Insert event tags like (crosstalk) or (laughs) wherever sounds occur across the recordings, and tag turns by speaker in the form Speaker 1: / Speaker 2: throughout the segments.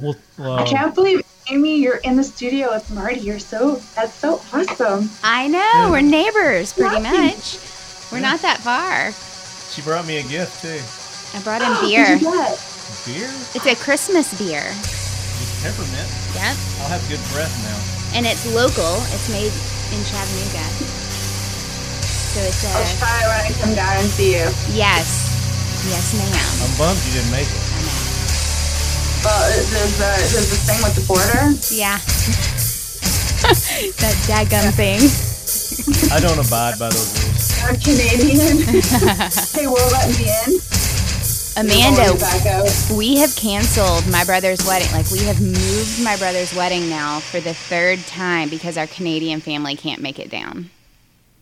Speaker 1: Well, uh,
Speaker 2: I can't believe Amy, you're in the studio with Marty. You're so that's so awesome.
Speaker 3: I know. We're neighbors, pretty much. We're not that far.
Speaker 1: she brought me a gift too.
Speaker 3: I brought him
Speaker 2: What
Speaker 3: beer.
Speaker 2: (laughs) did you get?
Speaker 1: Beer?
Speaker 3: It's a Christmas beer.
Speaker 1: With peppermint?
Speaker 3: Yep.
Speaker 1: I'll have good breath now.
Speaker 3: And it's local. It's made in Chattanooga. So it's
Speaker 2: I'll
Speaker 3: a
Speaker 2: try it when I come down and see you.
Speaker 3: yes. Yes, ma'am.
Speaker 1: I'm bummed you didn't make it.
Speaker 3: I know.
Speaker 2: Well, there's a there's this thing with the border.
Speaker 3: Yeah. (laughs) that dadgum thing.
Speaker 1: I don't abide by those rules.
Speaker 2: I'm
Speaker 3: (laughs)
Speaker 2: Canadian. they will let me in. They
Speaker 3: Amanda,
Speaker 2: won't let me back out.
Speaker 3: we have canceled my brother's wedding. Like, we have moved my brother's wedding now for the third time because our Canadian family can't make it down.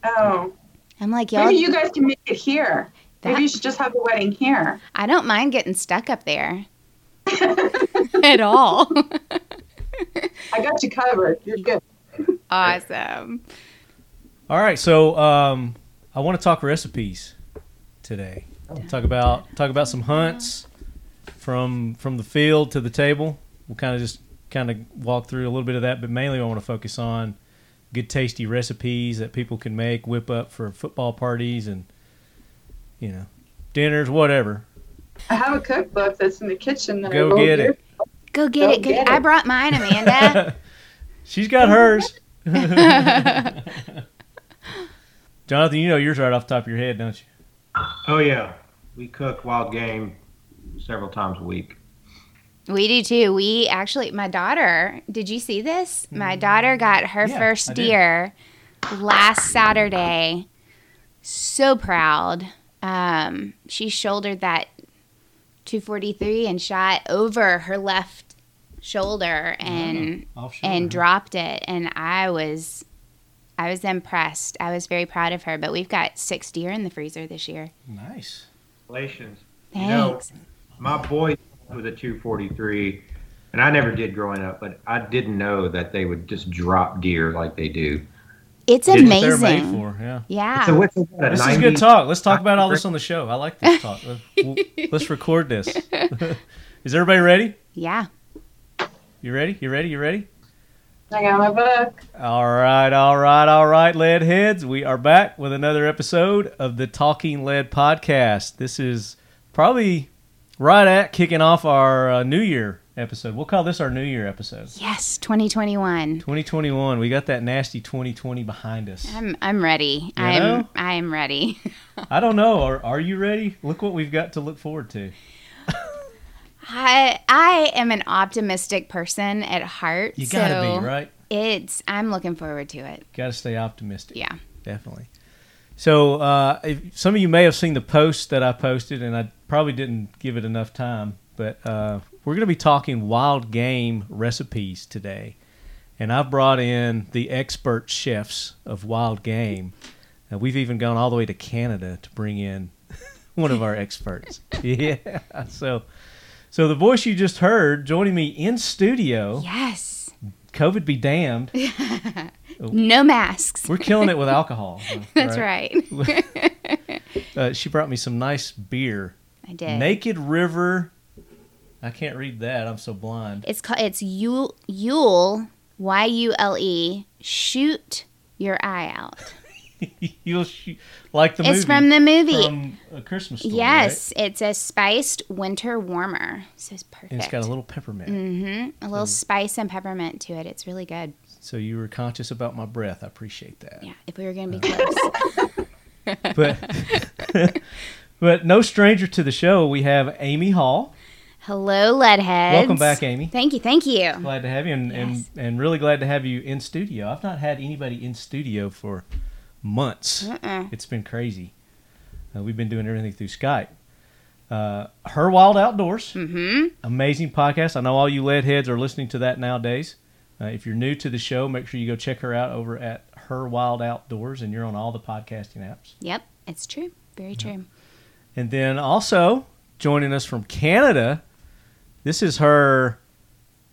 Speaker 2: Oh,
Speaker 3: I'm like, y'all,
Speaker 2: maybe you guys can make it here.
Speaker 3: That-
Speaker 2: Maybe you should just have the wedding here.
Speaker 3: I don't mind getting stuck up (laughs) there at (laughs) all.
Speaker 2: I got you covered. You're good.
Speaker 3: awesome.
Speaker 1: All right, so um, I want to talk recipes today. Talk about talk about some hunts from from the field to the table. We'll kind of just kind of walk through a little bit of that, but mainly I want to focus on good tasty recipes that people can make, whip up for football parties and you know dinners, whatever.
Speaker 2: I have a cookbook that's in the kitchen. That I
Speaker 1: Go
Speaker 2: will
Speaker 1: get
Speaker 2: give.
Speaker 1: it.
Speaker 3: Go get it.
Speaker 2: Go
Speaker 3: Go
Speaker 2: get
Speaker 3: I
Speaker 2: it.
Speaker 3: brought mine, (laughs) Amanda.
Speaker 1: (laughs) She's got
Speaker 3: (laughs)
Speaker 1: hers. Jonathan, you know yours right off the top of your head, don't you?
Speaker 4: Oh yeah, we cook wild game several times a week.
Speaker 3: we do too. We actually, my daughter, did you see this? My daughter got her
Speaker 1: Mm. Yeah, I
Speaker 3: first
Speaker 1: did.
Speaker 3: deer last Saturday. So proud. Um, she shouldered that 243 and shot over her left shoulder and
Speaker 1: Offshore.
Speaker 3: and dropped it and i was i was impressed i was very proud of her but we've got six deer in the freezer this year
Speaker 1: nice.
Speaker 4: Galatians. You know,
Speaker 3: thanks
Speaker 4: My boy with a 243, and I never did growing up, but I didn't know that they would just drop deer like they do.
Speaker 3: it's
Speaker 4: It's
Speaker 1: What they're made
Speaker 3: amazing
Speaker 1: for, yeah.
Speaker 3: yeah
Speaker 4: So what's it, what, a
Speaker 1: This is
Speaker 4: 90
Speaker 1: good talk. Let's talk about all this on the show. I like this talk. Let's- we'll- Let's record
Speaker 3: (laughs)
Speaker 1: this. (laughs) is everybody ready?
Speaker 3: yeah
Speaker 1: You ready? You ready? You ready?
Speaker 2: I got my book.
Speaker 1: All right, all right, all right, lead heads. We are back with another episode of the Talking Lead podcast. This is probably right at kicking off our uh, New Year episode. We'll call this our New Year episode.
Speaker 3: yes 2021
Speaker 1: 2021. We got that nasty 2020 behind us.
Speaker 3: i'm i'm ready
Speaker 1: You
Speaker 3: i'm
Speaker 1: know?
Speaker 3: i'm ready (laughs)
Speaker 1: I don't know. Are, are you ready? Look what we've got to look forward to.
Speaker 3: i i am an optimistic person at heart
Speaker 1: You
Speaker 3: so
Speaker 1: got to be, right?
Speaker 3: it's i'm looking forward to it
Speaker 1: Got to stay optimistic.
Speaker 3: yeah
Speaker 1: Definitely. So, uh, if, some of you may have seen the post that I posted, and I probably didn't give it enough time, but uh, we're going to be talking wild game recipes today. And I've brought in the expert chefs of wild game. And we've even gone all the way to Canada to bring in (laughs) one of our
Speaker 3: (laughs)
Speaker 1: experts. yeah. So, so the voice you just heard joining me in studio,
Speaker 3: yes
Speaker 1: COVID be damned,
Speaker 3: no masks
Speaker 1: we're killing it with alcohol.
Speaker 3: (laughs) that's right,
Speaker 1: Uh, she brought me some nice beer.
Speaker 3: i did
Speaker 1: Naked River. I can't read that. I'm so blind. (laughs)
Speaker 3: It's called it's Yule Yule Y U L E. Shoot your eye out.
Speaker 1: You'll shoot, like the movie.
Speaker 3: It's from the movie.
Speaker 1: from a Christmas story.
Speaker 3: yes, it's a spiced winter warmer, so it's perfect.
Speaker 1: right? And it's got a little Mm. peppermint.
Speaker 3: hmm a little spice and peppermint to it. It's really good.
Speaker 1: So you were conscious about my breath. I appreciate that.
Speaker 3: Yeah, if we were gonna
Speaker 1: (laughs)
Speaker 3: be close,
Speaker 1: But (laughs) but no stranger to the show, we have Amy Hall.
Speaker 3: hello, leadheads.
Speaker 1: Welcome back, Amy.
Speaker 3: Thank you, thank you.
Speaker 1: Glad to have you, and,
Speaker 3: Yes.
Speaker 1: and and really glad to have you in studio. I've not had anybody in studio for months.
Speaker 3: Uh-uh.
Speaker 1: It's been crazy. Uh, we've been doing everything through Skype. Uh, Her Wild Outdoors,
Speaker 3: Mm-hmm.
Speaker 1: amazing podcast. I know all you lead heads are listening to that nowadays. Uh, if you're new to the show, make sure you go check her out over at Her Wild Outdoors, and you're on all the podcasting apps.
Speaker 3: Yep, it's true. Very true.
Speaker 1: And then also joining us from Canada, this is her.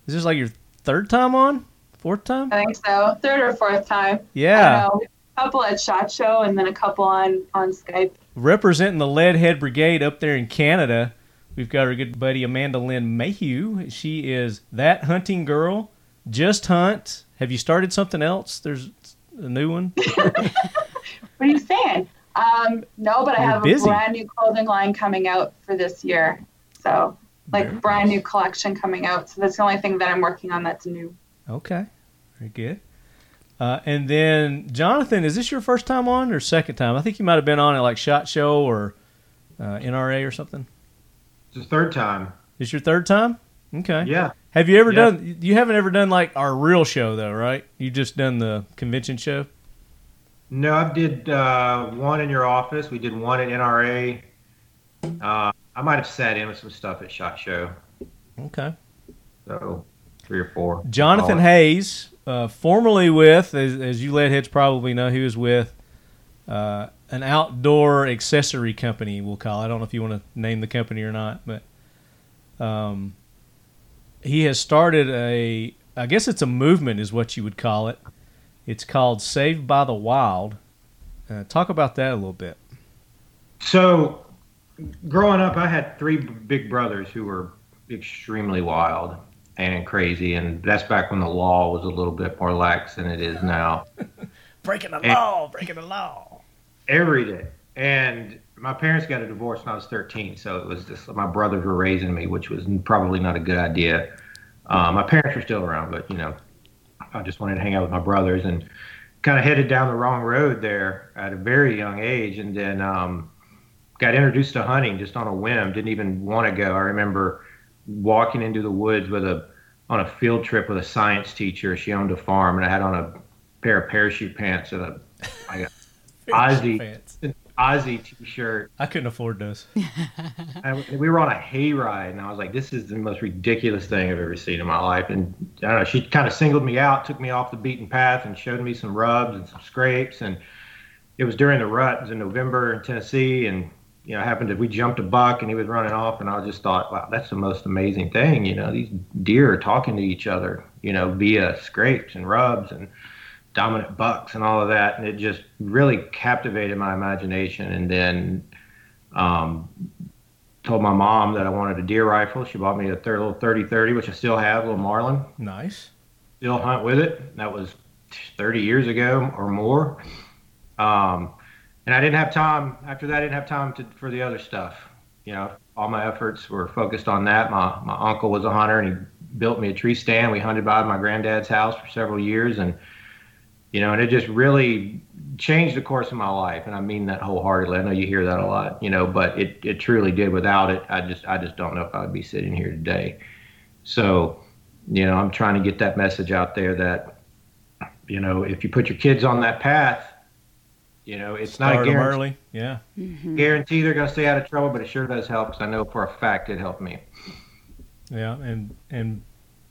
Speaker 1: This is like your third time on, fourth time.
Speaker 2: I think so. Third or fourth time.
Speaker 1: Yeah.
Speaker 2: I don't know, a couple at Shot Show and then a couple on on Skype.
Speaker 1: representing the Leadhead Brigade up there in Canada. We've got our good buddy Amanda Lynn Mayhew. She is that hunting girl. Just hunt. Have you started something else? There's a new one.
Speaker 2: (laughs) What are you saying? Um, no, but I
Speaker 1: You're
Speaker 2: have
Speaker 1: busy.
Speaker 2: a brand new clothing line coming out for this year. So, like,
Speaker 1: Very
Speaker 2: brand new collection coming out. So, that's the only thing that I'm working on that's new.
Speaker 1: Okay, very good. Uh, and then Jonathan, is this your first time on or second time? I think you might have been on at like Shot Show or uh, NRA or something.
Speaker 4: It's the third time.
Speaker 1: This your third time? Okay.
Speaker 4: Yeah.
Speaker 1: Have you ever
Speaker 4: Yeah.
Speaker 1: done? You haven't ever done like our real show though, right? You just done the convention show.
Speaker 4: No, I did uh, one in your office. We did one at NRA. Uh, I might have sat in with some stuff at Shot Show.
Speaker 1: Okay.
Speaker 4: So three or four. Oh,
Speaker 1: Jonathan
Speaker 4: Call it.
Speaker 1: Hayes, uh, formerly with, as, as you leadheads probably know, he was with uh, an outdoor accessory company. We'll call. it. I don't know if you want to name the company or not, but um, he has started a. I guess it's a movement, is what you would call it. It's called Saved by the Wild. Uh, talk about that a little bit.
Speaker 4: So growing up, I had three b- big brothers who were extremely wild and crazy. And that's back when the law was a little bit more lax than it is now.
Speaker 1: Breaking the
Speaker 4: And-
Speaker 1: law, breaking the law.
Speaker 4: every day. And my parents got a divorce when I was 13, so it was just my brothers were raising me, which was probably not a good idea. Uh, my parents were still around, but you know, I just wanted to hang out with my brothers and kind of headed down the wrong road there at a very young age, and then um, got introduced to hunting just on a whim. Didn't even want to go. I remember walking into the woods with a on a field trip with a science teacher. She owned a farm, and I had on a pair of parachute pants and a like a Ozzy
Speaker 1: Fans.
Speaker 4: an Ozzy T-shirt.
Speaker 1: I couldn't afford those.
Speaker 4: (laughs) And we were on a hayride, and I was like, "This is the most ridiculous thing I've ever seen in my life." And I don't know. She kind of singled me out, took me off the beaten path, and showed me some rubs and some scrapes. And it was during the rut. It was in November in Tennessee, and you know, happened to we jumped a buck, and he was running off, and I just thought, "Wow, that's the most amazing thing." You know, these deer are talking to each other. You know, via scrapes and rubs and dominant bucks and all of that, and it just really captivated my imagination. And then. Um, told my mom that I wanted a deer rifle. She bought me a thir- little 30 30, which I still have, a little Marlin.
Speaker 1: Nice.
Speaker 4: Still hunt with it. That was 30 years ago or more. Um, and I didn't have time after that. I didn't have time to, for the other stuff. You know, all my efforts were focused on that. My my uncle was a hunter, and he built me a tree stand. We hunted by my granddad's house for several years, and you know, and it just really changed the course of my life. And I mean that wholeheartedly. I know you hear that a lot, you know, but it it truly did. Without it, I just I just don't know if I'd be sitting here today. So, you know, I'm trying to get that message out there that, you know, if you put your kids on that path, you know, it's not a
Speaker 1: Started 'em
Speaker 4: guarantee
Speaker 1: early. Yeah.
Speaker 4: guarantee they're going to stay out of trouble, but it sure does help because I know for a fact it helped me.
Speaker 1: Yeah, and and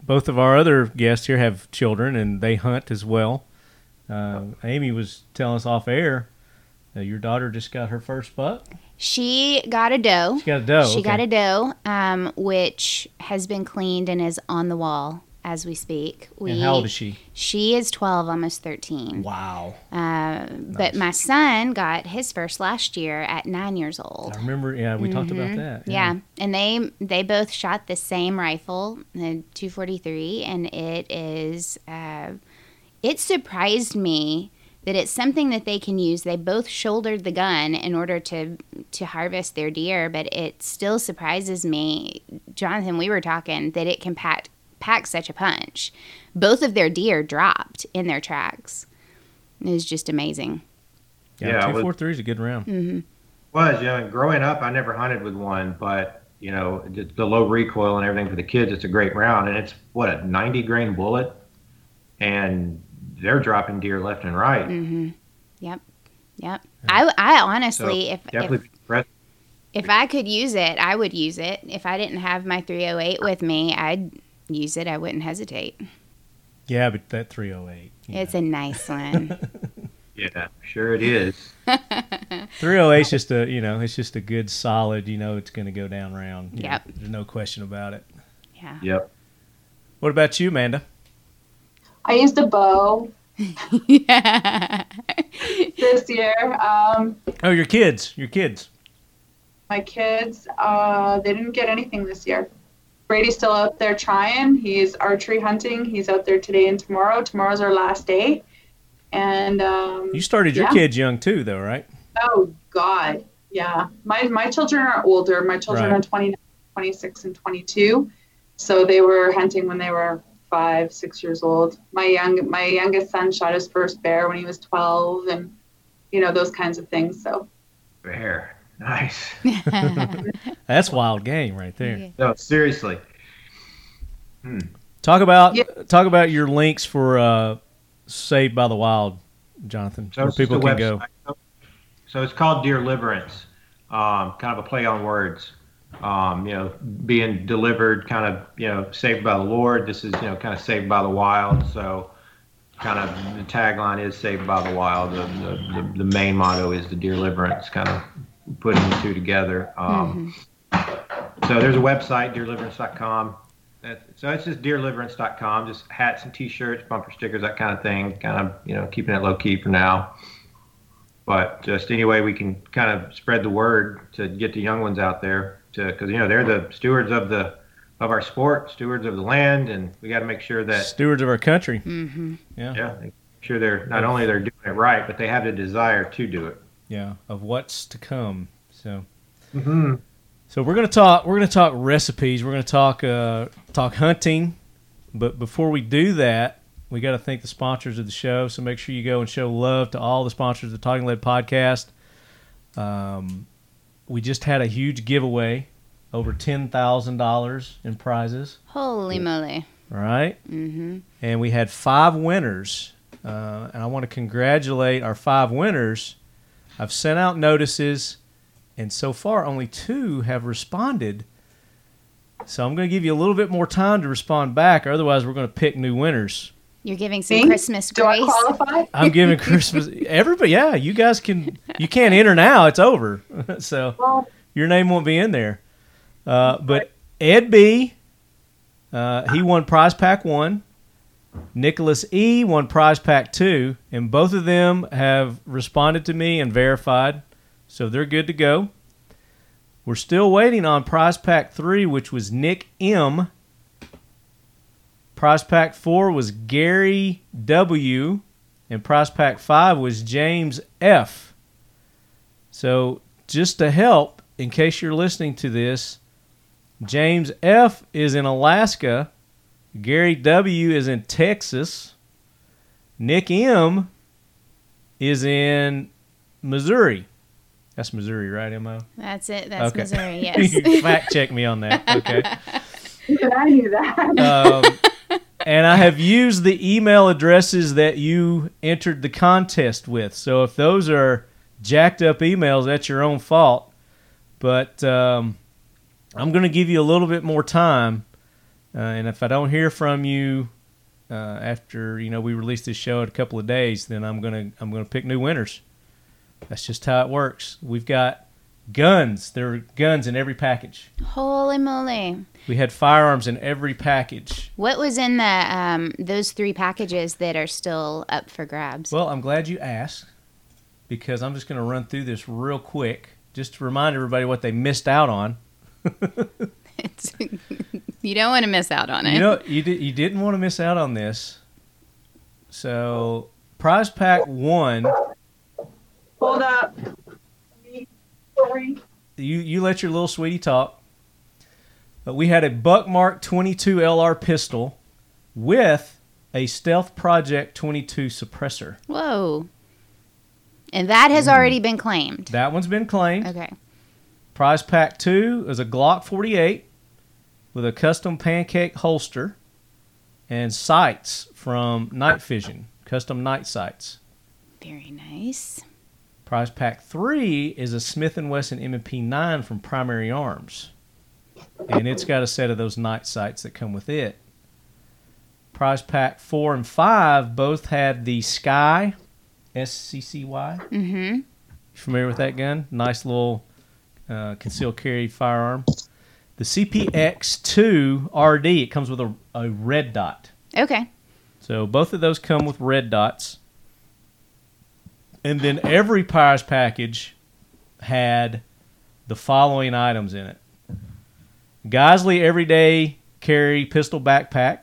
Speaker 1: both of our other guests here have children, and they hunt as well. Uh, Amy was telling us off air uh, your daughter just got her first buck.
Speaker 3: She got a doe.
Speaker 1: She got a doe.
Speaker 3: She got a doe, um, which has been cleaned and is on the wall as we speak. We,
Speaker 1: And how old is she?
Speaker 3: She is 12, almost 13.
Speaker 1: Wow.
Speaker 3: Uh, But my son got his first last year at nine years old.
Speaker 1: I remember. Yeah, we talked about that.
Speaker 3: Mm-hmm. Yeah. and they they both shot the same rifle, the 243, and it is uh, it surprised me that it's something that they can use. They both shouldered the gun in order to to harvest their deer, but it still surprises me, Jonathan. We were talking that it can pack pack such a punch. Both of their deer dropped in their tracks. It was just amazing.
Speaker 1: Yeah.
Speaker 4: Yeah,
Speaker 1: two
Speaker 4: well-
Speaker 1: four three is a good round.
Speaker 3: Mm.
Speaker 4: Was, you know, and growing up, I never hunted with one, but, you know, the, the low recoil and everything for the kids, it's a great round. And it's, what, a 90 grain bullet? And they're dropping deer left and right.
Speaker 3: Yep. I, I honestly, if, if
Speaker 4: Definitely impressed.
Speaker 3: If I could use it, I would use it. If I didn't have my 308 with me, I'd use it. I wouldn't hesitate.
Speaker 1: Yeah, but that three oh eight.
Speaker 3: It's a nice
Speaker 1: (laughs)
Speaker 3: one.
Speaker 4: Yeah, sure it is.
Speaker 1: Three oh eight's just a you know it's just a good solid. You know it's going to go down round. you know,
Speaker 3: Yep.
Speaker 1: there's no question about it.
Speaker 3: Yeah.
Speaker 4: Yep.
Speaker 1: What about you, Amanda?
Speaker 2: I used a bow
Speaker 3: yeah. (laughs)
Speaker 2: this year. Um,
Speaker 1: Oh, your kids. Your kids.
Speaker 2: My kids, uh, they didn't get anything this year. Brady's still out there trying. He's archery hunting. He's out there today and tomorrow. Tomorrow's our last day. And um,
Speaker 1: You started your
Speaker 2: Yeah.
Speaker 1: kids young too, though, right?
Speaker 2: Oh God, yeah. My my children are older. My children
Speaker 1: Right.
Speaker 2: are 29, 26, and 22. So they were hunting when they were five, six years old. My young my youngest son shot his first bear when he was 12, and you know those kinds of things. So
Speaker 4: Bear. Nice.
Speaker 1: That's wild game right there.
Speaker 3: Yeah.
Speaker 4: No, seriously.
Speaker 1: Talk about
Speaker 2: Yeah.
Speaker 1: talk about your links for uh, Saved by the Wild, Jonathan,
Speaker 4: So
Speaker 1: where
Speaker 4: it's just
Speaker 1: people
Speaker 4: a
Speaker 1: can go.
Speaker 4: website. So it's called Dear Liberance, um, kind of a play on words. Um, you know, being delivered, kind of, you know, saved by the Lord. This is, you know, kind of saved by the wild. So kind of the tagline is saved by the wild. The, the, the, the main motto is the Dear Liberance, kind of putting the two together. Um, So there's a website, dearliverance.com. That, so it's just dearliverance.com, just hats and t-shirts, bumper stickers, that kind of thing. Kind of, you know, keeping it low key for now but just any way we can kind of spread the word to get the young ones out there to because you know they're the stewards of the of our sport stewards of the land and we got to make sure that
Speaker 1: Stewards of our country.
Speaker 3: hmm
Speaker 4: yeah make sure they're not only they're doing it right but they have the desire to do it
Speaker 1: yeah of what's to come so
Speaker 4: Mhm.
Speaker 1: so we're gonna talk we're gonna talk recipes we're gonna talk uh talk hunting but before we do that we got to thank the sponsors of the show so make sure you go and show love to all the sponsors of the talking lead podcast um we just had a huge giveaway over ten thousand dollars in prizes
Speaker 3: Holy moly.
Speaker 1: all right
Speaker 3: hmm
Speaker 1: and we had five winners. Uh, and I want to congratulate our five winners. I've sent out notices, and so far only two have responded. So I'm going to give you a little bit more time to respond back, or otherwise we're going to pick new winners.
Speaker 3: You're giving some
Speaker 2: Me?
Speaker 3: Christmas
Speaker 2: do I
Speaker 3: grace.
Speaker 2: qualify?
Speaker 1: (laughs) I'm giving Christmas everybody. Yeah, you guys can. You can't enter now; it's over. (laughs) so
Speaker 2: Well,
Speaker 1: your name won't be in there. Uh, but Ed B, uh, he won prize pack one. Nicholas E won prize pack two. And both of them have responded to me and verified. So they're good to go. We're still waiting on prize pack three, which was Nick M. Prize pack four was Gary W. And prize pack five was James F. So just to help, in case you're listening to this, James F is in Alaska, Gary W is in Texas, Nick M is in Missouri. That's Missouri, right, Mo?
Speaker 3: That's it. That's
Speaker 1: Okay. (laughs)
Speaker 3: Missouri.
Speaker 1: You
Speaker 3: Yes.
Speaker 1: fact check me on that.
Speaker 2: (laughs)
Speaker 1: Okay.
Speaker 2: even I knew that.
Speaker 1: Um,
Speaker 2: (laughs)
Speaker 1: and I have used the email addresses that you entered the contest with. So if those are jacked up emails, that's your own fault. But um, I'm going to give you a little bit more time. Uh, and if I don't hear from you uh, after you know we release this show in a couple of days, then I'm gonna I'm gonna pick new winners. That's just how it works. We've got guns. There are guns in every package.
Speaker 3: Holy moly.
Speaker 1: We had firearms in every package.
Speaker 3: What was in the um, those three packages that are still up for grabs?
Speaker 1: Well, I'm glad you asked because I'm just going to run through this real quick just to remind everybody what they missed out on.
Speaker 3: It's- (laughs) you don't want to miss out on it.
Speaker 1: You know, you, di- you didn't want to miss out on this. So, prize pack one,
Speaker 2: Hold up. Sorry.
Speaker 1: you, you let your little sweetie talk. But we had a Buckmark 22 LR pistol with a Stealth Project 22 suppressor.
Speaker 3: Whoa. And that has
Speaker 1: Mm.
Speaker 3: already been claimed.
Speaker 1: That one's been claimed.
Speaker 3: Okay.
Speaker 1: Prize pack two is a Glock 48 with a custom pancake holster and sights from Night Vision, custom night sights.
Speaker 3: Very nice.
Speaker 1: Prize pack three is a Smith and Wesson M&P 9 from Primary Arms, and it's got a set of those night sights that come with it. Prize pack four and five both had the Sky, S C C Y.
Speaker 3: Mm-hmm.
Speaker 1: You familiar with that gun? Nice little uh, concealed carry firearm. The CPX2 RD. It comes with a, a red dot.
Speaker 3: Okay.
Speaker 1: So both of those come with red dots. And then every prize package had the following items in it Geisley Everyday Carry Pistol Backpack,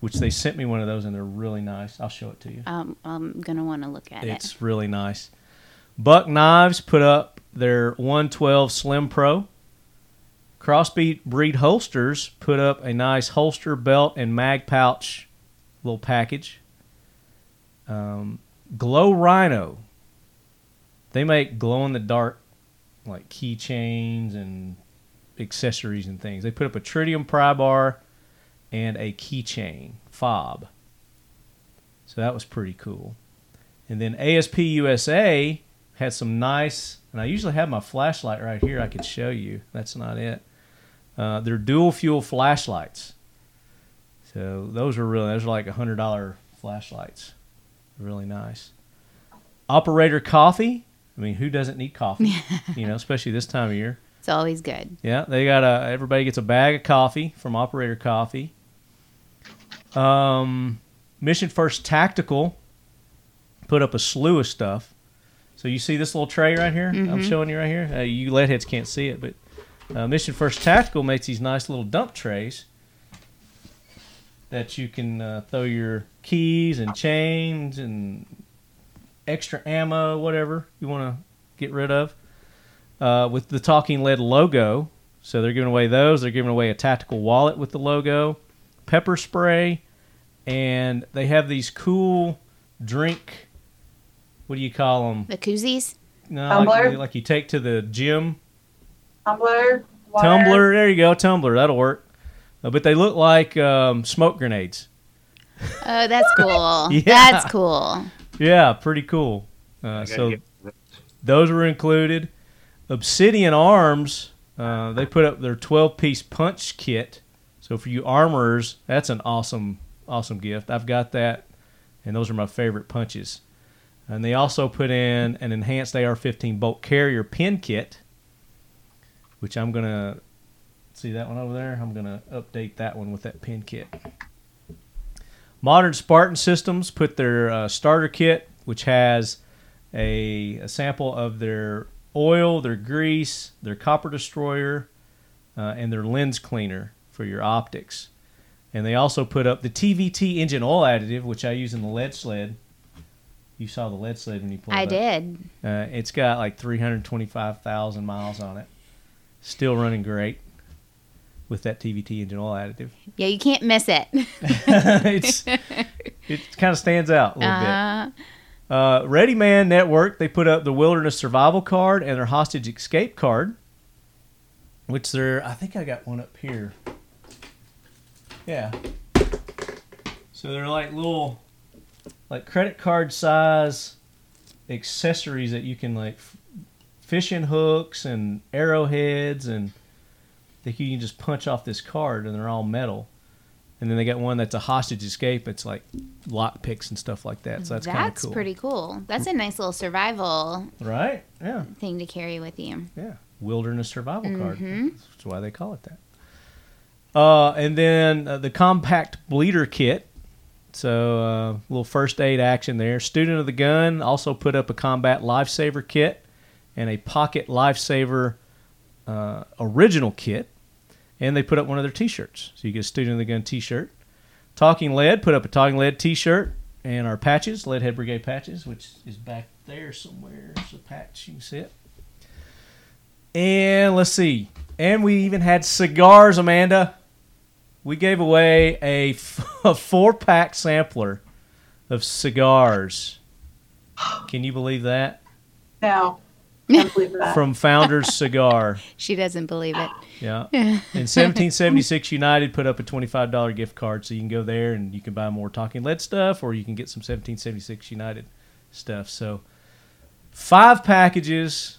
Speaker 1: which they sent me one of those, and they're really nice. I'll show it to you.
Speaker 3: Um, I'm going to want to look at it.
Speaker 1: It's really nice. Buck Knives put up their 112 Slim Pro. Crossbeat Breed Holsters put up a nice holster belt and mag pouch little package. Um, Glow Rhino. They make glow in the dark like keychains and accessories and things. They put up a tritium pry bar and a keychain fob. So that was pretty cool. And then ASP USA had some nice, and I usually have my flashlight right here. I could show you. That's not it. Uh, they're dual fuel flashlights. So those are really, those are like $100 flashlights. Really nice. Operator Coffee. I mean, who doesn't need coffee? you know, especially this time of year.
Speaker 3: It's always good.
Speaker 1: Yeah, they got a. Everybody gets a bag of coffee from Operator Coffee. Um, Mission First Tactical put up a slew of stuff. So you see this little tray right here? I'm showing you right here. Uh, you lead heads can't see it, but uh, Mission First Tactical makes these nice little dump trays that you can uh, throw your keys and chains and extra ammo, whatever you want to get rid of, uh, with the Talking Lead logo. So they're giving away those. They're giving away a tactical wallet with the logo, pepper spray, and they have these cool drink. What do you call them?
Speaker 3: The koozies.
Speaker 1: No, like,
Speaker 2: Tumbler?
Speaker 1: like you take to the gym.
Speaker 2: Tumblr. water.
Speaker 1: Tumbler. There you go. Tumbler. That'll work. Uh, but they look like um, smoke grenades.
Speaker 3: Oh,
Speaker 1: (laughs)
Speaker 3: that's cool.
Speaker 1: Yeah.
Speaker 3: That's cool.
Speaker 1: Yeah, pretty cool. Uh,
Speaker 4: I gotta
Speaker 1: so
Speaker 4: get-
Speaker 1: those were included. Obsidian Arms, uh, they put up their 12 piece punch kit. So for you armorers, that's an awesome, awesome gift. I've got that, and those are my favorite punches. And they also put in an enhanced AR 15 bolt carrier pin kit, which I'm going to see that one over there. I'm going to update that one with that pin kit. Modern Spartan Systems put their uh, starter kit, which has a, a sample of their oil, their grease, their copper destroyer, uh, and their lens cleaner for your optics. And they also put up the TVT engine oil additive, which I use in the lead sled. You saw the lead sled when you pulled
Speaker 3: I
Speaker 1: up.
Speaker 3: did.
Speaker 1: Uh, it's got like 325,000 miles on it. Still running great with that TVT engine oil additive. (laughs)
Speaker 3: Yeah, you can't miss it.
Speaker 1: it's it kind of stands out a little
Speaker 3: Uh,
Speaker 1: bit. Uh, Ready Man Network they put up the Wilderness Survival card and their Hostage Escape card, which they're I think I got one up here. Yeah. So they're like little, like credit card size accessories that you can like f- fishing hooks and arrowheads and that you can just punch off this card and they're all metal. And then they got one that's a hostage escape. It's like lock picks and stuff like that. So that's,
Speaker 3: that's
Speaker 1: kind of cool.
Speaker 3: pretty cool. That's a nice little survival
Speaker 1: Right? Yeah.
Speaker 3: thing to carry with you.
Speaker 1: Yeah, wilderness survival card.
Speaker 3: Mhm.
Speaker 1: That's why they call it that. Uh, and then uh, the compact bleeder kit. So uh, a little first aid action there. Student of the gun also put up a combat lifesaver kit and a pocket lifesaver uh, original kit, and they put up one of their T-shirts. So you get a student of the gun T-shirt. Talking lead put up a talking lead T-shirt and our patches, leadhead brigade patches, which is back there somewhere. It's a patch. You can see it. And let's see. And we even had cigars, Amanda. We gave away a, (laughs) f- a four pack sampler of cigars. Can you believe that?
Speaker 2: No, can't
Speaker 1: (laughs)
Speaker 2: believe that.
Speaker 1: From
Speaker 3: (laughs)
Speaker 1: Founders Cigar.
Speaker 3: She doesn't believe it.
Speaker 1: Yeah.
Speaker 3: (laughs)
Speaker 1: In 1776, United put up a $25 gift card. So you can go there and you can buy more Talking Lead stuff or you can get some 1776 United stuff. So five packages,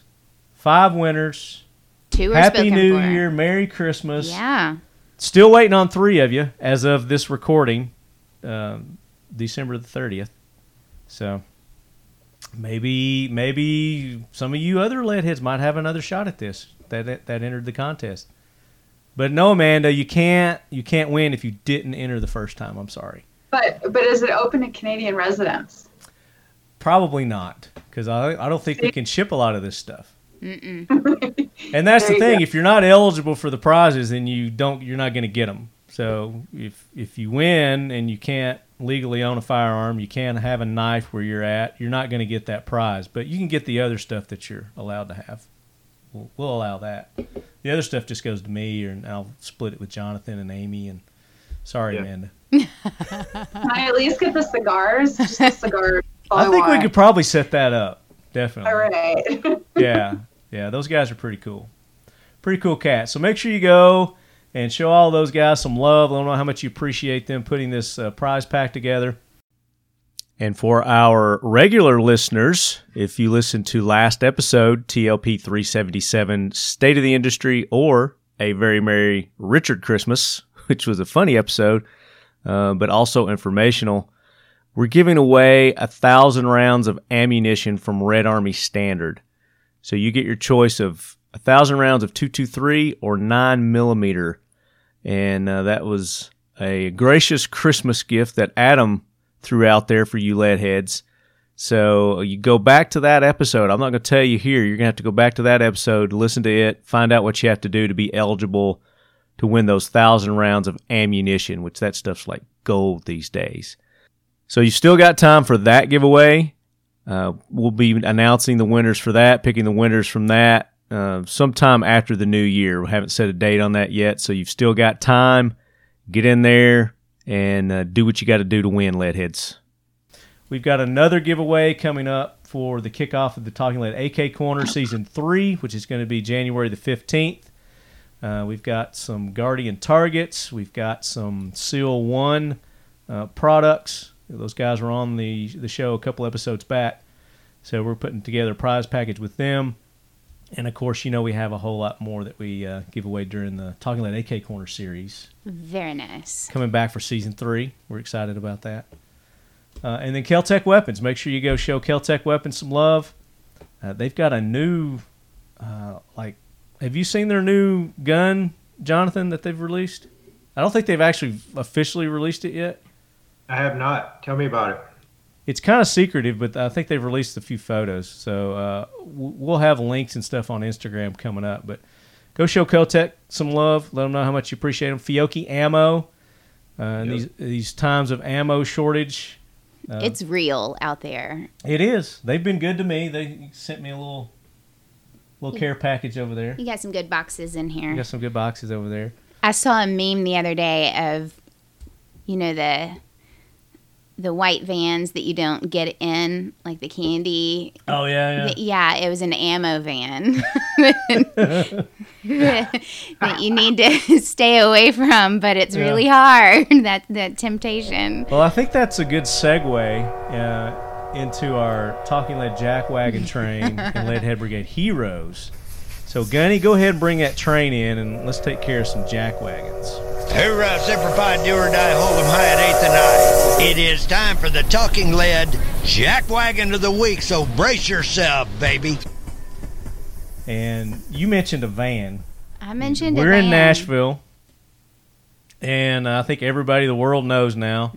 Speaker 1: five winners.
Speaker 3: Two are
Speaker 1: Happy
Speaker 3: spoken
Speaker 1: New
Speaker 3: for.
Speaker 1: Year. Merry Christmas.
Speaker 3: Yeah.
Speaker 1: Still waiting on three of you as of this recording, um, December the thirtieth. So maybe maybe some of you other leadheads might have another shot at this that that, that entered the contest. But no, Amanda, you can't you can't win if you didn't enter the first time. I'm sorry.
Speaker 2: But but is it open to Canadian residents?
Speaker 1: Probably not because I I don't think we can ship a lot of this stuff.
Speaker 2: (laughs)
Speaker 3: Mm-mm.
Speaker 1: And that's the
Speaker 2: There you
Speaker 1: thing. If you're not eligible for the prizes, then you don't. You're not going to get them. So if if you win and you can't legally own a firearm, you can't have a knife where you're at. You're not going to get that prize, but you can get the other stuff that you're allowed to have. We'll, we'll allow that. The other stuff just goes to me, or and I'll split it with Jonathan and Amy. And sorry,
Speaker 4: Yeah.
Speaker 1: Amanda.
Speaker 2: Can I at least get the cigars? Just the cigars. all
Speaker 1: I think we
Speaker 2: want.
Speaker 1: could probably set that up. Definitely.
Speaker 2: All right. (laughs)
Speaker 1: yeah, yeah, those guys are pretty cool. Pretty cool cats. So make sure you go and show all those guys some love. Let them know how much you appreciate them putting this uh, prize pack together. And for our regular listeners, if you listened to last episode, TLP 377 State of the Industry or A Very Merry Richard Christmas, (laughs) which was a funny episode, uh, but also informational, we're giving away a thousand rounds of ammunition from Red Army Standard. So you get your choice of a thousand rounds of 223 or nine millimeter, and uh, that was a gracious Christmas gift that Adam threw out there for you lead heads. So you go back to that episode. I'm not going to tell you here. You're going to have to go back to that episode, listen to it, find out what you have to do to be eligible to win those thousand rounds of ammunition, which that stuff's like gold these days. So you still got time for that giveaway. Uh, we'll be announcing the winners for that, picking the winners from that uh, sometime after the new year. We haven't set a date on that yet, so you've still got time. Get in there and uh, do what you got to do to win, Leadheads. We've got another giveaway coming up for the kickoff of the Talking Lead AK Corner Season 3, which is going to be January the 15th. Uh, we've got some Guardian targets. We've got some Seal 1 uh, products. Those guys were on the, the show a couple episodes back. So we're putting together a prize package with them. And of course, you know, we have a whole lot more that we uh, give away during the Talking Lead AK Corner series.
Speaker 3: Very nice.
Speaker 1: Coming back for season three. We're excited about that. Uh, and then Keltec Weapons. Make sure you go show Keltec Weapons some love. Uh, they've got a new, uh, like, have you seen their new gun, Jonathan, that they've released? I don't think they've actually officially released it yet.
Speaker 4: I have not. Tell me about it.
Speaker 1: it's kind of secretive, but I think they've released a few photos. So uh, w- we'll have links and stuff on Instagram coming up. But go show Keltec some love. Let them know how much you appreciate them. Fiocchi ammo. Uh, and
Speaker 4: Yep.
Speaker 1: these these times of ammo shortage, uh,
Speaker 3: it's real out there.
Speaker 1: it is. They've been good to me. They sent me a little little care package over there.
Speaker 3: You got some good boxes in here.
Speaker 1: We got some good boxes over there.
Speaker 3: I saw a meme the other day of, you know the, the white vans that you don't get in, like the candy.
Speaker 1: Oh yeah,
Speaker 3: Yeah, it was an ammo
Speaker 1: (laughs)
Speaker 3: van (laughs) that you need to (laughs) stay away from, but it's
Speaker 1: Yeah.
Speaker 3: really hard (laughs) that that temptation.
Speaker 1: Well, I think that's a good segue uh, into our Talking Lead Jack (laughs) Wagon train and Leadhead Brigade heroes. So, Gunny, go ahead and bring that train in, and let's take care of some jack wagons.
Speaker 5: Hoorah, Semper Fi, do or die, hold 'em high at eighth and nine. It is time for the Talking Lead Jack Wagon of the Week, so brace yourself, baby.
Speaker 1: And you mentioned a van.
Speaker 3: I mentioned a
Speaker 1: We're in
Speaker 3: van.
Speaker 1: Nashville, and uh, I think everybody in the world knows now.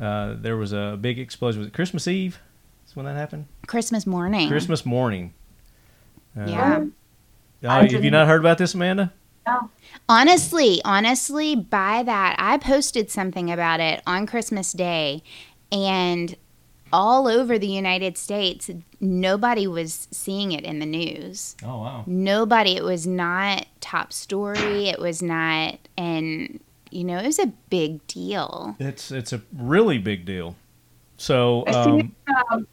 Speaker 1: Uh, there was a big explosion. Was it Christmas Eve? Is when that happened.
Speaker 3: Christmas morning.
Speaker 1: Christmas morning. Uh,
Speaker 3: Yeah.
Speaker 2: Um,
Speaker 1: oh,
Speaker 2: I
Speaker 1: have you
Speaker 2: didn't-
Speaker 1: not heard about this, Amanda?
Speaker 3: Honestly, honestly, by that, I posted something about it on Christmas Day, and all over the United States, nobody was seeing it in the news.
Speaker 1: Oh wow.
Speaker 3: Nobody, it was not top story, it was not, and you know, it was a big deal.
Speaker 1: It's it's a really big deal. So
Speaker 2: I seen,
Speaker 1: um,
Speaker 2: um,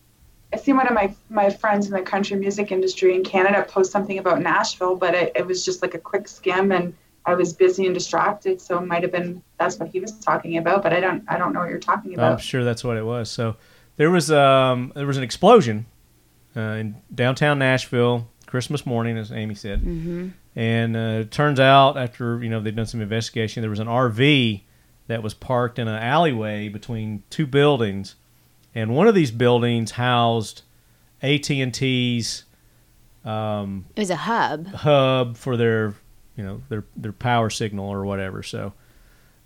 Speaker 2: I seen one of my, my friends in the country music industry in Canada post something about Nashville, but it, it was just like a quick skim, and I was busy and distracted, so it might have been that's what he was talking about, but I don't I don't know what you're talking
Speaker 1: I'm
Speaker 2: about.
Speaker 1: sure that's what it was. So there was um there was an explosion uh, in downtown Nashville Christmas morning, as Amy said,
Speaker 3: Mm-hmm.
Speaker 1: and uh, it turns out after you know they've done some investigation, there was an RV that was parked in an alleyway between two buildings, and one of these buildings housed AT and T's um,
Speaker 3: It was a hub.
Speaker 1: hub for their you know their their power signal or whatever so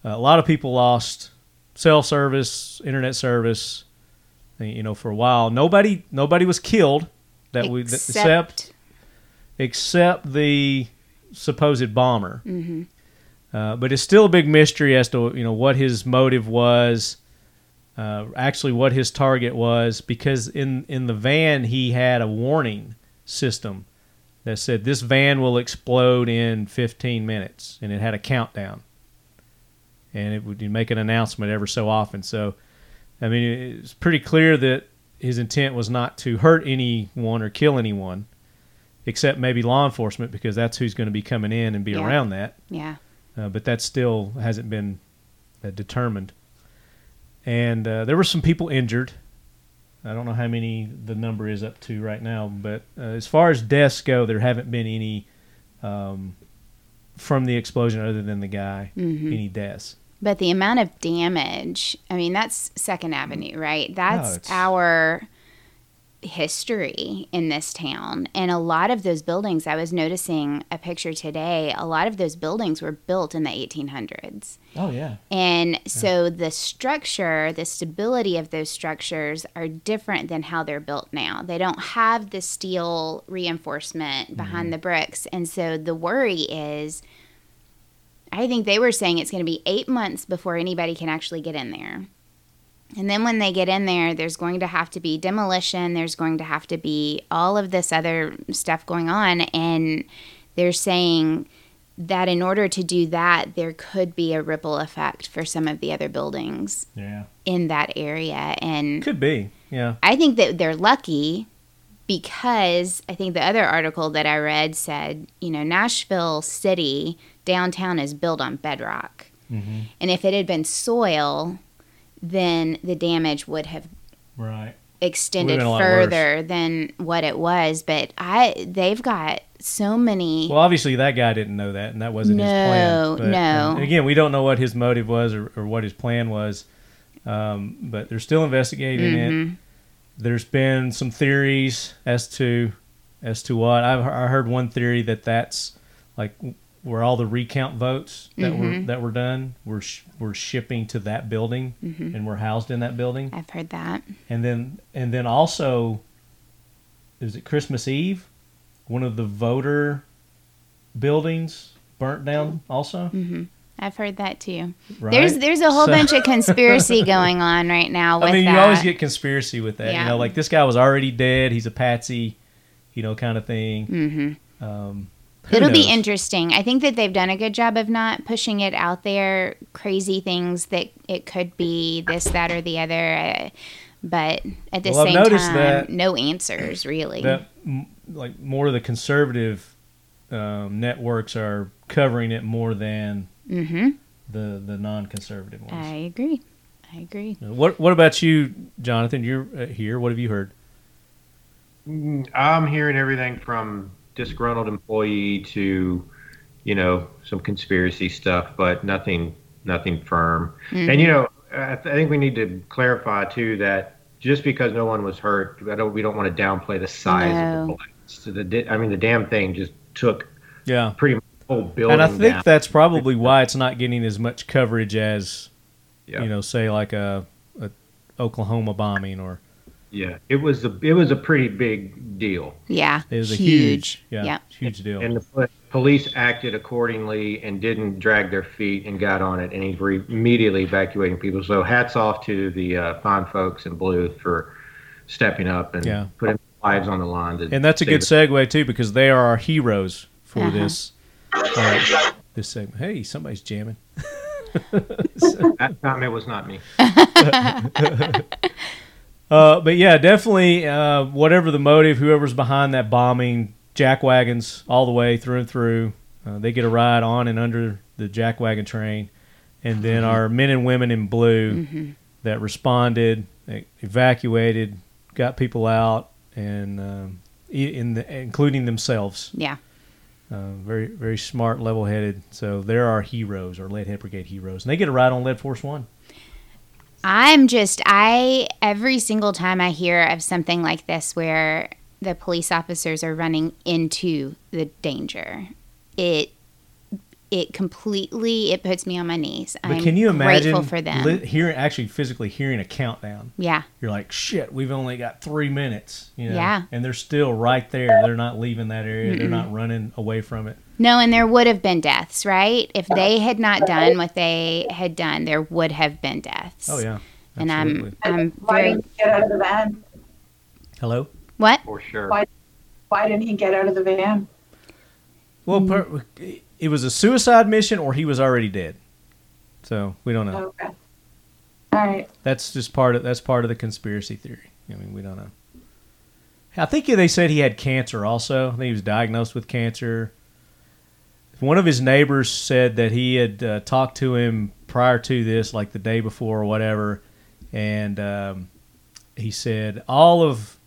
Speaker 1: uh, a lot of people lost cell service internet service eh, you know for a while nobody nobody was killed that we that, except except the supposed bomber.
Speaker 3: hmm
Speaker 1: Uh, but it's still a big mystery as to you know what his motive was, uh, actually what his target was, because in in the van he had a warning system that said this van will explode in 15 minutes, and it had a countdown, and it would you'd make an announcement every so often. So, I mean, it's pretty clear that his intent was not to hurt anyone or kill anyone, except maybe law enforcement because that's who's going to be coming in and be
Speaker 3: Yeah.
Speaker 1: around that
Speaker 3: Yeah.
Speaker 1: uh, but that still hasn't been uh, determined. And uh, there were some people injured. I don't know how many the number is up to right now, but uh, as far as deaths go, there haven't been any um, from the explosion other than the guy,
Speaker 3: hmm
Speaker 1: any deaths.
Speaker 3: But the amount of damage, I mean, that's Second Avenue, right? That's
Speaker 1: Mm. it's-
Speaker 3: our history in this town. And a lot of those buildings, I was noticing a picture today, a lot of those buildings were built in the 1800s.
Speaker 1: Oh yeah,
Speaker 3: And so the structure, the stability of those structures are different than how they're built now. They don't have the steel reinforcement behind
Speaker 1: Mm-hmm.
Speaker 3: the bricks. And so the worry is I think they were saying it's going to be 8 months before anybody can actually get in there. And then when they get in there, there's going to have to be demolition, there's going to have to be all of this other stuff going on and they're saying that in order to do that, there could be a ripple effect for some of the other buildings
Speaker 1: yeah,
Speaker 3: in that area. And
Speaker 1: could be. Yeah,
Speaker 3: I think that they're lucky because I think the other article that I read said, you know, Nashville City downtown is built on bedrock.
Speaker 1: mm-hmm.
Speaker 3: And if it had been soil, then the damage would have
Speaker 1: right.
Speaker 3: extended
Speaker 1: been a lot worse.
Speaker 3: further than what it was. But I they've got so many
Speaker 1: Well, obviously that guy didn't know that, and that wasn't his plan. uh,
Speaker 3: No, no.
Speaker 1: and again, we don't know what his motive was or, or what his plan was, um, but they're still investigating
Speaker 3: Mm-hmm.
Speaker 1: it. There's been some theories as to as to what I've, he- I heard. One theory that that's like where all the recount votes that
Speaker 3: Mm-hmm.
Speaker 1: were that were done were sh- were shipping to that building
Speaker 3: Mm-hmm.
Speaker 1: and were housed in that building,
Speaker 3: I've heard that.
Speaker 1: and then and then also, is it Christmas Eve? One of the voter buildings burnt down also.
Speaker 3: I've heard that too.
Speaker 1: Right?
Speaker 3: Mm-hmm. There's there's a whole
Speaker 1: So- (laughs)
Speaker 3: bunch of conspiracy going on right now with
Speaker 1: I mean,
Speaker 3: that.
Speaker 1: you always get conspiracy with that.
Speaker 3: Yeah.
Speaker 1: You know, like this guy was already dead. He's a patsy, you know, kind of thing.
Speaker 3: hmm
Speaker 1: Um, who
Speaker 3: It'll be
Speaker 1: knows?
Speaker 3: interesting. I think that they've done a good job of not pushing it out there. Crazy things that it could be this, that, or the other. uh, But at the
Speaker 1: Well, I've
Speaker 3: same
Speaker 1: noticed
Speaker 3: time,
Speaker 1: that-
Speaker 3: no answers really.
Speaker 1: that m- like more of the conservative um, networks are covering it more than
Speaker 3: hmm
Speaker 1: the the non-conservative ones. Uh,
Speaker 3: I agree. I agree.
Speaker 1: What what about you, Jonathan? You're uh, here. What have you heard?
Speaker 4: Mm, I'm hearing everything from disgruntled employee to, you know, some conspiracy stuff, but nothing, nothing firm. And you know, I, th- I think we need to clarify too that just because no one was hurt, I don't, we don't want to downplay the size of
Speaker 3: No.
Speaker 4: the blast. So the, di- I mean, the damn thing just took
Speaker 1: Yeah.
Speaker 4: pretty much the whole building
Speaker 1: And I think
Speaker 4: down.
Speaker 1: that's probably why it's not getting as much coverage as
Speaker 4: yeah.
Speaker 1: you know, say like a, a Oklahoma bombing or
Speaker 4: yeah, it was a it was a pretty big deal.
Speaker 3: Yeah.
Speaker 1: it was
Speaker 3: huge.
Speaker 1: a huge, yeah,
Speaker 3: Yep.
Speaker 1: huge deal.
Speaker 4: And the pol- police acted accordingly and didn't drag their feet and got on it and he's re- immediately evacuating people. So hats off to the uh, fine folks in blue for stepping up and
Speaker 1: Yeah.
Speaker 4: putting lives on the line. to
Speaker 1: and that's a
Speaker 4: save
Speaker 1: good segue too because they are our heroes for
Speaker 3: Uh-huh.
Speaker 1: this uh, this segment. Hey, somebody's jamming.
Speaker 4: it. That comment was not me.
Speaker 1: Uh, but yeah, definitely. Uh, whatever the motive, whoever's behind that bombing, jack wagons all the way through and through. Uh, they get a ride on and under the jack wagon train, and then
Speaker 3: Mm-hmm.
Speaker 1: our men and women in blue that responded, e- evacuated, got people out, and um, e- in the, including themselves.
Speaker 3: Yeah.
Speaker 1: Uh, very very smart, level headed. So they're our heroes, our Leadhead Brigade heroes, and they get a ride on Lead Force One.
Speaker 3: I'm just I every single time I hear of something like this where the police officers are running into the danger. It it completely it puts me on my knees.
Speaker 6: But
Speaker 3: I'm
Speaker 6: can you imagine
Speaker 3: grateful for them?
Speaker 6: li- hearing actually physically hearing a countdown?
Speaker 3: yeah,
Speaker 6: You're like, shit, we've only got three minutes. You know?
Speaker 3: Yeah.
Speaker 6: And they're still right there. They're not leaving that area. They're not running away from it.
Speaker 3: no, and there would have been deaths, right? If
Speaker 6: Uh,
Speaker 3: they had not done what they had done, there would have been deaths.
Speaker 6: Oh yeah.
Speaker 3: and
Speaker 6: Absolutely.
Speaker 3: I'm
Speaker 2: Why
Speaker 3: I'm um, very
Speaker 2: didn't he get out of the van?
Speaker 6: Hello. Oh,
Speaker 3: what
Speaker 4: for sure.
Speaker 2: Why- Why didn't he get out of the van?
Speaker 6: Well, per, it was a suicide mission, or he was already dead. So we don't know.
Speaker 2: Oh, Okay. All right.
Speaker 6: That's just part of that's part of the conspiracy theory. I mean, we don't know. I think they said he had cancer. Also, I think he was diagnosed with cancer. One of his neighbors said that he had uh, talked to him prior to this, like the day before or whatever, and um, he said all of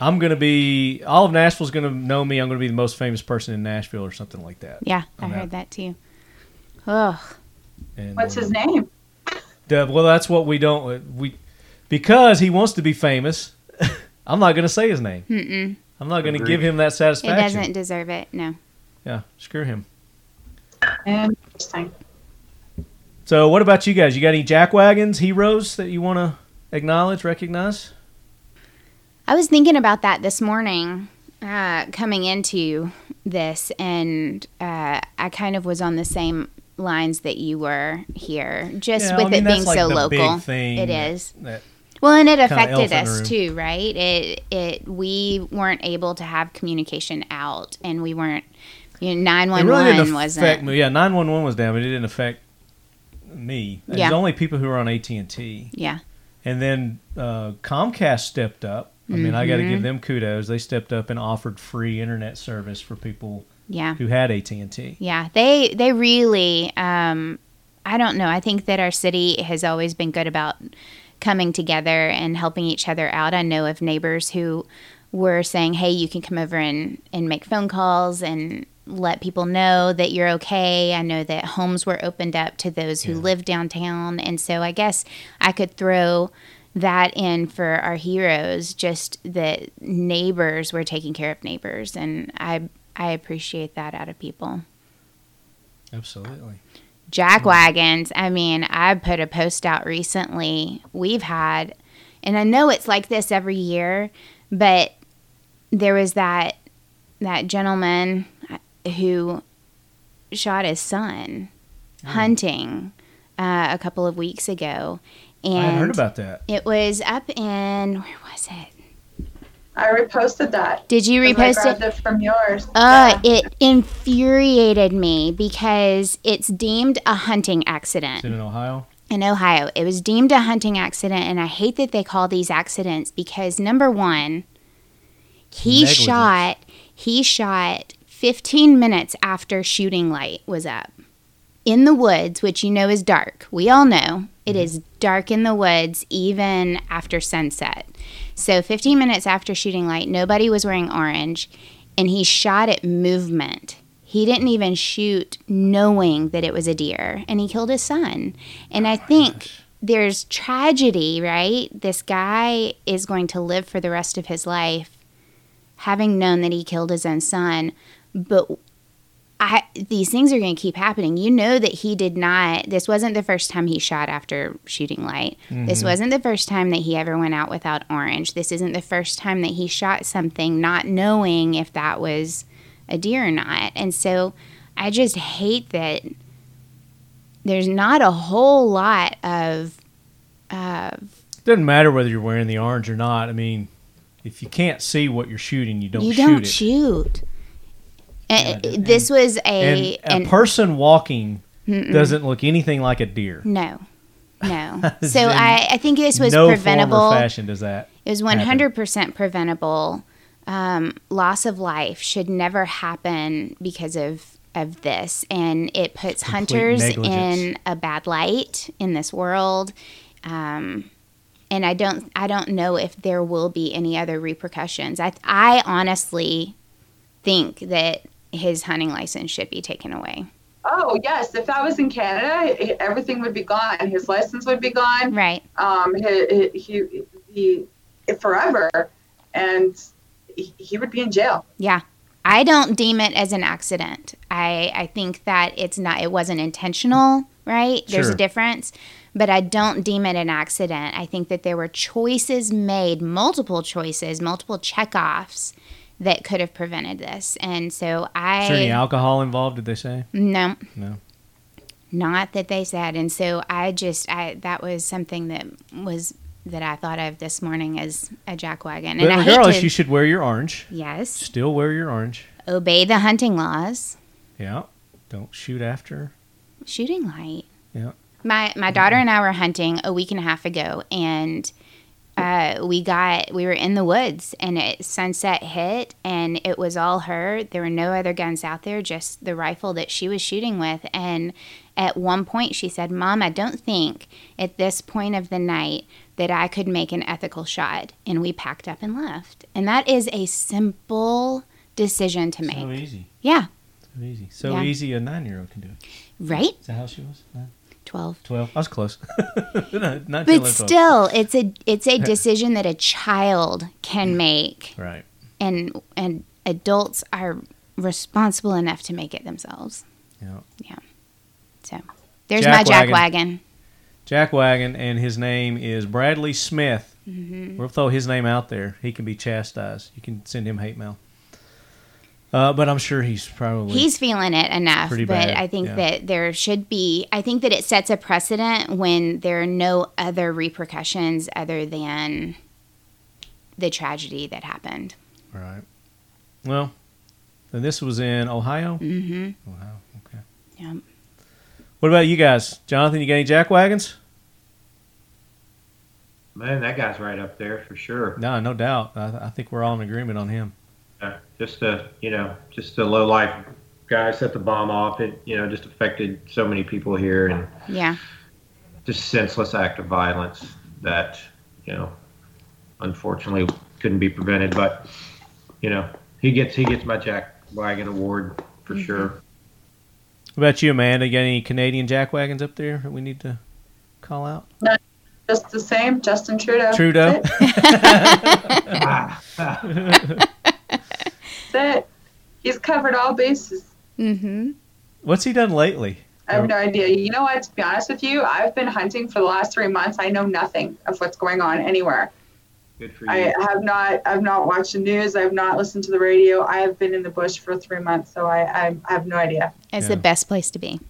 Speaker 6: I'm going to be all of Nashville's going to know me. I'm going to be the most famous person in Nashville or something like that.
Speaker 3: yeah, I
Speaker 6: I'm out.
Speaker 3: heard that too. Oh,
Speaker 6: And,
Speaker 2: What's
Speaker 6: uh,
Speaker 2: his name?
Speaker 6: Dub. Well, that's what we don't uh, we because he wants to be famous. (laughs) I'm not going to say his name.
Speaker 3: mm-mm.
Speaker 6: I'm not going to
Speaker 4: Agreed.
Speaker 6: give him that
Speaker 3: It
Speaker 6: satisfaction.
Speaker 3: doesn't deserve it. No.
Speaker 6: Yeah, screw him.
Speaker 3: Um,
Speaker 2: Interesting.
Speaker 6: So, what about you guys? You got any jack wagons, heroes that you want to acknowledge, recognize?
Speaker 3: I was thinking about that this morning uh, coming into this, and uh, I kind of was on the same lines that you were here, just
Speaker 6: Yeah,
Speaker 3: with
Speaker 6: I mean,
Speaker 3: it
Speaker 6: that's
Speaker 3: being
Speaker 6: like
Speaker 3: so
Speaker 6: the big
Speaker 3: local.
Speaker 6: thing
Speaker 3: It
Speaker 6: that-
Speaker 3: is.
Speaker 6: that-
Speaker 3: Well, and it
Speaker 6: elephant in
Speaker 3: affected
Speaker 6: the
Speaker 3: us
Speaker 6: room.
Speaker 3: too, right? It it we weren't able to have communication out, and we weren't. You know, nine
Speaker 6: It
Speaker 3: one
Speaker 6: really
Speaker 3: one
Speaker 6: didn't affect
Speaker 3: wasn't.
Speaker 6: me. Yeah, 911 was down, but it didn't affect me. It
Speaker 3: Yeah.
Speaker 6: was only people who were on AT&T.
Speaker 3: Yeah,
Speaker 6: And then uh, Comcast stepped up. I mean, I got to give them kudos. They stepped up and offered free internet service for people
Speaker 3: yeah.
Speaker 6: who had AT&T.
Speaker 3: Yeah, they they really. Um, I don't know. I think that our city has always been good about coming together and helping each other out. I know of neighbors who were saying, "Hey, you can come over and and make phone calls and." Let people know that you're okay. I know that homes were opened up to those who live downtown. And so I guess I could throw that in for our heroes, just that neighbors were taking care of neighbors. And I, I appreciate that out of people.
Speaker 6: Absolutely.
Speaker 3: Jack wagons. I mean, I put a post out recently. We've had, and I know it's like this every year, but there was that that gentleman uh, who shot his son
Speaker 6: Mm.
Speaker 3: hunting uh, a couple of weeks ago, and
Speaker 6: I had heard about that.
Speaker 3: it was up in where was it?
Speaker 2: I reposted that.
Speaker 3: Did you
Speaker 2: 'cause I
Speaker 3: repost it?
Speaker 2: grabbed it from yours.
Speaker 3: Uh,
Speaker 2: Yeah.
Speaker 3: it infuriated me because it's deemed a hunting accident.
Speaker 6: Is it in Ohio?
Speaker 3: in Ohio. It was deemed a hunting accident, and I hate that they call these accidents because number one, he
Speaker 6: Negligence.
Speaker 3: shot he shot 15 minutes after shooting light was up in the woods, which you know is dark. We all know it is dark in the woods even after sunset. So 15 minutes after shooting light, nobody was wearing orange, and he shot at movement. He didn't even shoot knowing that it was a deer, and he killed his son. And I think there's tragedy, right? This guy is going to live for the rest of his life having known that he killed his own son, but I these things are going to keep happening. You know that he did not. This wasn't the first time he shot after shooting light. This wasn't the first time that he ever went out without orange. This isn't the first time that he shot something not knowing if that was a deer or not. And so I just hate that there's not a whole lot of of
Speaker 6: It doesn't matter whether you're wearing the orange or not. I mean, if you can't see what you're shooting, you don't
Speaker 3: you
Speaker 6: shoot
Speaker 3: don't
Speaker 6: it.
Speaker 3: shoot. And,
Speaker 6: Yeah, and-
Speaker 3: this was a
Speaker 6: and a
Speaker 3: an
Speaker 6: person walking
Speaker 3: Mm-mm.
Speaker 6: doesn't look anything like a deer.
Speaker 3: No,
Speaker 6: (laughs)
Speaker 3: no.
Speaker 6: As
Speaker 3: so
Speaker 6: in
Speaker 3: I, I think this was
Speaker 6: no
Speaker 3: preventable.
Speaker 6: form or fashion does that.
Speaker 3: It was one
Speaker 6: happen.
Speaker 3: hundred percent preventable. Um, loss of life should never happen because of of this, and it puts
Speaker 6: complete
Speaker 3: hunters
Speaker 6: negligence.
Speaker 3: in a bad light in this world. Um, and I don't, I don't know if there will be any other repercussions. I, I honestly think that his hunting license should be taken away.
Speaker 2: Oh yes, if that was in Canada, i- everything would be gone. His license would be gone.
Speaker 3: Right.
Speaker 2: Um, he, he, he, he forever, and he, he would be in jail.
Speaker 3: Yeah. I don't deem it as an accident. I, I think that it's not it wasn't intentional, right? There's
Speaker 6: Sure.
Speaker 3: a difference, but I don't deem it an accident. I think that there were choices made, multiple choices, multiple checkoffs that could have prevented this. And so I
Speaker 6: Is there any alcohol involved? Did they say?
Speaker 3: no.
Speaker 6: No.
Speaker 3: Not that they said. And so I just I that was something that was that I thought of this morning as a jackwagon. And
Speaker 6: But
Speaker 3: I hate
Speaker 6: regardless,
Speaker 3: to-
Speaker 6: you should wear your orange.
Speaker 3: Yes.
Speaker 6: Still wear your orange.
Speaker 3: Obey the hunting laws.
Speaker 6: Yeah. Don't shoot after.
Speaker 3: Shooting light.
Speaker 6: Yeah. Mm-hmm.
Speaker 3: My my daughter and I were hunting a week and a half ago and uh, we got we were in the woods and it sunset hit and it was all her there were no other guns out there just the rifle that she was shooting with and at one point she said mom i don't think at this point of the night that i could make an ethical shot and we packed up and left and that is a simple decision to make
Speaker 6: So easy.
Speaker 3: yeah
Speaker 6: So easy. So
Speaker 3: Yeah.
Speaker 6: easy a nine year old can do it.
Speaker 3: right
Speaker 6: Is that how she was? Nine?
Speaker 3: 12
Speaker 6: 12. I was close. (laughs) No, Not till I
Speaker 3: But
Speaker 6: was 12.
Speaker 3: still, it's a it's
Speaker 6: (laughs)
Speaker 3: a decision that a child can make,
Speaker 6: Right.
Speaker 3: and and adults are responsible enough to make it themselves.
Speaker 6: Yeah.
Speaker 3: Yeah. So there's my jack
Speaker 6: Jackwagon.
Speaker 3: wagon.
Speaker 6: Jack Wagon, and his name is Bradley Smith. We'll throw his name out there. He can be chastised. You can send him hate mail. Uh, but I'm sure he's probably.
Speaker 3: He's feeling it enough,
Speaker 6: Pretty
Speaker 3: but
Speaker 6: bad,
Speaker 3: I think
Speaker 6: yeah.
Speaker 3: that there should be. I think that it sets a precedent when there are no other repercussions other than the tragedy that happened.
Speaker 6: Right. Well, and this was in Ohio.
Speaker 3: hmm
Speaker 6: Wow. Okay.
Speaker 3: Yeah.
Speaker 6: What about you guys? Jonathan, you got any jack wagons?
Speaker 4: Man, that guy's right up there for sure.
Speaker 6: No, no doubt. I, I think we're all in agreement on him.
Speaker 4: Uh, just a you know, just a low life guy set the bomb off. It you know just affected so many people here and
Speaker 6: (laughs)
Speaker 3: Yeah. (laughs)
Speaker 4: just senseless act of violence that you know unfortunately couldn't be prevented. But you know he gets he gets my Jack Wagon Award for
Speaker 1: Mm-hmm. (laughs)
Speaker 4: sure. (laughs)
Speaker 6: What about you, Amanda? You got any Canadian jack wagons up there that we need to call out?
Speaker 2: Just the same, Justin Trudeau.
Speaker 6: Trudeau.
Speaker 2: That's it. That's it. He's covered all bases.
Speaker 3: Mm-hmm.
Speaker 6: What's he done lately?
Speaker 2: I have no idea. You know what? To be honest with you, I've been hunting for the last three months. I know nothing of what's going on anywhere.
Speaker 4: Good for you.
Speaker 2: I have not. I've not watched the news. I've not listened to the radio. I have been in the bush for three months, so I I, I have no idea.
Speaker 3: It's
Speaker 6: Yeah.
Speaker 3: the best place to be.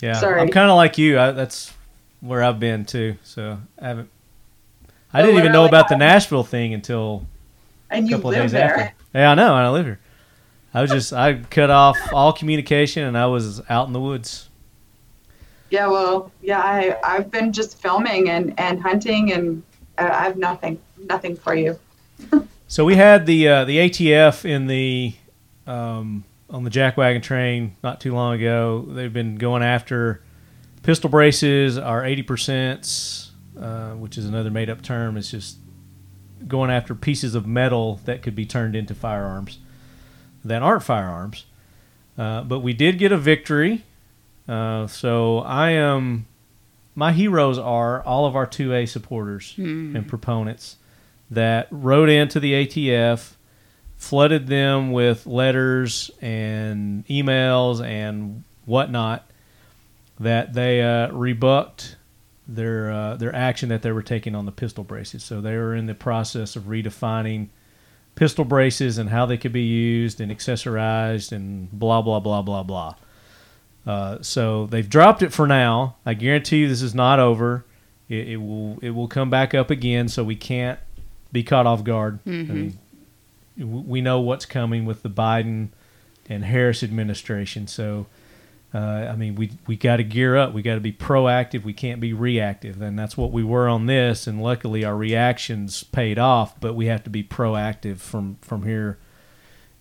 Speaker 6: Yeah,
Speaker 2: Sorry.
Speaker 6: I'm kind of like you. I, that's where I've been too. So I haven't. I
Speaker 2: Oh,
Speaker 6: didn't even
Speaker 2: where
Speaker 6: know
Speaker 2: I-
Speaker 6: about the Nashville thing until
Speaker 2: And
Speaker 6: a
Speaker 2: you
Speaker 6: couple of
Speaker 2: live
Speaker 6: days
Speaker 2: there.
Speaker 6: after. Yeah, I know. and I live here. I was just I cut off all communication and I was out in the woods.
Speaker 2: Yeah. Well. Yeah. I I've been just filming and and hunting and uh, I have nothing nothing for you.
Speaker 6: So we had the uh, the ATF in the um, on the jackwagon train not too long ago. They've been going after pistol braces are eighty percent, uh, which is another made up term. It's just going after pieces of metal that could be turned into firearms that aren't firearms. Uh, but we did get a victory. Uh, so I am my heroes are all of our two A supporters and proponents that rode into the ATF, flooded them with letters and emails and whatnot that they uh, rebucked their uh, their action that they were taking on the pistol braces. So they were in the process of redefining pistol braces and how they could be used and accessorized and blah blah blah blah blah. Uh, so they've dropped it for now. I guarantee you this is not over. It, it will it will come back up again. So we can't be caught off guard. I mean, w- we know what's coming with the Biden and Harris administration. So, uh, I mean, we we got to gear up. We got to be proactive. We can't be reactive, and that's what we were on this. And luckily, our reactions paid off. But we have to be proactive from from here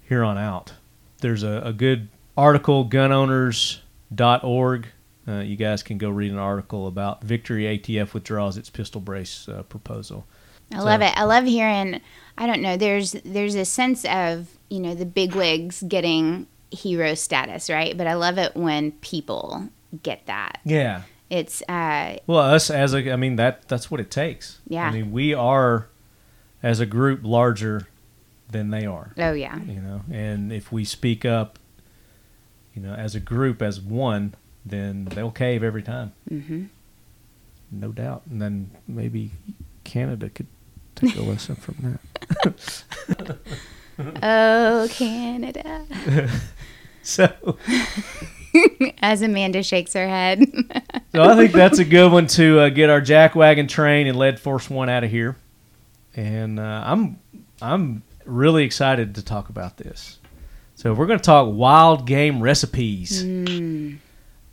Speaker 6: here on out. There's a, a good article, gunowners.org. Uh, you guys can go read an article about Victory ATF withdraws its pistol brace uh, proposal.
Speaker 3: I
Speaker 6: So-
Speaker 3: love it. I love hearing. I don't know. There's there's a sense of you know the bigwigs getting hero status, right? But I love it when people get that.
Speaker 6: Yeah,
Speaker 3: It's uh
Speaker 6: Well, us as a, I mean that that's what it takes.
Speaker 3: Yeah.
Speaker 6: I mean we are, as a group, larger than they are.
Speaker 3: Oh yeah.
Speaker 6: You know, and if we speak up, you know, as a group, as one, then they'll cave every time,
Speaker 3: hmm
Speaker 6: no doubt. And then maybe Canada could take a (laughs) lesson from that.
Speaker 3: Oh Canada.
Speaker 6: (laughs) So,
Speaker 3: (laughs) As Amanda shakes her head. (laughs)
Speaker 6: so I think that's a good one to uh, get our jack wagon train and lead force one out of here. And uh, I'm I'm really excited to talk about this. So we're going to talk wild game recipes.
Speaker 3: Mm.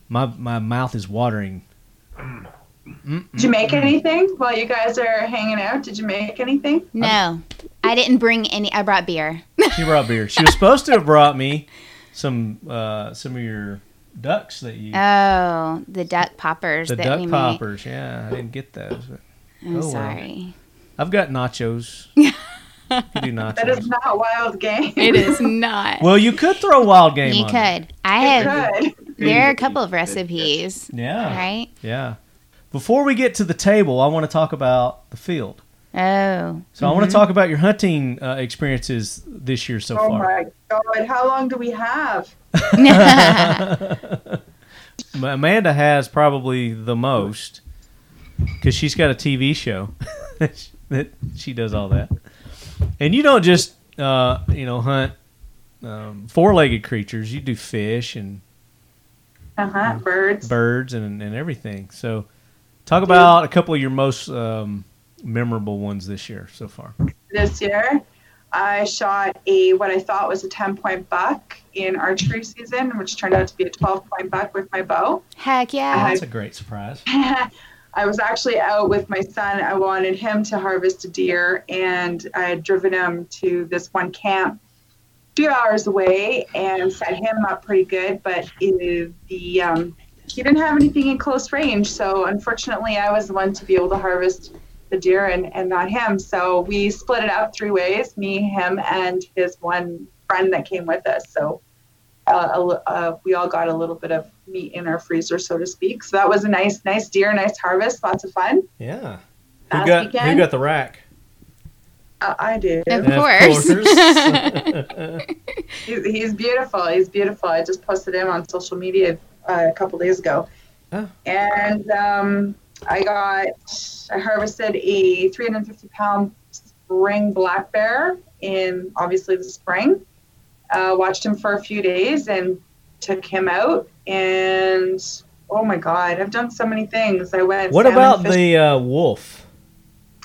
Speaker 6: My my mouth is watering.
Speaker 2: Did you make anything while you guys are hanging out? Did you make anything?
Speaker 3: No, I didn't bring any. I brought beer.
Speaker 6: She brought beer. She was supposed to have brought me some uh, some of your ducks that you
Speaker 3: Oh, the duck poppers
Speaker 6: the
Speaker 3: that we
Speaker 6: duck
Speaker 3: made.
Speaker 6: poppers. Oh, Yeah, I didn't get those. but
Speaker 3: I'm
Speaker 6: Oh, well.
Speaker 3: sorry.
Speaker 6: I've
Speaker 3: (laughs)
Speaker 6: got nachos. You do
Speaker 2: That is
Speaker 6: nachos.
Speaker 2: not wild game.
Speaker 3: It is not.
Speaker 6: Well, you could throw wild game.
Speaker 3: you
Speaker 6: on
Speaker 3: could.
Speaker 6: it.
Speaker 2: (laughs)
Speaker 3: I
Speaker 2: It
Speaker 3: have.
Speaker 2: could.
Speaker 3: There are a couple of recipes,
Speaker 6: Yeah.
Speaker 3: right?
Speaker 6: Yeah. Before we get to the table, I want to talk about the field.
Speaker 3: Oh,
Speaker 6: So I want to talk about your hunting uh, experiences this year so
Speaker 2: Mm-hmm. Oh
Speaker 6: far.
Speaker 2: my god! How long do we have?
Speaker 6: Ma- Amanda has probably the most because she's got a TV show (laughs) that she does all that. And you don't just uh, you know hunt um, four-legged creatures; you do fish and
Speaker 2: Uh huh. Birds.
Speaker 6: birds and, and everything. So, talk about a couple of your most um, memorable ones this year so far.
Speaker 2: this year. I shot a what I thought was a 10 point buck in archery season, which turned out to be a 12 point buck with my bow.
Speaker 3: heck yeah!
Speaker 6: Oh, That's a great surprise.
Speaker 2: (laughs) I was actually out with my son. I wanted him to harvest a deer, and I had driven him to this one camp two hours away and set him up pretty good. But it, the um, he didn't have anything in close range, so unfortunately, I was the one to be able to harvest the deer and, and not him. So we split it up three ways: me, him, and his one friend that came with us. So uh, a li- uh, we all got a little bit of meat in our freezer, so to speak. So that was a nice, nice deer, nice harvest, lots of fun.
Speaker 6: Yeah. Who
Speaker 2: Last
Speaker 6: got who
Speaker 2: weekend,
Speaker 6: got the rack?
Speaker 2: uh, I did.
Speaker 3: Of course. (laughs)
Speaker 2: He's, he's beautiful. He's beautiful. I just posted him on social media uh, a couple days ago,
Speaker 6: Oh.
Speaker 2: and um, I got I harvested a 350 pound spring black bear in obviously the spring. Uh, watched him for a few days and took him out and. Oh my God! I've done so many things. I went.
Speaker 6: (laughs) what
Speaker 2: salmon
Speaker 6: about
Speaker 2: fishing-
Speaker 6: the uh, wolf?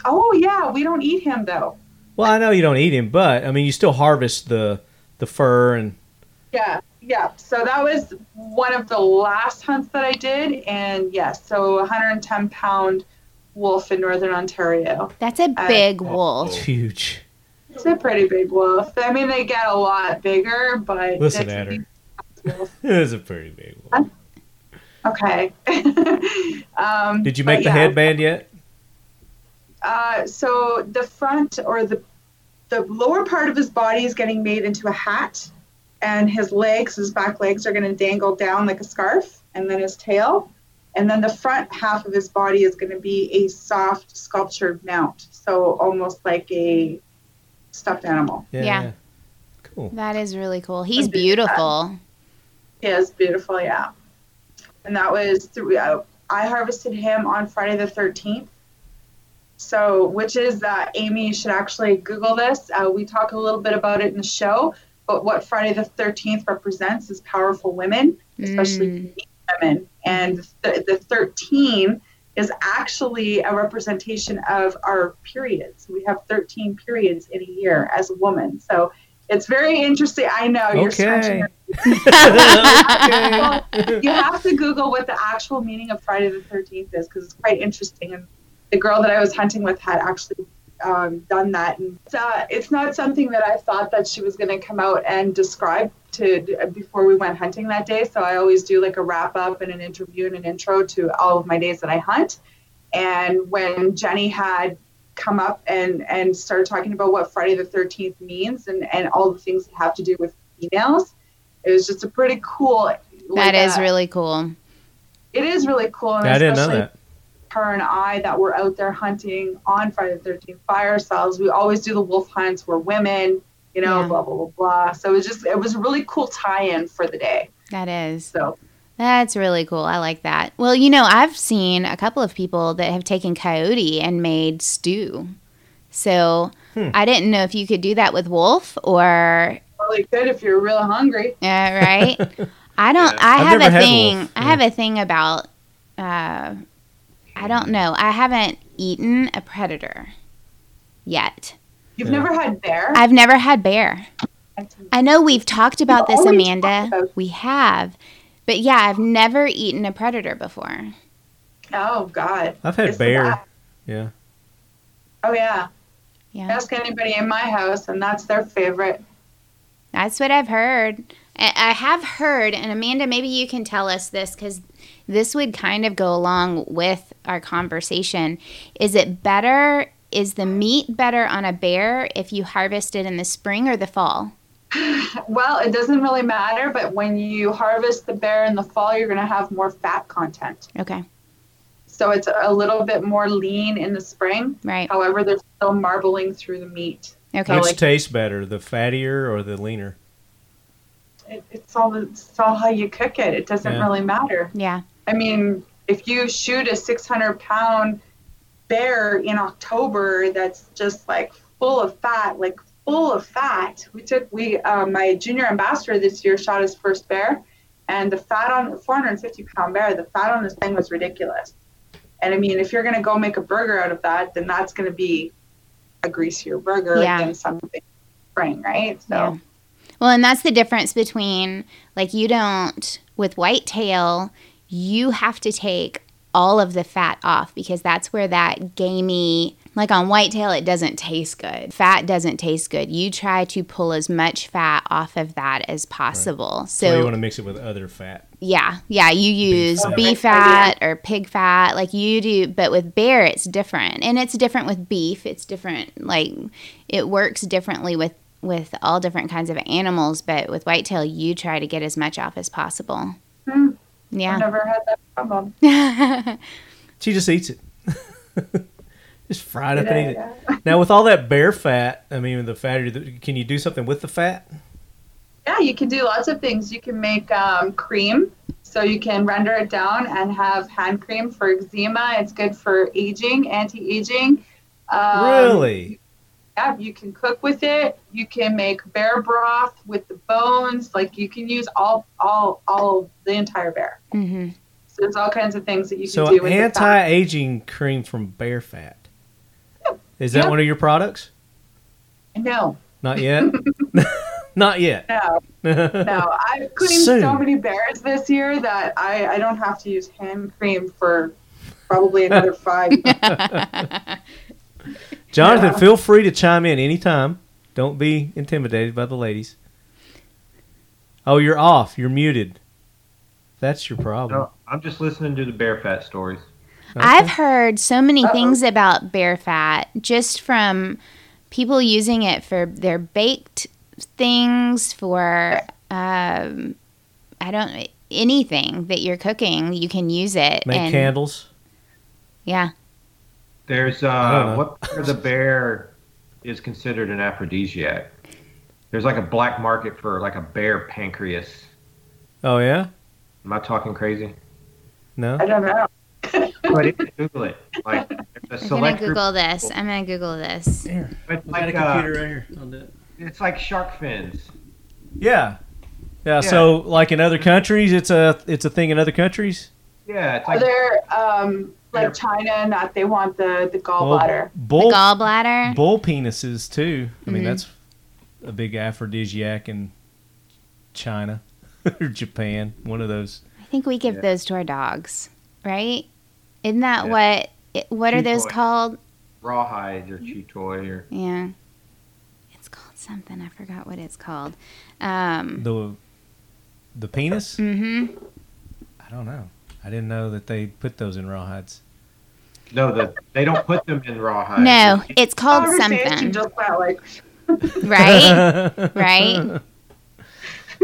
Speaker 2: Oh yeah, we don't eat him though.
Speaker 6: Well, I know you don't eat him, but I mean, you still harvest the the fur and (laughs)
Speaker 2: Yeah, yeah. So that was one of the last hunts that I did, and yes, so 110 pound wolf in northern Ontario.
Speaker 3: That's a
Speaker 2: I-
Speaker 3: big wolf.
Speaker 6: it's huge.
Speaker 2: It's a pretty big wolf. I mean, they get a lot bigger, but
Speaker 6: Listen
Speaker 2: that's-
Speaker 6: at her. It was a pretty big wolf.
Speaker 2: Okay. (laughs) um,
Speaker 6: Did you make
Speaker 2: but
Speaker 6: the
Speaker 2: yeah.
Speaker 6: headband yet?
Speaker 2: Uh, so the front or the the lower part of his body is getting made into a hat, and his legs, his back legs, are going to dangle down like a scarf, and then his tail, and then the front half of his body is going to be a soft sculptured mount, so almost like a stuffed animal.
Speaker 3: Yeah.
Speaker 6: Cool.
Speaker 3: That is really cool. He's
Speaker 2: Something
Speaker 3: beautiful.
Speaker 2: He is beautiful, yeah. And that was through. Uh, I harvested him on Friday the 13th. So, which is uh, Amy you should actually Google this. Uh, we talk a little bit about it in the show, but what Friday the 13th represents is powerful women, especially
Speaker 3: Mm.
Speaker 2: unique women. And the, the 13 is actually a representation of our periods. We have 13 periods in a year as a woman. So it's very interesting. I know you're scratching
Speaker 6: Okay.
Speaker 2: your
Speaker 3: Mm.
Speaker 1: (laughs)
Speaker 3: (laughs)
Speaker 2: well, you have to Google what the actual meaning of Friday the 13th is because it's quite interesting. And the girl that I was hunting with had actually um, done that. And it's, uh, it's not something that I thought that she was going to come out and describe to before we went hunting that day. So I always do like a wrap up and an interview and an intro to all of my days that I hunt. And when Jenny had come up and, and started talking about what Friday the 13th means and, and all the things that have to do with females, it was just a pretty cool. like,
Speaker 3: That is
Speaker 2: uh,
Speaker 3: really cool.
Speaker 2: it is really cool. And
Speaker 6: I didn't know
Speaker 2: especially
Speaker 6: that.
Speaker 2: her and I that were out there hunting on Friday the 13th by ourselves. We always do the wolf hunts. We're women. you know,
Speaker 3: Yeah.
Speaker 2: blah, blah, blah, blah. So it was just, it was a really cool tie in for the day.
Speaker 3: That is.
Speaker 2: So
Speaker 3: That's really cool. I like that. Well, you know, I've seen a couple of people that have taken coyote and made stew. So
Speaker 1: Hmm.
Speaker 3: I didn't know if you could do that with wolf or
Speaker 2: really good if you're real hungry.
Speaker 1: (laughs)
Speaker 3: uh, right. I don't.
Speaker 4: Yeah.
Speaker 3: I
Speaker 1: I've
Speaker 3: have
Speaker 1: never
Speaker 3: a
Speaker 1: had
Speaker 3: thing.
Speaker 1: wolf.
Speaker 3: I have a thing about. Uh, I don't know. I haven't eaten a predator yet.
Speaker 2: You've
Speaker 1: Yeah.
Speaker 2: never had bear?
Speaker 3: I've never had bear. I know we've talked about
Speaker 2: We've
Speaker 3: this,
Speaker 2: already
Speaker 3: Amanda.
Speaker 2: talked about-
Speaker 3: We have. But yeah, I've never eaten a predator before.
Speaker 2: oh, God.
Speaker 1: I've (laughs) had
Speaker 2: It's the
Speaker 1: bear.
Speaker 2: best.
Speaker 1: Yeah.
Speaker 2: Oh, yeah.
Speaker 3: Yeah.
Speaker 2: Ask anybody in my house, and that's their favorite.
Speaker 3: That's what I've heard. I I have heard, and Amanda, maybe you can tell us this because this would kind of go along with our conversation. Is it better? Is the meat better on a bear if you harvest it in the spring or the fall?
Speaker 2: Well, it doesn't really matter, but when you harvest the bear in the fall, you're going to have more fat content.
Speaker 3: Okay,
Speaker 2: So it's a little bit more lean in the spring.
Speaker 3: right.
Speaker 2: However, they're still marbling through the meat.
Speaker 3: Okay.
Speaker 1: Which
Speaker 2: like-
Speaker 1: tastes better, the fattier or the leaner?
Speaker 2: It, it's all it's all how you cook it. It doesn't
Speaker 1: Yeah.
Speaker 2: really matter.
Speaker 3: Yeah,
Speaker 2: I mean, if you shoot a 600 pound bear in October, that's just like full of fat, like full of fat. We took we uh, my junior ambassador this year shot his first bear, and the fat on 450 pound bear, the fat on this thing was ridiculous. And I mean, if you're gonna go make a burger out of that, then that's gonna be a greasier burger
Speaker 3: Yeah.
Speaker 2: than something spring, right? So.
Speaker 3: Yeah. Well, and that's the difference between like you don't with whitetail, you have to take all of the fat off because that's where that gamey like on whitetail it doesn't taste good. Fat doesn't taste good. You try to pull as much fat off of that as possible. So
Speaker 1: So you want to mix it with other fat.
Speaker 3: yeah, yeah. You use
Speaker 1: fat.
Speaker 3: beef,
Speaker 2: Beef
Speaker 3: fat or pig fat, like you do, but with bear, it's different, and it's different with beef. It's different, like it works differently with with all different kinds of animals. But with whitetail, you try to get as much off as possible.
Speaker 2: Hmm. I've
Speaker 3: Yeah,
Speaker 2: never had that problem.
Speaker 3: (laughs)
Speaker 1: She just eats it. (laughs) just fry it up and eat
Speaker 2: Yeah.
Speaker 1: it. Now, with all that bear fat, I mean, the fattier, the- can you do something with the fat?
Speaker 2: Yeah, you can do lots of things. You can make um, cream, so you can render it down and have hand cream for eczema. It's good for aging, anti-aging. Um,
Speaker 1: really?
Speaker 2: Yeah, you can cook with it. You can make bear broth with the bones. Like you can use all, all, all the entire bear.
Speaker 3: hmm
Speaker 2: So there's all kinds of things that you can
Speaker 1: So,
Speaker 2: do with the fat.
Speaker 1: anti-aging cream from bear fat. Is that
Speaker 2: Oh, Yeah.
Speaker 1: one of your products?
Speaker 2: No,
Speaker 1: Not
Speaker 2: (laughs)
Speaker 1: yet. (laughs) Not yet. (laughs)
Speaker 2: no, no. I've cleaned so
Speaker 1: Soon.
Speaker 2: many bears this year that I, I don't have to use hand cream for
Speaker 1: (laughs)
Speaker 2: probably another five.
Speaker 1: Jonathan,
Speaker 2: Yeah.
Speaker 1: feel free to chime in anytime. Don't be intimidated by the ladies. Oh, you're off. You're muted. That's your problem.
Speaker 4: No, I'm just listening to the bear fat stories.
Speaker 3: I've heard so many
Speaker 2: Uh-oh.
Speaker 3: things about bear fat just from people using it for their baked things, for um, I don't anything that you're cooking, you can use it.
Speaker 1: Make
Speaker 3: and
Speaker 1: candles.
Speaker 3: yeah,
Speaker 4: There's
Speaker 1: don't know.
Speaker 4: uh, what part of the bear is considered an aphrodisiac? There's like a black market for like a bear pancreas.
Speaker 1: Oh yeah?
Speaker 4: Am I talking crazy?
Speaker 1: No.
Speaker 2: I don't know.
Speaker 4: But you can Google it. Like a
Speaker 3: (laughs) I'm gonna
Speaker 4: select group.
Speaker 3: Google this. I'm gonna Google this.
Speaker 4: It's
Speaker 2: Oh
Speaker 4: like, uh,
Speaker 1: right here. I'll do it.
Speaker 4: it's like shark fins.
Speaker 1: Yeah. Yeah, so like in other countries it's a it's a thing in other countries.
Speaker 4: Yeah, it's
Speaker 2: Are
Speaker 4: like
Speaker 2: there um, like
Speaker 4: They're-
Speaker 2: China and that they want the the
Speaker 1: Oh.
Speaker 2: gallbladder?
Speaker 3: The
Speaker 1: bull
Speaker 3: gallbladder.
Speaker 1: bull penises too. I mean
Speaker 3: Mhm.
Speaker 1: that's a big aphrodisiac in China (laughs) or Japan, one of those.
Speaker 3: I think we give
Speaker 4: Yeah.
Speaker 3: those to our dogs, right? Isn't that
Speaker 4: Yeah.
Speaker 3: what? it- What are those
Speaker 4: Chew toy.
Speaker 3: called?
Speaker 4: rawhide or chew toy or
Speaker 3: Yeah, it's called something. I forgot what it's called. Um,
Speaker 1: The the penis?
Speaker 3: hmm
Speaker 1: I don't know. I didn't know that they put those in rawhides.
Speaker 4: no, the, they don't put them in rawhide.
Speaker 3: No, it's called
Speaker 2: Conversation
Speaker 3: something,
Speaker 2: Just about like
Speaker 3: (laughs) right? Right?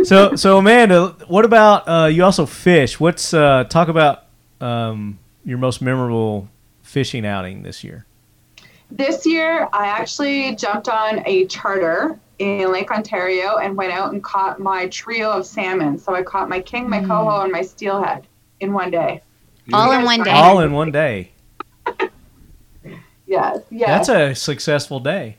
Speaker 1: so so Amanda, what about uh, you? Also fish. What's uh, talk about um, your most memorable fishing outing this year?
Speaker 2: This year, I actually jumped on a charter in Lake Ontario and went out and caught my trio of salmon. So I caught my king, my coho, and my steelhead in one day.
Speaker 3: All
Speaker 2: Yeah.
Speaker 3: in one day.
Speaker 1: All in one day.
Speaker 2: Yes, yes.
Speaker 1: That's a successful day.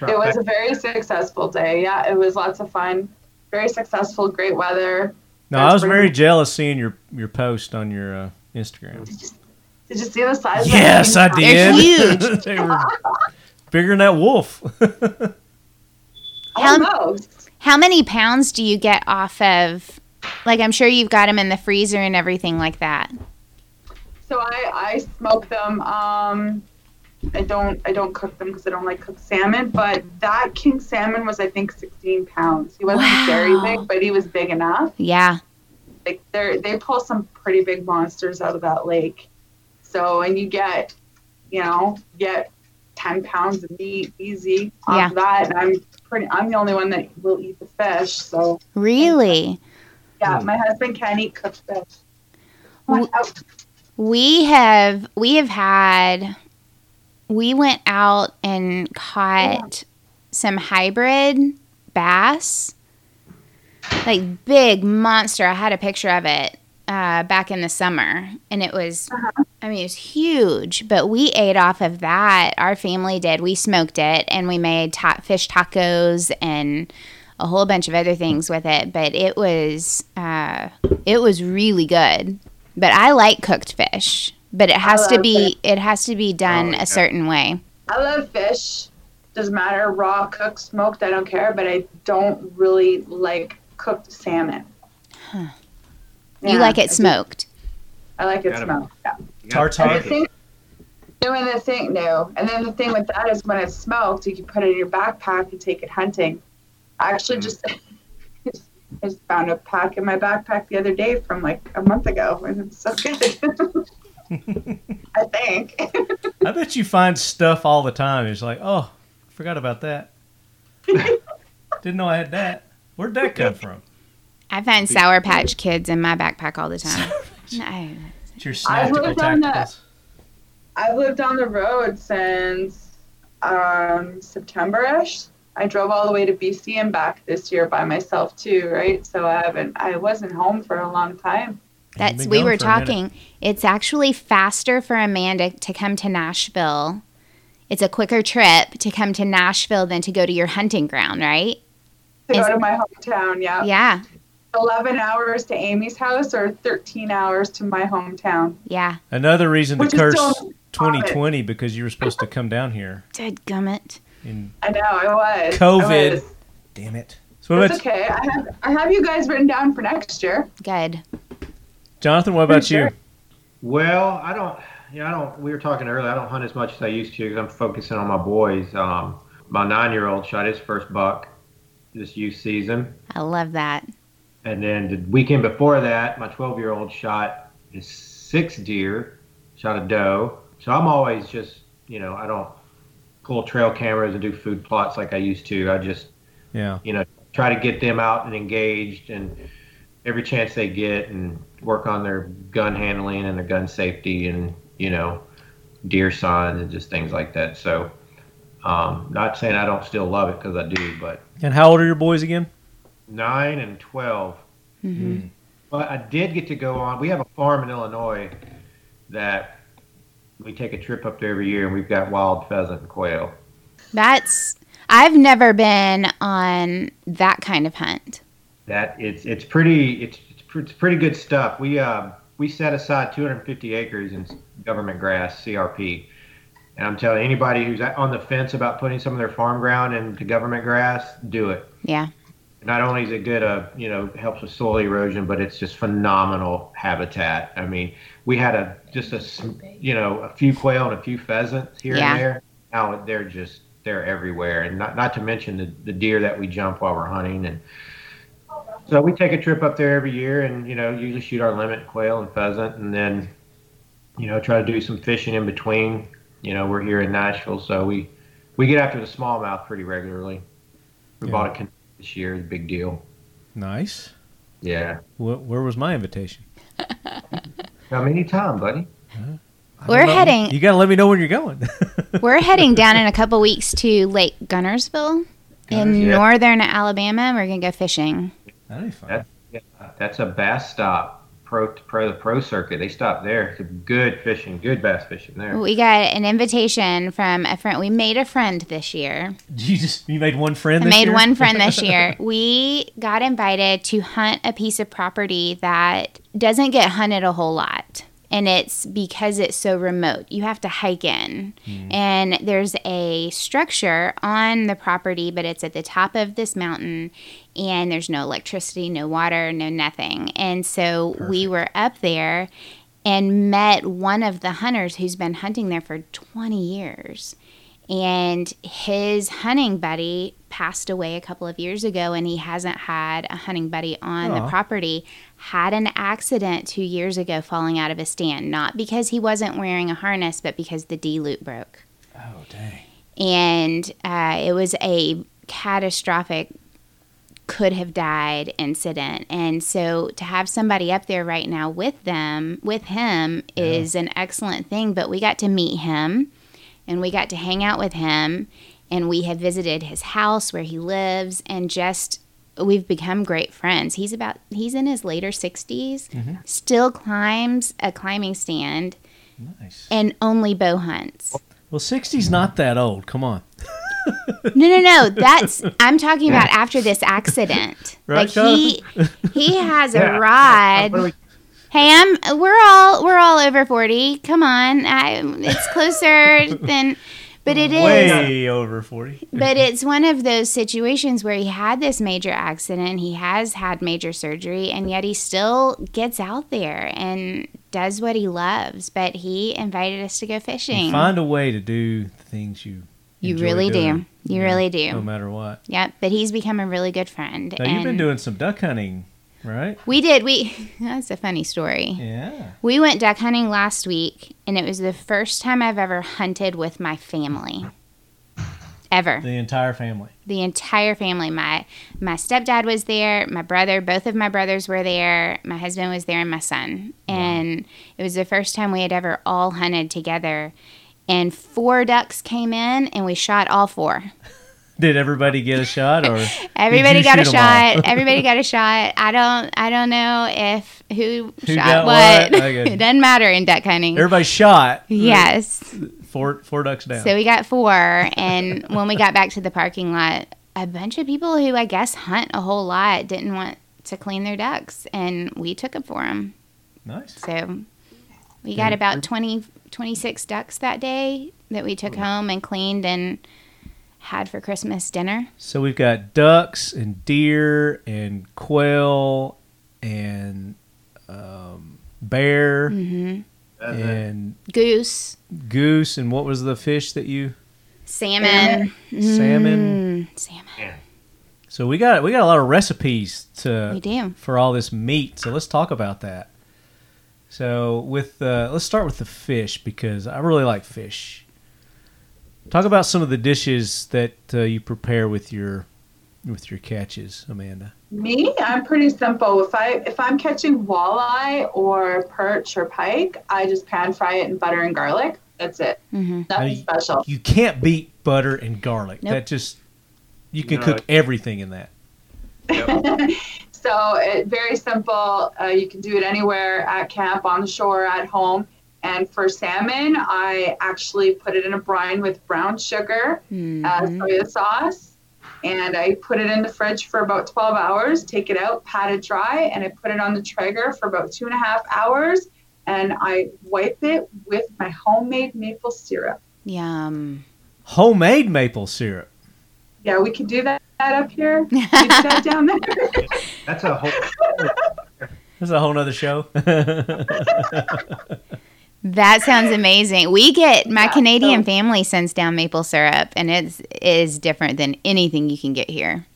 Speaker 2: It was a very successful day. Yeah, it was lots of fun. Very successful, great weather.
Speaker 1: No,
Speaker 2: That's
Speaker 1: I was
Speaker 2: pretty-
Speaker 1: very jealous seeing your your post on your uh, Instagram.
Speaker 2: Did you see the size? of that
Speaker 1: Yes, I did.
Speaker 2: thing?
Speaker 1: (laughs)
Speaker 3: huge.
Speaker 1: they were bigger than that wolf.
Speaker 3: How-
Speaker 2: Almost.
Speaker 3: How many pounds do you get off of? Like, I'm sure you've got them in the freezer and everything like that.
Speaker 2: So I, I smoke them. Um, I don't I don't cook them because I don't like cooked salmon. But that king salmon was I think 16 pounds. He wasn't
Speaker 3: Wow.
Speaker 2: very big, but he was big enough.
Speaker 3: Yeah.
Speaker 2: Like they they pull some pretty big monsters out of that lake. So and you get, you know, you get 10 pounds of meat easy off
Speaker 3: Yeah.
Speaker 2: of that. And I'm pretty I'm the only one that will eat the fish. So
Speaker 3: Really?
Speaker 2: yeah,
Speaker 4: Mm.
Speaker 2: my husband can't eat cooked fish.
Speaker 3: W- We have we have had we went out and caught some hybrid bass. Like big monster. I had a picture of it uh, back in the summer and it was I mean it was huge, but we ate off of that. Our family did. We smoked it and we made ta- fish tacos and a whole bunch of other things with it, but it was uh, it was really good. But I like cooked fish, but it has to
Speaker 2: love
Speaker 3: be it has to be done
Speaker 4: Oh, yeah.
Speaker 3: a certain way.
Speaker 2: I love fish. Doesn't matter raw, cooked, smoked. I don't care. But I don't really like cooked salmon.
Speaker 3: you
Speaker 2: Yeah,
Speaker 3: like
Speaker 2: I
Speaker 3: it
Speaker 2: do.
Speaker 3: smoked.
Speaker 2: I like it
Speaker 4: Got it.
Speaker 2: smoked. Yeah. And the
Speaker 1: Tartar.
Speaker 2: thing, doing the thing, no. And then the thing with that is when it's smoked, you can put it in your backpack and take it hunting. I actually
Speaker 4: Mhm.
Speaker 2: just just (laughs) found a pack in my backpack the other day from like a month ago, and it's so good. (laughs) I think.
Speaker 1: I bet you find stuff all the time. It's like, oh, forgot about that. Didn't know I had that. Where'd that come from?
Speaker 3: I find Sour Patch Kids in my backpack all the time. (laughs) No.
Speaker 1: It's your
Speaker 2: I've
Speaker 1: snatchical
Speaker 2: lived on that.
Speaker 1: tacticals.
Speaker 2: I've lived on the road since um, September-ish. I drove all the way to BC and back this year by myself too, right? So I haven't, I wasn't home for a long time.
Speaker 3: That's
Speaker 1: been
Speaker 3: we
Speaker 1: gone
Speaker 3: were
Speaker 1: for a minute.
Speaker 3: talking. It's actually faster for Amanda to come to Nashville. It's a quicker trip to come to Nashville than to go to your hunting ground, right?
Speaker 2: To
Speaker 3: Is-
Speaker 2: go to my hometown, yeah.
Speaker 3: Yeah.
Speaker 2: 11 hours to Amy's house or 13 hours to my hometown.
Speaker 3: Yeah.
Speaker 1: Another reason to
Speaker 2: Which is
Speaker 1: curse
Speaker 2: still-
Speaker 1: 2020 because you were supposed to come down here.
Speaker 3: Dead gummit.
Speaker 1: And
Speaker 2: I know, I was. I
Speaker 1: COVID.
Speaker 2: was.
Speaker 1: damn it. So what
Speaker 2: It's
Speaker 1: about
Speaker 2: okay. I have, I have you guys written down for next year.
Speaker 3: Good.
Speaker 1: Jonathan? What about
Speaker 2: Sure.
Speaker 1: you?
Speaker 4: Well, I don't. You know, I don't. We were talking earlier. I don't hunt as much as I used to because I'm focusing on my boys. Um, my nine-year-old shot his first buck this youth season,
Speaker 3: I love that.
Speaker 4: and then the weekend before that, my 12-year-old shot his sixth deer, shot a doe. So I'm always just, you know, I don't pull trail cameras and do food plots like I used to. I just
Speaker 1: Yeah.
Speaker 4: you know, try to get them out and engaged and every chance they get and work on their gun handling and their gun safety and, you know, deer signs and just things like that. So, um, not saying I don't still love it because I do, but
Speaker 1: And how old are your boys again?
Speaker 4: nine and 12.
Speaker 3: hmm
Speaker 1: Mm.
Speaker 4: But I did get to go on. We have a farm in Illinois that we take a trip up there every year and we've got wild pheasant and quail.
Speaker 3: That's I've never been on that kind of hunt.
Speaker 4: that it's it's pretty it's it's pr- it's pretty good stuff. We uh, we set aside 250 acres in government grass CRP, and I'm telling anybody who's on the fence about putting some of their farm ground into government grass, do it.
Speaker 3: Yeah.
Speaker 4: Not only is it good, uh, you know, helps with soil erosion, but it's just phenomenal habitat. I mean, we had a just a s- you know a few quail and a few pheasants here
Speaker 3: Yeah.
Speaker 4: and there. Now they're just they're everywhere, and not not to mention the, the deer that we jump while we're hunting. And so we take a trip up there every year, and you know usually shoot our limit quail and pheasant, and then you know try to do some fishing in between. You know we're here in Nashville, so we we get after the smallmouth pretty regularly. We
Speaker 1: Yeah.
Speaker 4: bought a canoe this year, it's a big deal.
Speaker 1: Nice.
Speaker 4: Yeah,
Speaker 1: Wh- Where was my invitation?
Speaker 4: come anytime, buddy.
Speaker 3: We're heading
Speaker 1: You got to let me know when you're going. (laughs)
Speaker 3: We're heading down in a couple weeks to Lake Gunnersville in
Speaker 4: Yeah.
Speaker 3: northern Alabama. We're gonna go fishing.
Speaker 1: That'd be fun.
Speaker 4: That- Yeah, that's a bass stop. Pro, pro the pro circuit. They stop there. Good fishing. Good bass fishing there.
Speaker 3: We got an invitation from a friend. We made a friend this year.
Speaker 1: You just you made one friend.
Speaker 3: I
Speaker 1: this
Speaker 3: made
Speaker 1: year?
Speaker 3: one friend this
Speaker 1: (laughs)
Speaker 3: year. We got invited to hunt a piece of property that doesn't get hunted a whole lot. And it's because it's so remote. You have to hike in.
Speaker 1: Hmm.
Speaker 3: And there's a structure on the property, but it's at the top of this mountain. And there's no electricity, no water, no nothing. And so we were up there and met one of the hunters who's been hunting there for 20 years and his hunting buddy passed away a couple of years ago and he hasn't had a hunting buddy on
Speaker 1: Aw.
Speaker 3: the property had an accident two years ago falling out of a stand not because he wasn't wearing a harness but because the d-loop broke
Speaker 1: Oh dang!
Speaker 3: and uh, it was a catastrophic could have died incident and so to have somebody up there right now with them with him is an excellent thing but we got to meet him and we got to hang out with him and we have visited his house where he lives and just we've become great friends he's about he's in his later 60s
Speaker 1: Mm-hmm.
Speaker 3: still climbs a climbing stand
Speaker 1: Nice.
Speaker 3: and only bow hunts
Speaker 1: Well, 60's not that old. Come on.
Speaker 3: No,
Speaker 1: (laughs)
Speaker 3: no, no. That's I'm talking about after this accident.
Speaker 1: Right,
Speaker 3: like he he
Speaker 1: (laughs)
Speaker 3: has a
Speaker 4: Yeah.
Speaker 3: rod.
Speaker 4: What do we-
Speaker 3: Hey, I'm we're all we're all over 40. Come on. I it's
Speaker 1: (laughs)
Speaker 3: closer than but it is
Speaker 1: Way over 40.
Speaker 3: but it's one of those situations where he had this major accident, he has had major surgery, and yet he still gets out there and does what he loves. But he invited us to go
Speaker 1: You
Speaker 3: fishing.
Speaker 1: find a way to do the things you.
Speaker 3: You
Speaker 1: enjoy
Speaker 3: really
Speaker 1: doing,
Speaker 3: do. You
Speaker 1: know,
Speaker 3: really do.
Speaker 1: No matter what.
Speaker 3: Yep, but he's become a really good friend.
Speaker 1: Now you've been doing some duck hunting, right?
Speaker 3: We did. We (laughs) that's a funny story.
Speaker 1: Yeah.
Speaker 3: We went duck hunting last week, and it was the first time I've ever hunted with my family. Ever.
Speaker 1: The entire family.
Speaker 3: The entire family. My my stepdad was there, my brother, both of my brothers were there, my husband was there, and my son. And it was the first time we had ever all hunted together. And four ducks came in, and we shot all four.
Speaker 1: Did everybody get a shot
Speaker 3: (laughs)
Speaker 1: or?
Speaker 3: Everybody
Speaker 1: you
Speaker 3: got a
Speaker 1: shoot 'em all? (laughs)
Speaker 3: shot. Everybody got a shot. I don't. I don't know if who,
Speaker 1: Who
Speaker 3: shot
Speaker 1: got
Speaker 3: what. (laughs)
Speaker 1: what? Okay.
Speaker 3: it doesn't matter in duck hunting.
Speaker 1: Everybody shot.
Speaker 3: yes.
Speaker 1: Four four ducks down.
Speaker 3: So we got four, and when we got back to the parking lot, a bunch of people who I guess hunt a whole lot didn't want to clean their ducks, and we took them for them.
Speaker 1: nice.
Speaker 3: So we got about 20, 26 ducks that day that we took home and cleaned and had for Christmas dinner.
Speaker 1: So we've got ducks and deer and quail and um, bear
Speaker 3: Mm-hmm.
Speaker 1: and
Speaker 3: Goose,
Speaker 1: goose and what was the fish that you
Speaker 3: salmon,
Speaker 1: salmon?
Speaker 3: Mm, salmon.
Speaker 1: So we got we got a lot of recipes to
Speaker 3: We do.
Speaker 1: for all this meat. So let's talk about that. So with uh, let's start with the fish because I really like fish. Talk about some of the dishes that uh, you prepare with your with your catches, Amanda.
Speaker 2: Me, I'm pretty simple. If I if I'm catching walleye or perch or pike, I just pan fry it in butter and garlic. That's it.
Speaker 3: Mm-hmm.
Speaker 1: Now,
Speaker 2: Nothing
Speaker 1: you-
Speaker 2: special.
Speaker 1: You can't beat butter and garlic.
Speaker 3: Nope.
Speaker 1: That just you can
Speaker 4: No.
Speaker 1: cook everything in that.
Speaker 2: (laughs) So it very simple. Uh, you can do it anywhere at camp, on the shore, at home. And for salmon, I actually put it in a brine with brown sugar,
Speaker 3: Mm-hmm.
Speaker 2: uh, soy sauce, and I put it in the fridge for about 12 hours. Take it out, pat it dry, and I put it on the Traeger for about two and a half hours. And I wipe it with my homemade maple syrup.
Speaker 3: Yum.
Speaker 1: Homemade maple syrup.
Speaker 2: Yeah, we can do that, that up here. We can do that down there.
Speaker 4: That's a whole.
Speaker 1: That's a whole nother show. (laughs)
Speaker 3: That sounds amazing. We get my
Speaker 2: Yeah,
Speaker 3: Canadian
Speaker 2: so-
Speaker 3: family sends down maple syrup, and it's it is different than anything you can get here.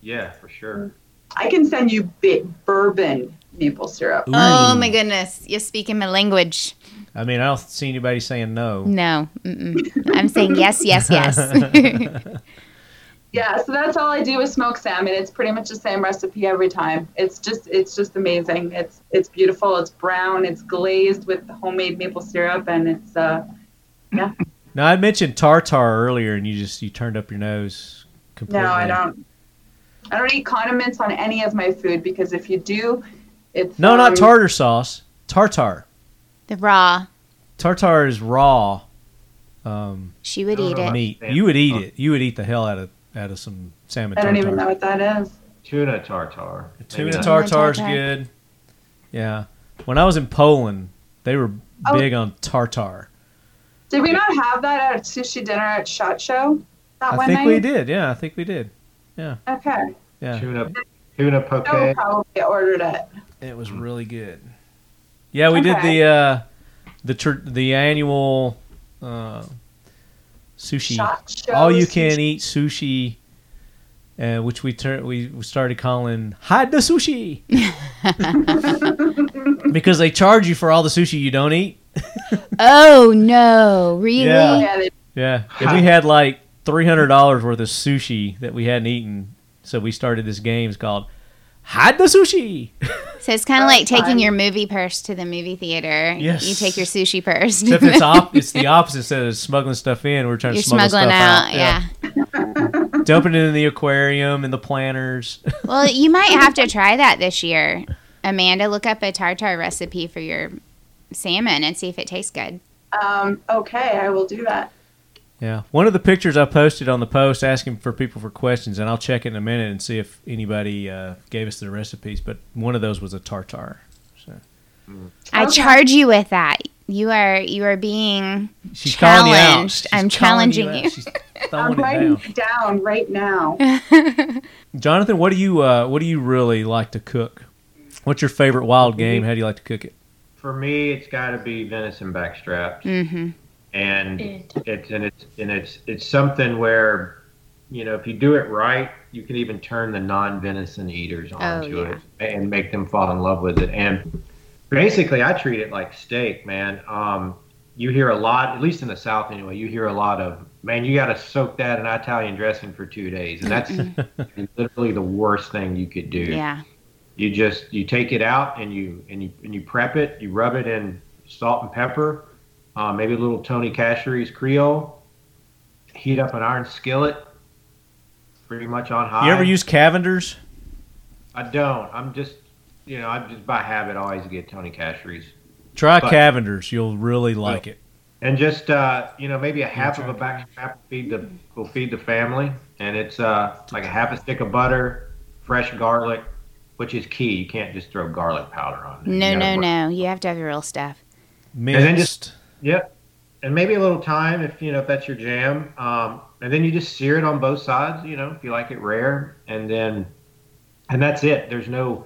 Speaker 4: Yeah, for sure.
Speaker 2: I can send you bit bourbon maple syrup.
Speaker 3: Oh
Speaker 1: Ooh.
Speaker 3: my goodness, you're speaking my language.
Speaker 1: I mean, I don't see anybody saying no.
Speaker 3: (laughs) No, mm-mm. I'm saying yes, yes, yes.
Speaker 2: yeah, so that's all I do is smoke salmon. It's pretty much the same recipe every time. It's just it's just amazing. It's it's beautiful. It's brown. It's glazed with homemade maple syrup, and it's uh, yeah.
Speaker 1: Now I mentioned tartar earlier, and you just you turned up your nose. Completely.
Speaker 2: No, I don't. I don't eat condiments on any of my food because if you do, it's
Speaker 1: No,
Speaker 2: um,
Speaker 1: not tartar sauce. Tartar.
Speaker 3: The raw.
Speaker 1: Tartar is raw. Um,
Speaker 3: She would eat it.
Speaker 1: meat. You would eat it. You would eat the hell out of out of some salmon
Speaker 2: I
Speaker 1: tartar.
Speaker 2: don't even know what that is.
Speaker 4: Tuna tartar. Maybe
Speaker 1: Tuna
Speaker 4: that's-
Speaker 3: tartar.
Speaker 1: tartar's good. Yeah. When I was in Poland, they were
Speaker 2: Oh.
Speaker 1: big on tartar.
Speaker 2: Did we not have that at sushi dinner at Shot Show? That
Speaker 1: I
Speaker 2: one
Speaker 1: think
Speaker 2: night?
Speaker 1: we did. Yeah, I think we did.
Speaker 2: Okay,
Speaker 1: Yeah.
Speaker 4: Tuna, tuna poke.
Speaker 2: Joe probably ordered it.
Speaker 1: It was really good. Yeah, we did
Speaker 2: Okay.
Speaker 1: the uh, the tr- the annual uh, sushi
Speaker 2: Shot Show.
Speaker 1: all you
Speaker 2: sushi.
Speaker 1: can eat sushi, uh, which we tur- we we started calling hide the sushi because they charge you for all the sushi you don't eat.
Speaker 3: Oh no, really?
Speaker 1: Yeah.
Speaker 2: Yeah, they,
Speaker 1: Yeah, and we had like three hundred dollars worth of sushi that we hadn't eaten, so we started this game. It's called hide the sushi.
Speaker 3: So it's kind of
Speaker 2: That's
Speaker 3: like taking
Speaker 2: fun.
Speaker 3: your movie purse to the movie theater.
Speaker 1: Yes.
Speaker 3: You take your sushi purse.
Speaker 1: Except
Speaker 3: (laughs)
Speaker 1: it's op- it's the opposite. Instead of smuggling stuff in, we're trying
Speaker 3: You're
Speaker 1: to smuggle
Speaker 3: smuggling
Speaker 1: stuff
Speaker 3: out.
Speaker 1: out.
Speaker 3: Yeah.
Speaker 1: dumping it in the aquarium and the planters. (laughs)
Speaker 3: well, you might have to try that this year, Amanda. Look up a tartar recipe for your salmon and see if it tastes good.
Speaker 2: um, okay, I will do that.
Speaker 1: Yeah. One of the pictures I posted on the post asking for people for questions, and I'll check in a minute and see if anybody uh, gave us the recipes, but one of those was a tartar.
Speaker 3: I
Speaker 2: Okay.
Speaker 3: charge you with that. You are you are being
Speaker 1: She's calling you out.
Speaker 3: Challenged.
Speaker 1: She's
Speaker 3: I'm
Speaker 1: calling
Speaker 3: challenging
Speaker 1: out.
Speaker 3: you.
Speaker 1: She's
Speaker 2: I'm
Speaker 4: (laughs)
Speaker 1: throwing it
Speaker 2: writing
Speaker 1: down.
Speaker 2: it down right now.
Speaker 1: Jonathan, what do you uh, what do you really like to cook? What's your favorite wild game? How do you like to cook it?
Speaker 4: For me, it's got to be venison backstraps.
Speaker 3: hmm
Speaker 4: and it's and it's and it's it's something where you know if you do it right you can even turn the non-venison eaters onto
Speaker 3: Oh, yeah.
Speaker 4: it and make them fall in love with it and basically i treat it like steak man um you hear a lot at least in the south anyway you hear a lot of man you got to soak that in italian dressing for two days and that's literally the worst thing you could do
Speaker 3: yeah.
Speaker 4: you just you take it out and you and you and you prep it you rub it in salt and pepper uh, maybe a little tony cashery's creole heat up an iron skillet pretty much on high
Speaker 1: You ever use Cavenders?
Speaker 4: i don't i'm just you know i'm just by habit always get tony cashery's
Speaker 1: Try
Speaker 4: But-
Speaker 1: Cavenders. You'll really like it.
Speaker 4: and just uh, you know maybe a half of a back strap will feed the will feed the family and it's uh, like a half a stick of butter fresh garlic which is key you can't just throw garlic powder on there.
Speaker 3: No,
Speaker 4: You gotta
Speaker 3: no,
Speaker 4: work-
Speaker 3: no. You have to have the real stuff.
Speaker 1: Minced.
Speaker 4: then just- Yep. And maybe a little time if you know if that's your jam. Um, and then you just sear it on both sides, you know, if you like it rare. And then and that's it. There's no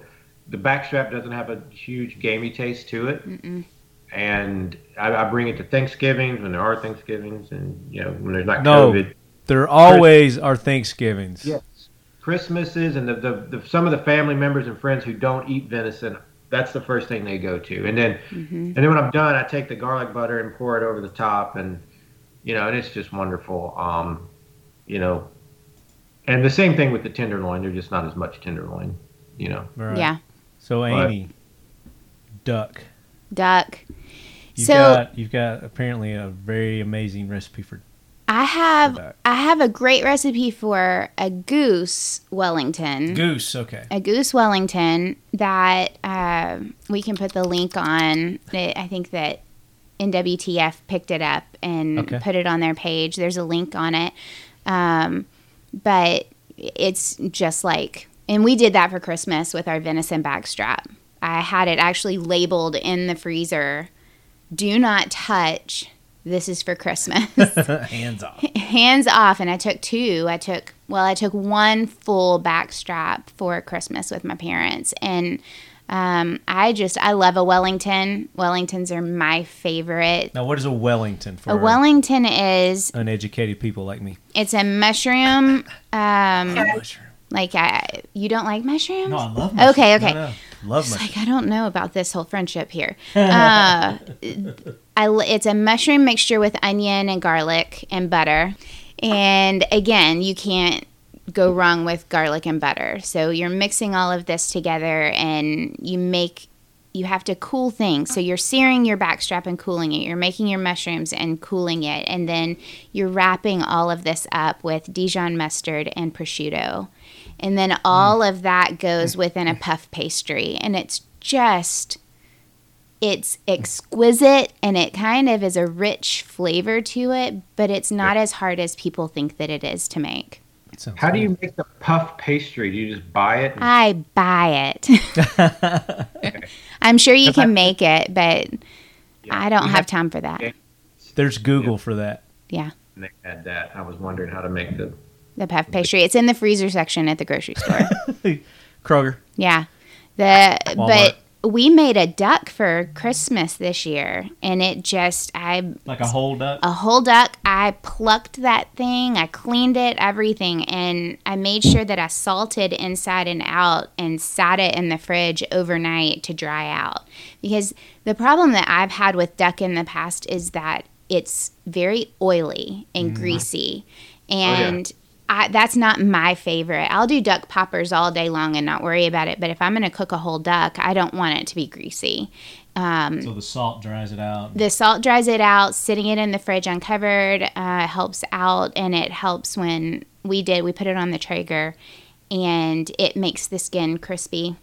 Speaker 4: the backstrap doesn't have a huge gamey taste to it.
Speaker 3: Mm-mm.
Speaker 4: And I, I bring it to Thanksgivings when there are Thanksgivings and you know when there's not
Speaker 1: No.
Speaker 4: COVID.
Speaker 1: there always are Thanksgivings.
Speaker 4: Yes. Christmases and the, the, the some of the family members and friends who don't eat venison, that's the first thing they go to. And then
Speaker 3: hmm
Speaker 4: and then when I'm done, I take the garlic butter and pour it over the top, and you know, and it's just wonderful. Um, you know, and the same thing with the tenderloin. They're just not as much tenderloin. You know,
Speaker 1: Right.
Speaker 3: Yeah.
Speaker 1: So
Speaker 4: Right.
Speaker 1: Amy, duck.
Speaker 3: Duck.
Speaker 1: You've
Speaker 3: so
Speaker 1: got you've got apparently a very amazing recipe for
Speaker 3: I have
Speaker 1: duck.
Speaker 3: I have a great recipe for a goose Wellington.
Speaker 1: Goose, okay.
Speaker 3: a goose Wellington that uh, we can put the link on. It- I think that NWTF picked it up and
Speaker 1: Okay.
Speaker 3: put it on their page. There's a link on it, um, but it's just like, and we did that for Christmas with our venison backstrap. I had it actually labeled in the freezer. Do not touch. This is for Christmas.
Speaker 1: Hands off.
Speaker 3: hands off and i took two i took well i took one full backstrap for christmas with my parents and um, i just i love a wellington wellingtons are my favorite
Speaker 1: Now what is a Wellington for
Speaker 3: a wellington is
Speaker 1: Uh, uneducated people like me?
Speaker 3: it's a mushroom um,
Speaker 1: Mushroom.
Speaker 3: like I, you don't like mushrooms
Speaker 1: No, I love mushrooms.
Speaker 3: Okay, okay.
Speaker 1: No, no. Love
Speaker 3: It's
Speaker 1: mushrooms.
Speaker 3: like I don't know about this whole friendship here. (laughs) Uh, I l- it's a mushroom mixture with onion and garlic and butter, and again, you can't go wrong with garlic and butter. So you're mixing all of this together and you make you have to cool things. So you're searing your backstrap and cooling it. You're making your mushrooms and cooling it. And then you're wrapping all of this up with Dijon mustard and prosciutto. And then all of that goes within a puff pastry. And it's just it's exquisite and it kind of is a rich flavor to it, but it's not as hard as people think that it is to make.
Speaker 1: That sounds
Speaker 4: How do
Speaker 1: good.
Speaker 4: you make the puff pastry? Do you just buy it? and-
Speaker 3: I buy it. (laughs) I'm sure you can make it, but
Speaker 4: Yeah.
Speaker 3: I don't
Speaker 4: We
Speaker 3: have time for that.
Speaker 1: There's Google for that.
Speaker 3: Yeah,
Speaker 4: They had that. I was wondering how to make the.
Speaker 3: the puff pastry. It's in the freezer section at the grocery store.
Speaker 1: Kroger.
Speaker 3: yeah. The
Speaker 1: Walmart.
Speaker 3: but we made a duck for Christmas this year and it just I
Speaker 1: Like a whole duck.
Speaker 3: a whole duck. I plucked that thing, I cleaned it, everything, and I made sure that I salted inside and out and sat it in the fridge overnight to dry out. Because the problem that I've had with duck in the past is that it's very oily and greasy. And I, that's not my favorite. I'll do duck poppers all day long and not worry about it. But if I'm going to cook a whole duck, I don't want it to be greasy.
Speaker 1: So the salt dries it out.
Speaker 3: The salt dries it out. Sitting it in the fridge uncovered uh, helps out, and it helps when we did. We put it on the Traeger, and it makes the skin crispy.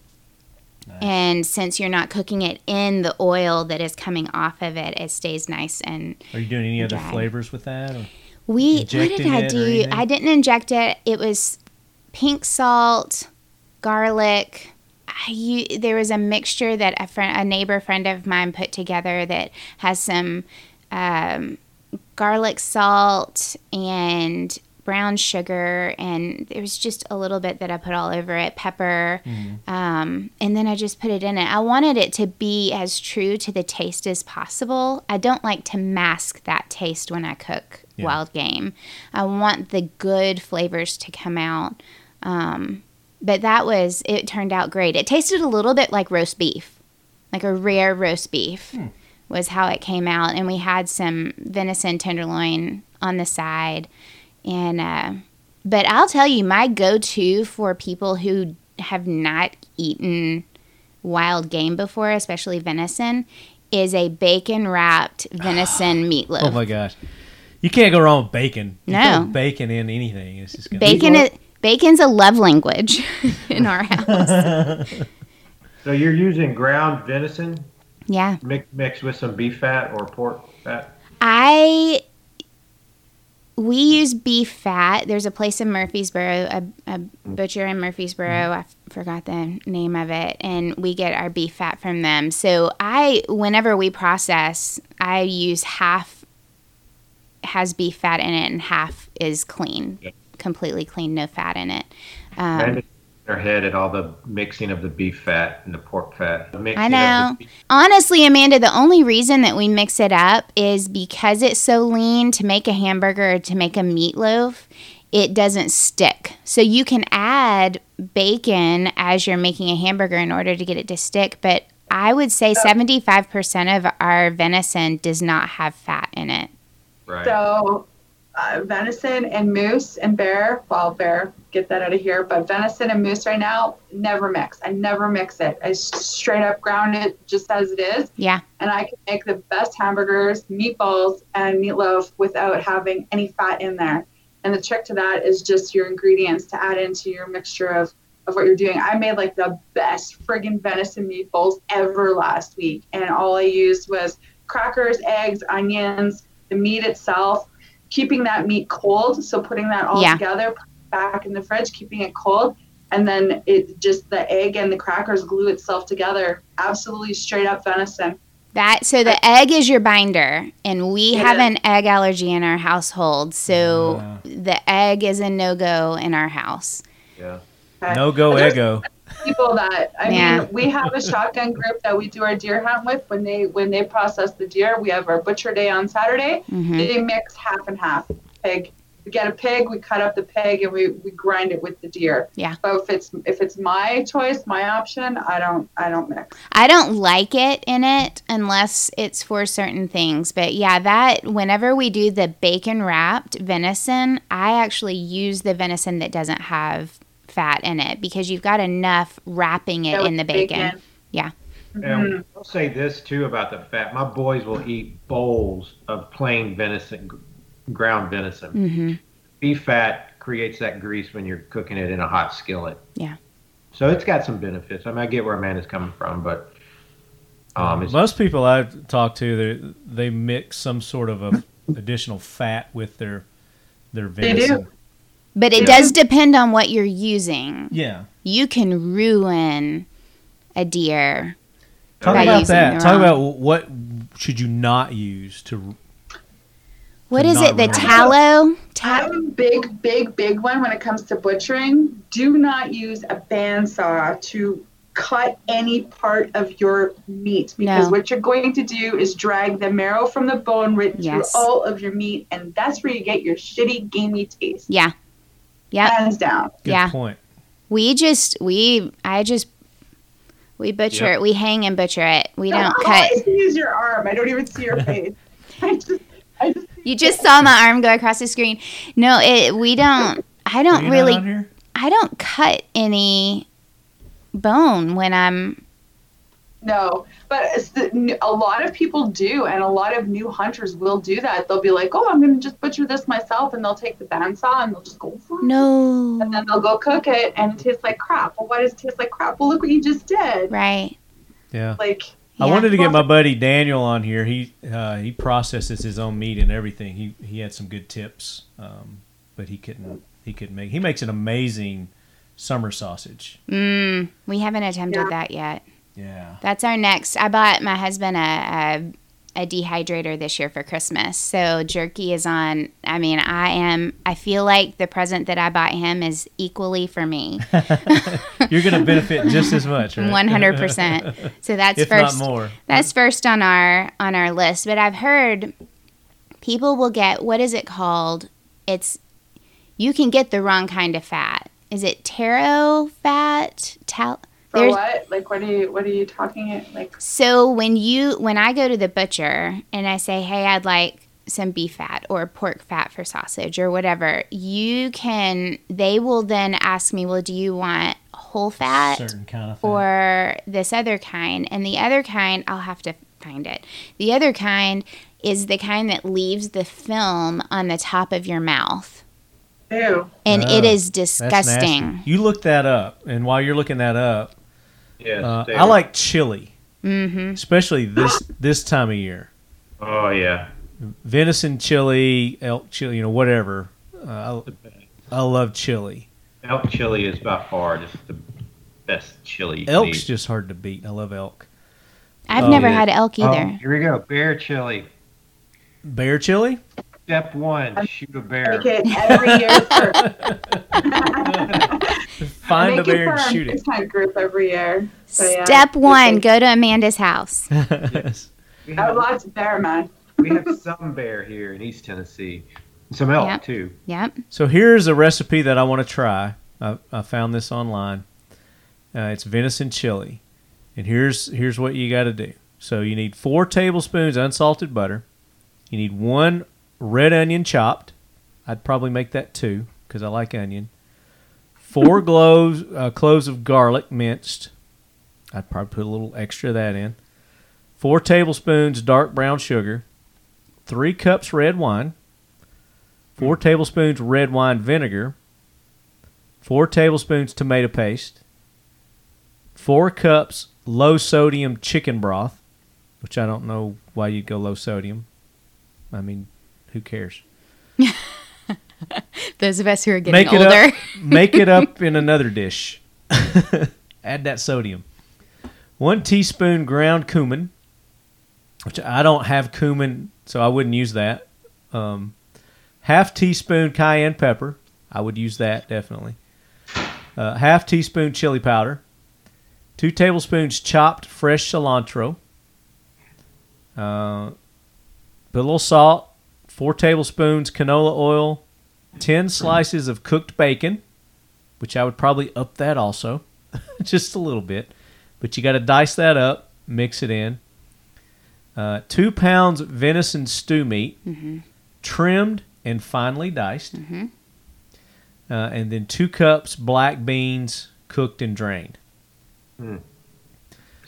Speaker 3: And since you're not cooking it in the oil that is coming off of it, it stays nice and
Speaker 1: Are you doing any other
Speaker 3: Dry.
Speaker 1: flavors with that? Or?
Speaker 3: we what did
Speaker 1: Injecting
Speaker 3: I
Speaker 1: it or
Speaker 3: do?
Speaker 1: anything?
Speaker 3: I didn't inject it. It was pink salt, garlic. I, u- there was a mixture that a friend, a neighbor friend of mine, put together that has some um, garlic salt and brown sugar, and there was just a little bit that I put all over it, pepper, um, and then I just put it in it. I wanted it to be as true to the taste as possible. I don't like to mask that taste when I cook
Speaker 1: Yeah.
Speaker 3: wild game. I want the good flavors to come out. Um, but that was, it turned out great. It tasted a little bit like roast beef, like a rare roast beef
Speaker 1: Hmm.
Speaker 3: was how it came out. And we had some venison tenderloin on the side. And, uh, but I'll tell you, my go to for people who have not eaten wild game before, especially venison, is a bacon wrapped venison meatloaf.
Speaker 1: (gasps) Oh my gosh. You can't go wrong with bacon. You
Speaker 3: No.
Speaker 1: throw bacon in anything. It's just gonna
Speaker 3: Bacon is, bacon's a love language (laughs) in our house.
Speaker 4: So you're using ground venison
Speaker 3: yeah.
Speaker 4: mix, mixed with some beef fat or pork fat.
Speaker 3: I we use beef fat. There's a place in Murfreesboro, a, a butcher in Murfreesboro. I f- forgot the name of it, and we get our beef fat from them. So I, whenever we process, I use half has beef fat in it and half is clean,
Speaker 4: Yeah.
Speaker 3: completely clean, no fat in it.
Speaker 4: I
Speaker 3: Um,
Speaker 4: just their head at all the mixing of the beef fat and the pork fat. The mixing
Speaker 3: I
Speaker 4: of
Speaker 3: know.
Speaker 4: the beef-
Speaker 3: Honestly, Amanda, the only reason that we mix it up is because it's so lean to make a hamburger or to make a meatloaf, it doesn't stick. So you can add bacon as you're making a hamburger in order to get it to stick, but I would say 75% of our venison does not have fat in it.
Speaker 4: right.
Speaker 2: So, uh, venison and moose and bear. Well, bear, get that out of here. But venison and moose right now, never mix. I never mix it. I s- straight up ground it just as it is.
Speaker 3: Yeah.
Speaker 2: And I can make the best hamburgers, meatballs, and meatloaf without having any fat in there. And the trick to that is just your ingredients to add into your mixture of, of what you're doing. I made like the best friggin' venison meatballs ever last week. And all I used was crackers, eggs, onions, the meat itself, keeping that meat cold. So putting that all
Speaker 3: Yeah.
Speaker 2: together, put it back in the fridge, keeping it cold. And then it just the egg and the crackers glue itself together. Absolutely straight up venison.
Speaker 3: That so the egg is your binder, and we
Speaker 2: It
Speaker 3: have
Speaker 2: is.
Speaker 3: an egg allergy in our household, so
Speaker 6: Oh.
Speaker 1: Ah.
Speaker 3: the egg is a no go in our house.
Speaker 4: Yeah.
Speaker 2: Okay.
Speaker 1: No go
Speaker 2: There's-
Speaker 1: ego.
Speaker 2: people that I
Speaker 3: Yeah.
Speaker 2: mean, we have a shotgun group that we do our deer hunt with. When they when they process the deer, we have our butcher day on Saturday.
Speaker 3: Mhm.
Speaker 2: They mix half and half, pig we get a pig, we cut up the pig, and we, we grind it with the deer.
Speaker 3: Yeah.
Speaker 2: So if it's if it's my choice, my option, I don't I don't mix.
Speaker 3: I don't like it in it unless it's for certain things. But yeah, that whenever we do the bacon wrapped venison, I actually use the venison that doesn't have fat in it because you've got enough wrapping it
Speaker 2: So
Speaker 3: in the bacon. Yeah.
Speaker 2: Mhm.
Speaker 4: And I'll say this too about the fat. My boys will eat bowls of plain venison, gr- ground venison.
Speaker 3: Mm-hmm.
Speaker 4: Beef fat creates that grease when you're cooking it in a hot skillet.
Speaker 3: Yeah.
Speaker 4: So it's got some benefits. I mean, I get where man is coming from, but um, it's,
Speaker 1: Most people I've talked to, they they mix some sort of
Speaker 3: (laughs)
Speaker 1: a additional fat with their their
Speaker 2: They
Speaker 1: venison.
Speaker 2: do.
Speaker 3: But it
Speaker 2: Yeah.
Speaker 3: does depend on what you're using.
Speaker 1: Yeah.
Speaker 3: You can ruin a deer.
Speaker 1: Talk
Speaker 3: By
Speaker 1: about
Speaker 3: using
Speaker 1: that.
Speaker 3: their
Speaker 1: Talk
Speaker 3: own.
Speaker 1: about what should you not use to.
Speaker 3: What
Speaker 1: To
Speaker 3: is
Speaker 1: not
Speaker 3: it? The
Speaker 1: ruin it.
Speaker 3: tallow? Ta-
Speaker 2: I'm a big, big, big one when it comes to butchering. Do not use a bandsaw to cut any part of your meat because
Speaker 3: No.
Speaker 2: what you're going to do is drag the marrow from the bone right
Speaker 3: Yes.
Speaker 2: through all of your meat, and that's where you get your shitty, gamey taste.
Speaker 3: Yeah. Yep.
Speaker 2: Hands down.
Speaker 1: Good
Speaker 3: Yeah.
Speaker 1: point.
Speaker 3: We just we I just we butcher
Speaker 4: Yep.
Speaker 3: it. We hang and butcher it. We
Speaker 2: No,
Speaker 3: don't
Speaker 2: I
Speaker 3: cut.
Speaker 2: always use your arm. I don't even see
Speaker 3: (laughs)
Speaker 2: your face. I just, I just
Speaker 3: You just saw my arm go across the screen. No, it we don't. I
Speaker 1: Are
Speaker 3: don't
Speaker 1: you not
Speaker 3: really.
Speaker 1: on here?
Speaker 3: I don't cut any bone when I'm.
Speaker 2: No, but it's the, a lot of people do, and a lot of new hunters will do that. They'll be like, "Oh, I'm going to just butcher this myself," and they'll take the bandsaw and they'll just go,
Speaker 3: No.
Speaker 2: and then they'll go cook it, and it tastes like crap. Well, why does it taste like crap? Well, look what you just did.
Speaker 3: Right.
Speaker 1: Yeah.
Speaker 2: Like,
Speaker 1: I
Speaker 3: Yeah.
Speaker 1: wanted to get my buddy Daniel on here. He uh, he processes his own meat and everything. He he had some good tips, um, but he couldn't he couldn't make. He makes an amazing summer sausage.
Speaker 3: Mm, we haven't attempted
Speaker 2: Yeah.
Speaker 3: that yet.
Speaker 1: Yeah.
Speaker 3: That's our next. I bought my husband a, a a dehydrator this year for Christmas. So jerky is on. I mean, I am. I feel like the present that I bought him is equally for
Speaker 1: (laughs)
Speaker 3: me,
Speaker 1: You're going to benefit just as
Speaker 3: (laughs)
Speaker 1: much, right?
Speaker 3: one hundred percent. So that's
Speaker 1: if
Speaker 3: first.
Speaker 1: not more.
Speaker 3: That's first on our on our list, but I've heard people will get what is it called? It's you can get the wrong kind of fat. Is it taro fat? Tal-
Speaker 2: for
Speaker 3: There's-
Speaker 2: what? Like, what are you? What are you talking? It like,
Speaker 3: so when you when I go to the butcher and I say, "Hey, I'd like some beef fat or pork fat for sausage or whatever," you can they will then ask me, "Well, do you want whole fat?"
Speaker 1: certain kind of fat.
Speaker 3: or this other kind. And the other kind, I'll have to find it. The other kind is the kind that leaves the film on the top of your mouth.
Speaker 2: ew.
Speaker 3: And
Speaker 1: Oh,
Speaker 3: it is
Speaker 1: That's nasty.
Speaker 3: disgusting.
Speaker 1: You look that up, and while you're looking that up,
Speaker 4: yeah,
Speaker 1: uh,
Speaker 4: stay-
Speaker 1: I like chili,
Speaker 3: Mm-hmm.
Speaker 1: especially this this time of year.
Speaker 4: Oh yeah,
Speaker 1: Venison chili, elk chili, you know, whatever. Uh, I, I love chili.
Speaker 4: elk chili is by far just the best chili. you can
Speaker 1: Elk's
Speaker 4: eat.
Speaker 1: just hard to beat. I love elk.
Speaker 3: I've
Speaker 1: Oh,
Speaker 3: never
Speaker 4: yeah.
Speaker 3: had elk
Speaker 4: Oh,
Speaker 3: either.
Speaker 4: here we go. Bear chili.
Speaker 1: Bear chili?
Speaker 4: Step one: shoot a bear.
Speaker 2: Make it every year.
Speaker 3: (laughs)
Speaker 2: first.
Speaker 1: Find a
Speaker 2: Make it
Speaker 1: bear
Speaker 2: for
Speaker 1: and
Speaker 2: our
Speaker 1: shoot
Speaker 2: (laughs)
Speaker 1: it.
Speaker 2: hunt group every year. So, Oh, yeah.
Speaker 3: Step one go to
Speaker 1: (laughs)
Speaker 3: Amanda's house.
Speaker 1: Yes.
Speaker 4: We
Speaker 2: I
Speaker 4: have,
Speaker 2: would love to bear man.
Speaker 4: we have some bear here in East Tennessee. Some elk
Speaker 3: Yep.
Speaker 4: too.
Speaker 3: Yep.
Speaker 1: So here's a recipe that I want to try. I, I found this online. Uh, it's venison chili, and here's here's what you got to do. So you need four tablespoons unsalted butter. You need one red onion chopped. I'd probably make that two because I like onion. Four cloves uh, cloves of garlic minced. I'd probably put a little extra of that in. Four tablespoons dark brown sugar. Three cups red wine four tablespoons red wine vinegar, four tablespoons tomato paste, four cups low sodium chicken broth, which I don't know why you'd go low sodium. I mean, who cares?
Speaker 3: Those of us who are getting
Speaker 1: Make it
Speaker 3: older.
Speaker 1: up. Make it up in another dish. (laughs) Add that sodium. One teaspoon ground cumin, which I don't have cumin, so I wouldn't use that. Um, half teaspoon cayenne pepper. I would use that definitely. Uh, half teaspoon chili powder. Two tablespoons chopped fresh cilantro. Uh, put a little salt. Four tablespoons canola oil. 10 slices of cooked bacon, which I would probably up that also, (laughs) just a little bit. But you got to dice that up, mix it in. Uh, two pounds venison stew meat, trimmed and finely diced. Uh, and then two cups black beans, cooked and drained.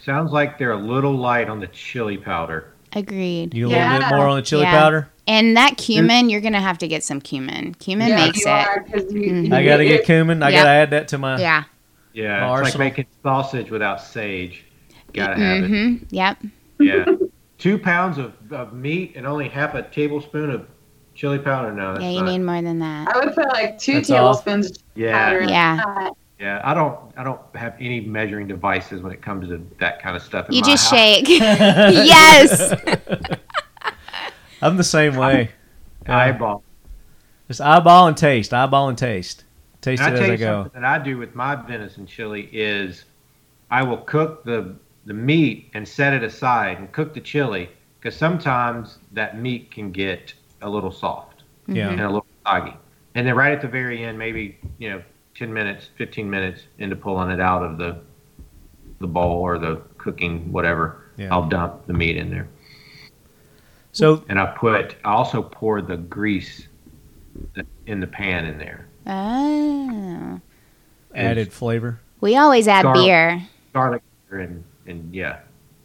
Speaker 4: Sounds like they're a little light on the chili powder.
Speaker 3: (laughs) Agreed.
Speaker 1: You a little bit
Speaker 2: Yeah.
Speaker 1: more on the chili
Speaker 3: Yeah.
Speaker 1: powder?
Speaker 3: And that cumin, you're gonna have to get some cumin. Cumin
Speaker 2: Yeah,
Speaker 3: makes
Speaker 2: you
Speaker 3: it. Mm-hmm.
Speaker 2: are, 'cause you- you-
Speaker 1: I got to get
Speaker 2: it-
Speaker 1: cumin. I
Speaker 3: Yeah.
Speaker 1: got to add that to (laughs) my.
Speaker 3: Yeah.
Speaker 4: Yeah,
Speaker 1: Oh,
Speaker 4: it's
Speaker 1: arsenal.
Speaker 4: like making sausage without sage. Gotta have it.
Speaker 3: Mm-hmm. Yep.
Speaker 4: Yeah,
Speaker 3: (laughs)
Speaker 4: two pounds of, of meat and only half a tablespoon of chili powder. No, that's
Speaker 3: Yeah, you
Speaker 4: not.
Speaker 3: need more than that.
Speaker 2: I would put like two
Speaker 1: That's all.
Speaker 2: tablespoons of
Speaker 4: yeah,
Speaker 2: powder. in Uh,
Speaker 3: Yeah.
Speaker 2: that.
Speaker 4: yeah. I don't, I don't have any measuring devices when it comes to that kind of stuff. in
Speaker 3: You
Speaker 4: my
Speaker 3: just
Speaker 4: house.
Speaker 1: (laughs)
Speaker 3: shake. yes.
Speaker 1: I'm the same way.
Speaker 4: eyeball.
Speaker 1: Just eyeball and taste. Eyeball and taste. Taste
Speaker 4: And
Speaker 1: it as
Speaker 4: I tell
Speaker 1: I
Speaker 4: you
Speaker 1: go.
Speaker 4: something that I do with my venison chili is I will cook the the meat and set it aside and cook the chili because sometimes that meat can get a little soft
Speaker 1: Yeah.
Speaker 4: and a little soggy. And then right at the very end, maybe you know, ten minutes, fifteen minutes into pulling it out of the the bowl or the cooking whatever,
Speaker 1: Yeah.
Speaker 4: I'll dump the meat in there.
Speaker 1: So
Speaker 4: And I put I also pour the grease in the pan in there.
Speaker 3: Oh.
Speaker 1: added flavor.
Speaker 3: We always add
Speaker 4: Garlic.
Speaker 3: beer.
Speaker 4: garlic and and yeah,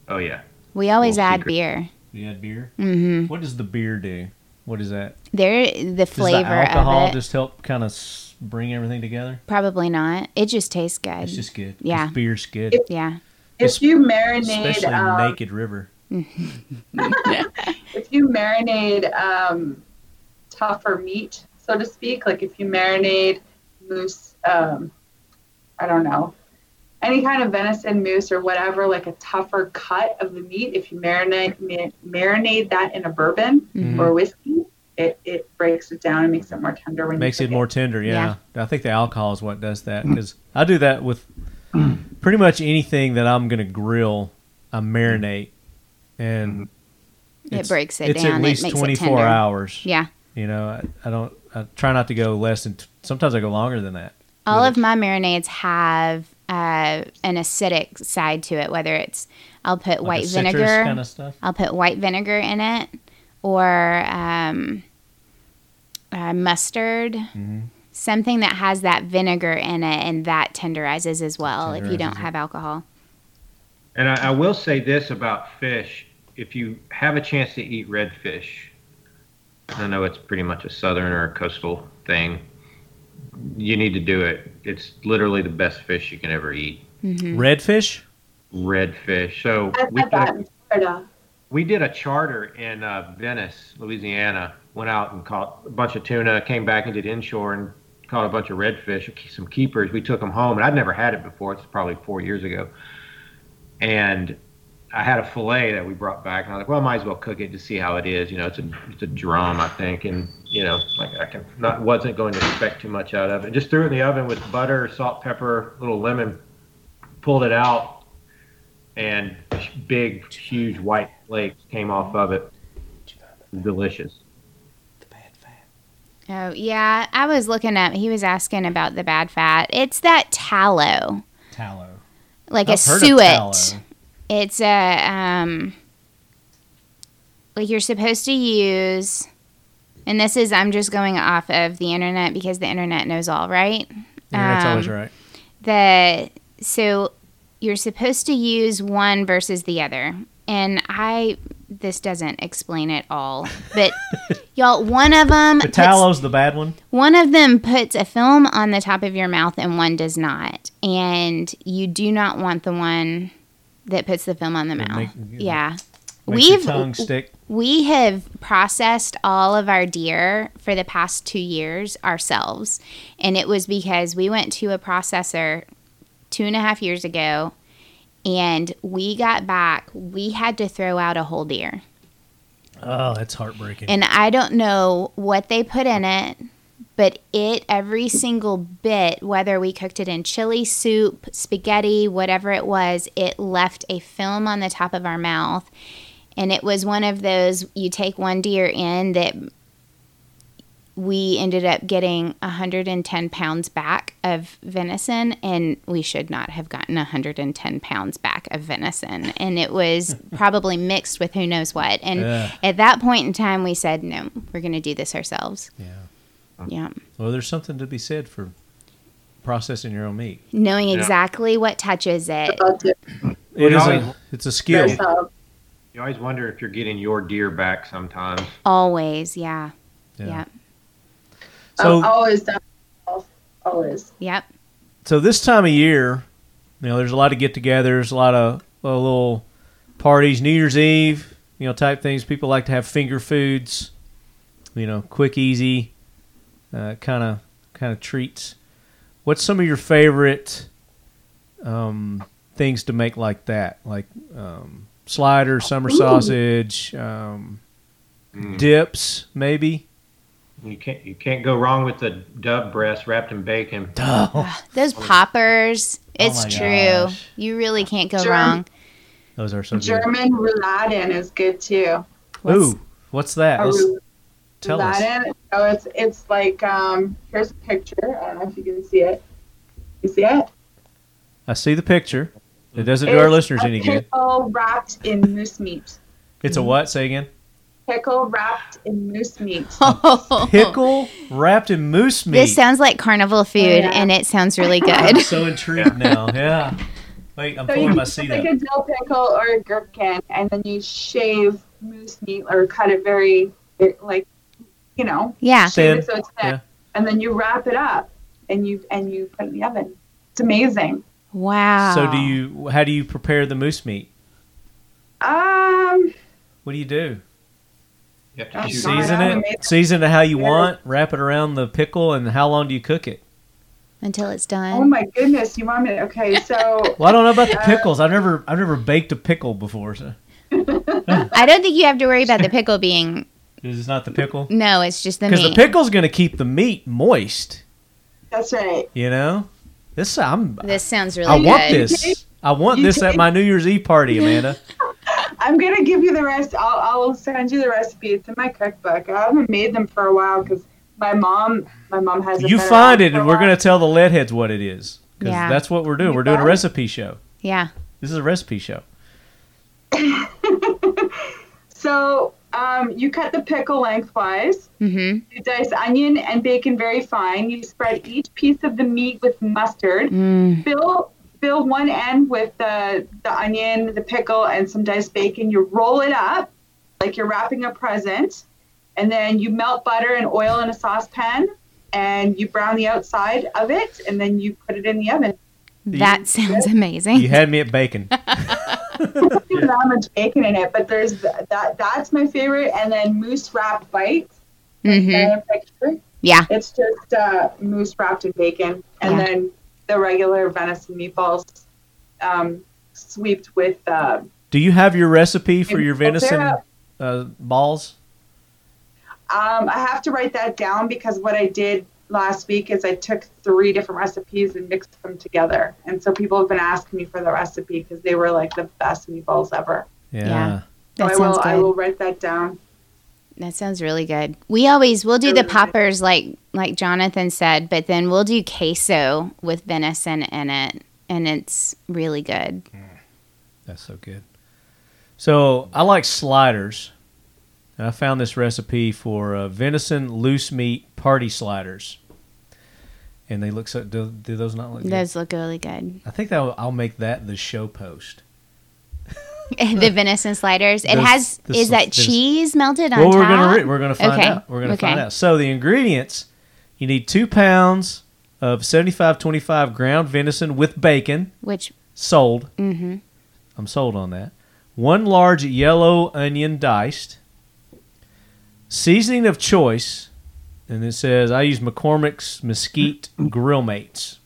Speaker 4: oh yeah.
Speaker 3: We always
Speaker 4: Little
Speaker 3: add
Speaker 4: secret.
Speaker 3: beer.
Speaker 1: You add beer.
Speaker 3: Mm-hmm.
Speaker 1: What does the beer do? What is that?
Speaker 3: There, the
Speaker 1: Does the
Speaker 3: flavor
Speaker 1: alcohol
Speaker 3: of it.
Speaker 1: just help kind of s- bring everything together?
Speaker 3: Probably not. It just tastes good.
Speaker 1: It's just good.
Speaker 3: Yeah.
Speaker 1: Just beer's good,
Speaker 3: yeah.
Speaker 1: It's-
Speaker 2: If you marinate,
Speaker 1: especially
Speaker 2: um,
Speaker 1: Naked River.
Speaker 2: if you marinate um, tougher meat, so to speak, like if you marinate moose, um, I don't know, any kind of venison, moose, or whatever, like a tougher cut of the meat, if you marinate ma- marinate that in a bourbon
Speaker 1: Mhm.
Speaker 2: or whiskey, it, it breaks it down and makes it more tender. When
Speaker 1: Makes
Speaker 2: you
Speaker 1: it
Speaker 2: cook
Speaker 1: more tender. Yeah. I think the alcohol is what does that because I do that with (clears throat) pretty much anything that I'm gonna grill. I marinate and
Speaker 3: It breaks it
Speaker 1: it's
Speaker 3: down.
Speaker 1: at least
Speaker 3: it makes it
Speaker 1: 24
Speaker 3: tender.
Speaker 1: hours.
Speaker 3: Yeah.
Speaker 1: You know, I, I don't. I try not to go less than. T- sometimes I go longer than that.
Speaker 3: All
Speaker 1: Really?
Speaker 3: of my marinades have uh, an acidic side to it. Whether it's I'll put
Speaker 1: Like
Speaker 3: white
Speaker 1: a citrus
Speaker 3: vinegar.
Speaker 1: kind of stuff.
Speaker 3: I'll put white vinegar in it or um, uh, mustard,
Speaker 1: Mm-hmm.
Speaker 3: something that has that vinegar in it and that tenderizes as well if you
Speaker 1: Tenderizes
Speaker 3: don't
Speaker 1: it.
Speaker 3: have alcohol.
Speaker 4: And I, I will say this about fish: if you have a chance to eat red fish, I know it's pretty much a southern or a coastal thing. You need to do it. It's literally the best fish you can ever eat.
Speaker 3: Mm.
Speaker 1: Mm-hmm. Redfish.
Speaker 4: Red fish. So
Speaker 2: it.
Speaker 4: we
Speaker 2: I've had
Speaker 4: did
Speaker 2: that
Speaker 4: a,
Speaker 2: in Florida.
Speaker 4: we did a charter in uh, Venice, Louisiana. Went out and caught a bunch of tuna. Came back and did inshore and caught a bunch of redfish. Some keepers. We took them home, and I'd never had it before. It's probably four years ago. and I had a fillet that we brought back, and I was like, well, I might as well cook it to see how it is. You know, it's a it's a drum, I think, and you know, like I can not wasn't going to expect too much out of it. Just threw it in the oven with butter, salt, pepper, little lemon, pulled it out, and big, huge white flakes came off of it. Delicious.
Speaker 3: Oh, yeah. I was looking up, he was asking about the bad fat. It's that tallow,
Speaker 1: Tallow.
Speaker 3: like a
Speaker 1: I've heard of
Speaker 3: suet.
Speaker 1: tallow.
Speaker 3: It's a, um, like you're supposed to use, and this is, I'm just going off of the internet because the internet knows all, right?
Speaker 1: Internet's
Speaker 3: Um,
Speaker 1: always right.
Speaker 3: the so you're supposed to use one versus the other and i this doesn't explain it all
Speaker 1: (laughs)
Speaker 3: but y'all one of them
Speaker 1: The tallow's the bad one.
Speaker 3: one of them puts a film on the top of your mouth and one does not and you do not want the one that puts the film on the
Speaker 1: That
Speaker 3: mouth
Speaker 1: make-
Speaker 3: yeah
Speaker 1: Makes your
Speaker 3: We've-
Speaker 1: tongue stick.
Speaker 3: we have processed all of our deer for the past two years ourselves. And it was because we went to a processor two and a half years ago and we got back, we had to throw out a whole deer.
Speaker 1: Oh, that's heartbreaking.
Speaker 3: And I don't know what they put in it, but it, every single bit, whether we cooked it in chili soup, spaghetti, whatever it was, it left a film on the top of our mouth. And it was one of those you take one deer in that we ended up getting 110 pounds back of venison, and we should not have gotten 110 pounds back of venison. And
Speaker 1: (laughs)
Speaker 3: it was probably mixed with who knows what. And
Speaker 1: Yeah.
Speaker 3: at that point in time, we said, no, we're going to do this ourselves.
Speaker 1: Yeah.
Speaker 3: Yeah.
Speaker 1: Well, there's something to be said for processing your own meat.
Speaker 3: Knowing
Speaker 4: Yeah.
Speaker 3: exactly what touches it.
Speaker 2: That's it.
Speaker 1: It is
Speaker 4: always-
Speaker 1: a, it's a skill.
Speaker 2: That's how-
Speaker 4: You always wonder if you're getting your deer back sometimes.
Speaker 3: Always. Yeah.
Speaker 1: Yeah.
Speaker 3: Yeah.
Speaker 1: So,
Speaker 2: I've Oh, always done myself, always.
Speaker 3: Yep.
Speaker 1: so this time of year, you know, there's a lot of get-togethers, a lot of uh, little parties, New Year's Eve, you know, type things. People like to have finger foods, you know, quick, easy, kind of kind of treats. What's some of your favorite um, things to make like that? Like um, slider, summer sausage, um,
Speaker 4: Mm.
Speaker 1: dips, maybe.
Speaker 4: You can't you can't go wrong with the dove breast wrapped in bacon.
Speaker 3: Ugh, those poppers. It's
Speaker 1: Oh my
Speaker 3: true.
Speaker 1: gosh.
Speaker 3: You really can't go
Speaker 2: Germ-
Speaker 3: wrong.
Speaker 1: Those are so good.
Speaker 2: German rouladen is good too.
Speaker 3: What's-
Speaker 1: Ooh, what's that?
Speaker 2: A
Speaker 1: Let's
Speaker 2: roul-
Speaker 1: tell us.
Speaker 2: rouladen. So it's it's like um here's a picture. I don't know if you can see it. You see it?
Speaker 1: I see the picture. It doesn't do our
Speaker 2: It's
Speaker 1: listeners
Speaker 2: a
Speaker 1: any good.
Speaker 2: Pickle wrapped in moose meat. Mm.
Speaker 1: It's a what? Say again.
Speaker 2: Pickle wrapped in
Speaker 1: (laughs)
Speaker 2: moose meat. Oh.
Speaker 1: Pickle wrapped in moose meat.
Speaker 3: This sounds like carnival food,
Speaker 2: Oh, Yeah.
Speaker 3: and it
Speaker 2: (laughs)
Speaker 3: sounds really
Speaker 1: I'm
Speaker 3: good.
Speaker 1: so intrigued now. Yeah. Wait, I'm
Speaker 2: So you
Speaker 1: pulling my
Speaker 2: just
Speaker 1: seat
Speaker 2: like
Speaker 1: up.
Speaker 2: a dill pickle or a gherkin, and then you shave moose meat or cut it very, it, like, you know,
Speaker 3: Yeah,
Speaker 2: shave
Speaker 1: Thin,
Speaker 2: it so it's thick,
Speaker 1: yeah.
Speaker 2: and then you wrap it up, and you and you put it in the oven. It's amazing.
Speaker 3: wow.
Speaker 1: So
Speaker 2: Ah.
Speaker 1: do you? How do you prepare the moose meat?
Speaker 2: Um,
Speaker 1: What do you do?
Speaker 4: You have
Speaker 2: Oh,
Speaker 4: to shoot
Speaker 2: God,
Speaker 1: Season
Speaker 2: I'm
Speaker 1: it.
Speaker 2: amazed.
Speaker 1: Season it how you
Speaker 2: Yeah.
Speaker 1: want. Wrap it around the pickle, and how long do you cook it?
Speaker 3: until it's done?
Speaker 2: oh my goodness, you want me? Okay, so
Speaker 1: Well, I don't know
Speaker 2: Uh,
Speaker 1: about the pickles. I've never, I've never baked a pickle before. So
Speaker 3: I don't think you have to worry about the pickle being.
Speaker 1: is this not the pickle?
Speaker 3: No, it's just the
Speaker 1: Because the
Speaker 3: meat.
Speaker 1: pickle's going to keep the meat moist.
Speaker 2: that's right.
Speaker 1: You know, this I'm.
Speaker 3: this sounds really
Speaker 1: I want
Speaker 3: good.
Speaker 1: this. I want
Speaker 2: You
Speaker 1: this at
Speaker 2: take-
Speaker 1: my New Year's Eve party, Amanda.
Speaker 2: I'm gonna give you the rest. I'll I'll send you the recipe. It's in my cookbook. I haven't made them for a while because my mom my mom has.
Speaker 1: you find it, and we're going to tell the leadheads what it is. Because
Speaker 3: Yeah.
Speaker 1: that's what we're doing.
Speaker 2: You
Speaker 1: We're doing a
Speaker 2: found it?
Speaker 1: recipe show.
Speaker 3: Yeah.
Speaker 1: This is a recipe show.
Speaker 2: So um, you cut the pickle lengthwise.
Speaker 3: Mm-hmm.
Speaker 2: You dice onion and bacon very fine. You spread each piece of the meat with mustard.
Speaker 3: Mm.
Speaker 2: Fill fill one end with the the onion, the pickle, and some diced bacon. You roll it up like you're wrapping a present, and then you melt butter and oil in a saucepan, and you brown the outside of it, and then you put it in the oven.
Speaker 3: That sounds amazing.
Speaker 1: You had me at
Speaker 2: (laughs)
Speaker 1: bacon.
Speaker 2: There's not much bacon in it, but there's th- that. That's my favorite. And then moose wrap bites.
Speaker 3: Mm-hmm.
Speaker 2: And a picture.
Speaker 3: Yeah.
Speaker 2: It's just uh, moose wrapped in bacon, and
Speaker 3: Yeah.
Speaker 2: then the regular venison meatballs, um, sweeped with. Uh,
Speaker 1: Do you have your recipe for your
Speaker 2: Well, they're
Speaker 1: venison
Speaker 2: up.
Speaker 1: uh, balls?
Speaker 2: um, I have to write that down because what I did last week is I took three different recipes and mixed them together, and so people have been asking me for the recipe because they were like the best meatballs ever.
Speaker 1: Yeah.
Speaker 3: Yeah.
Speaker 2: So
Speaker 3: That
Speaker 2: I will.
Speaker 3: sounds
Speaker 2: I
Speaker 3: good.
Speaker 2: will write that down.
Speaker 3: That sounds really good. We always we'll do
Speaker 2: They're really
Speaker 3: the
Speaker 2: good.
Speaker 3: poppers like like Jonathan said, but then we'll do queso with venison in it, and it's really good.
Speaker 1: That's so good. So I like sliders. And I found this recipe for uh, venison loose meat party sliders. And they look so. Do, do those not look good?
Speaker 3: Those look really good.
Speaker 1: I think that I'll, I'll make that the show post.
Speaker 3: (laughs) the venison sliders. It
Speaker 1: Those-
Speaker 3: has
Speaker 1: this
Speaker 3: is
Speaker 1: looks-
Speaker 3: that
Speaker 1: this-
Speaker 3: cheese melted on
Speaker 1: well,
Speaker 3: top?
Speaker 1: we're gonna re- we're gonna find
Speaker 3: Okay.
Speaker 1: out. We're gonna find
Speaker 3: Okay.
Speaker 1: out. So the ingredients: you need two pounds of seventy-five twenty-five ground venison with bacon.
Speaker 3: Which
Speaker 1: Sold.
Speaker 3: hmm
Speaker 1: I'm sold on that. One large yellow onion diced. Seasoning of choice, and it says I use McCormick's Mesquite Grill Mates.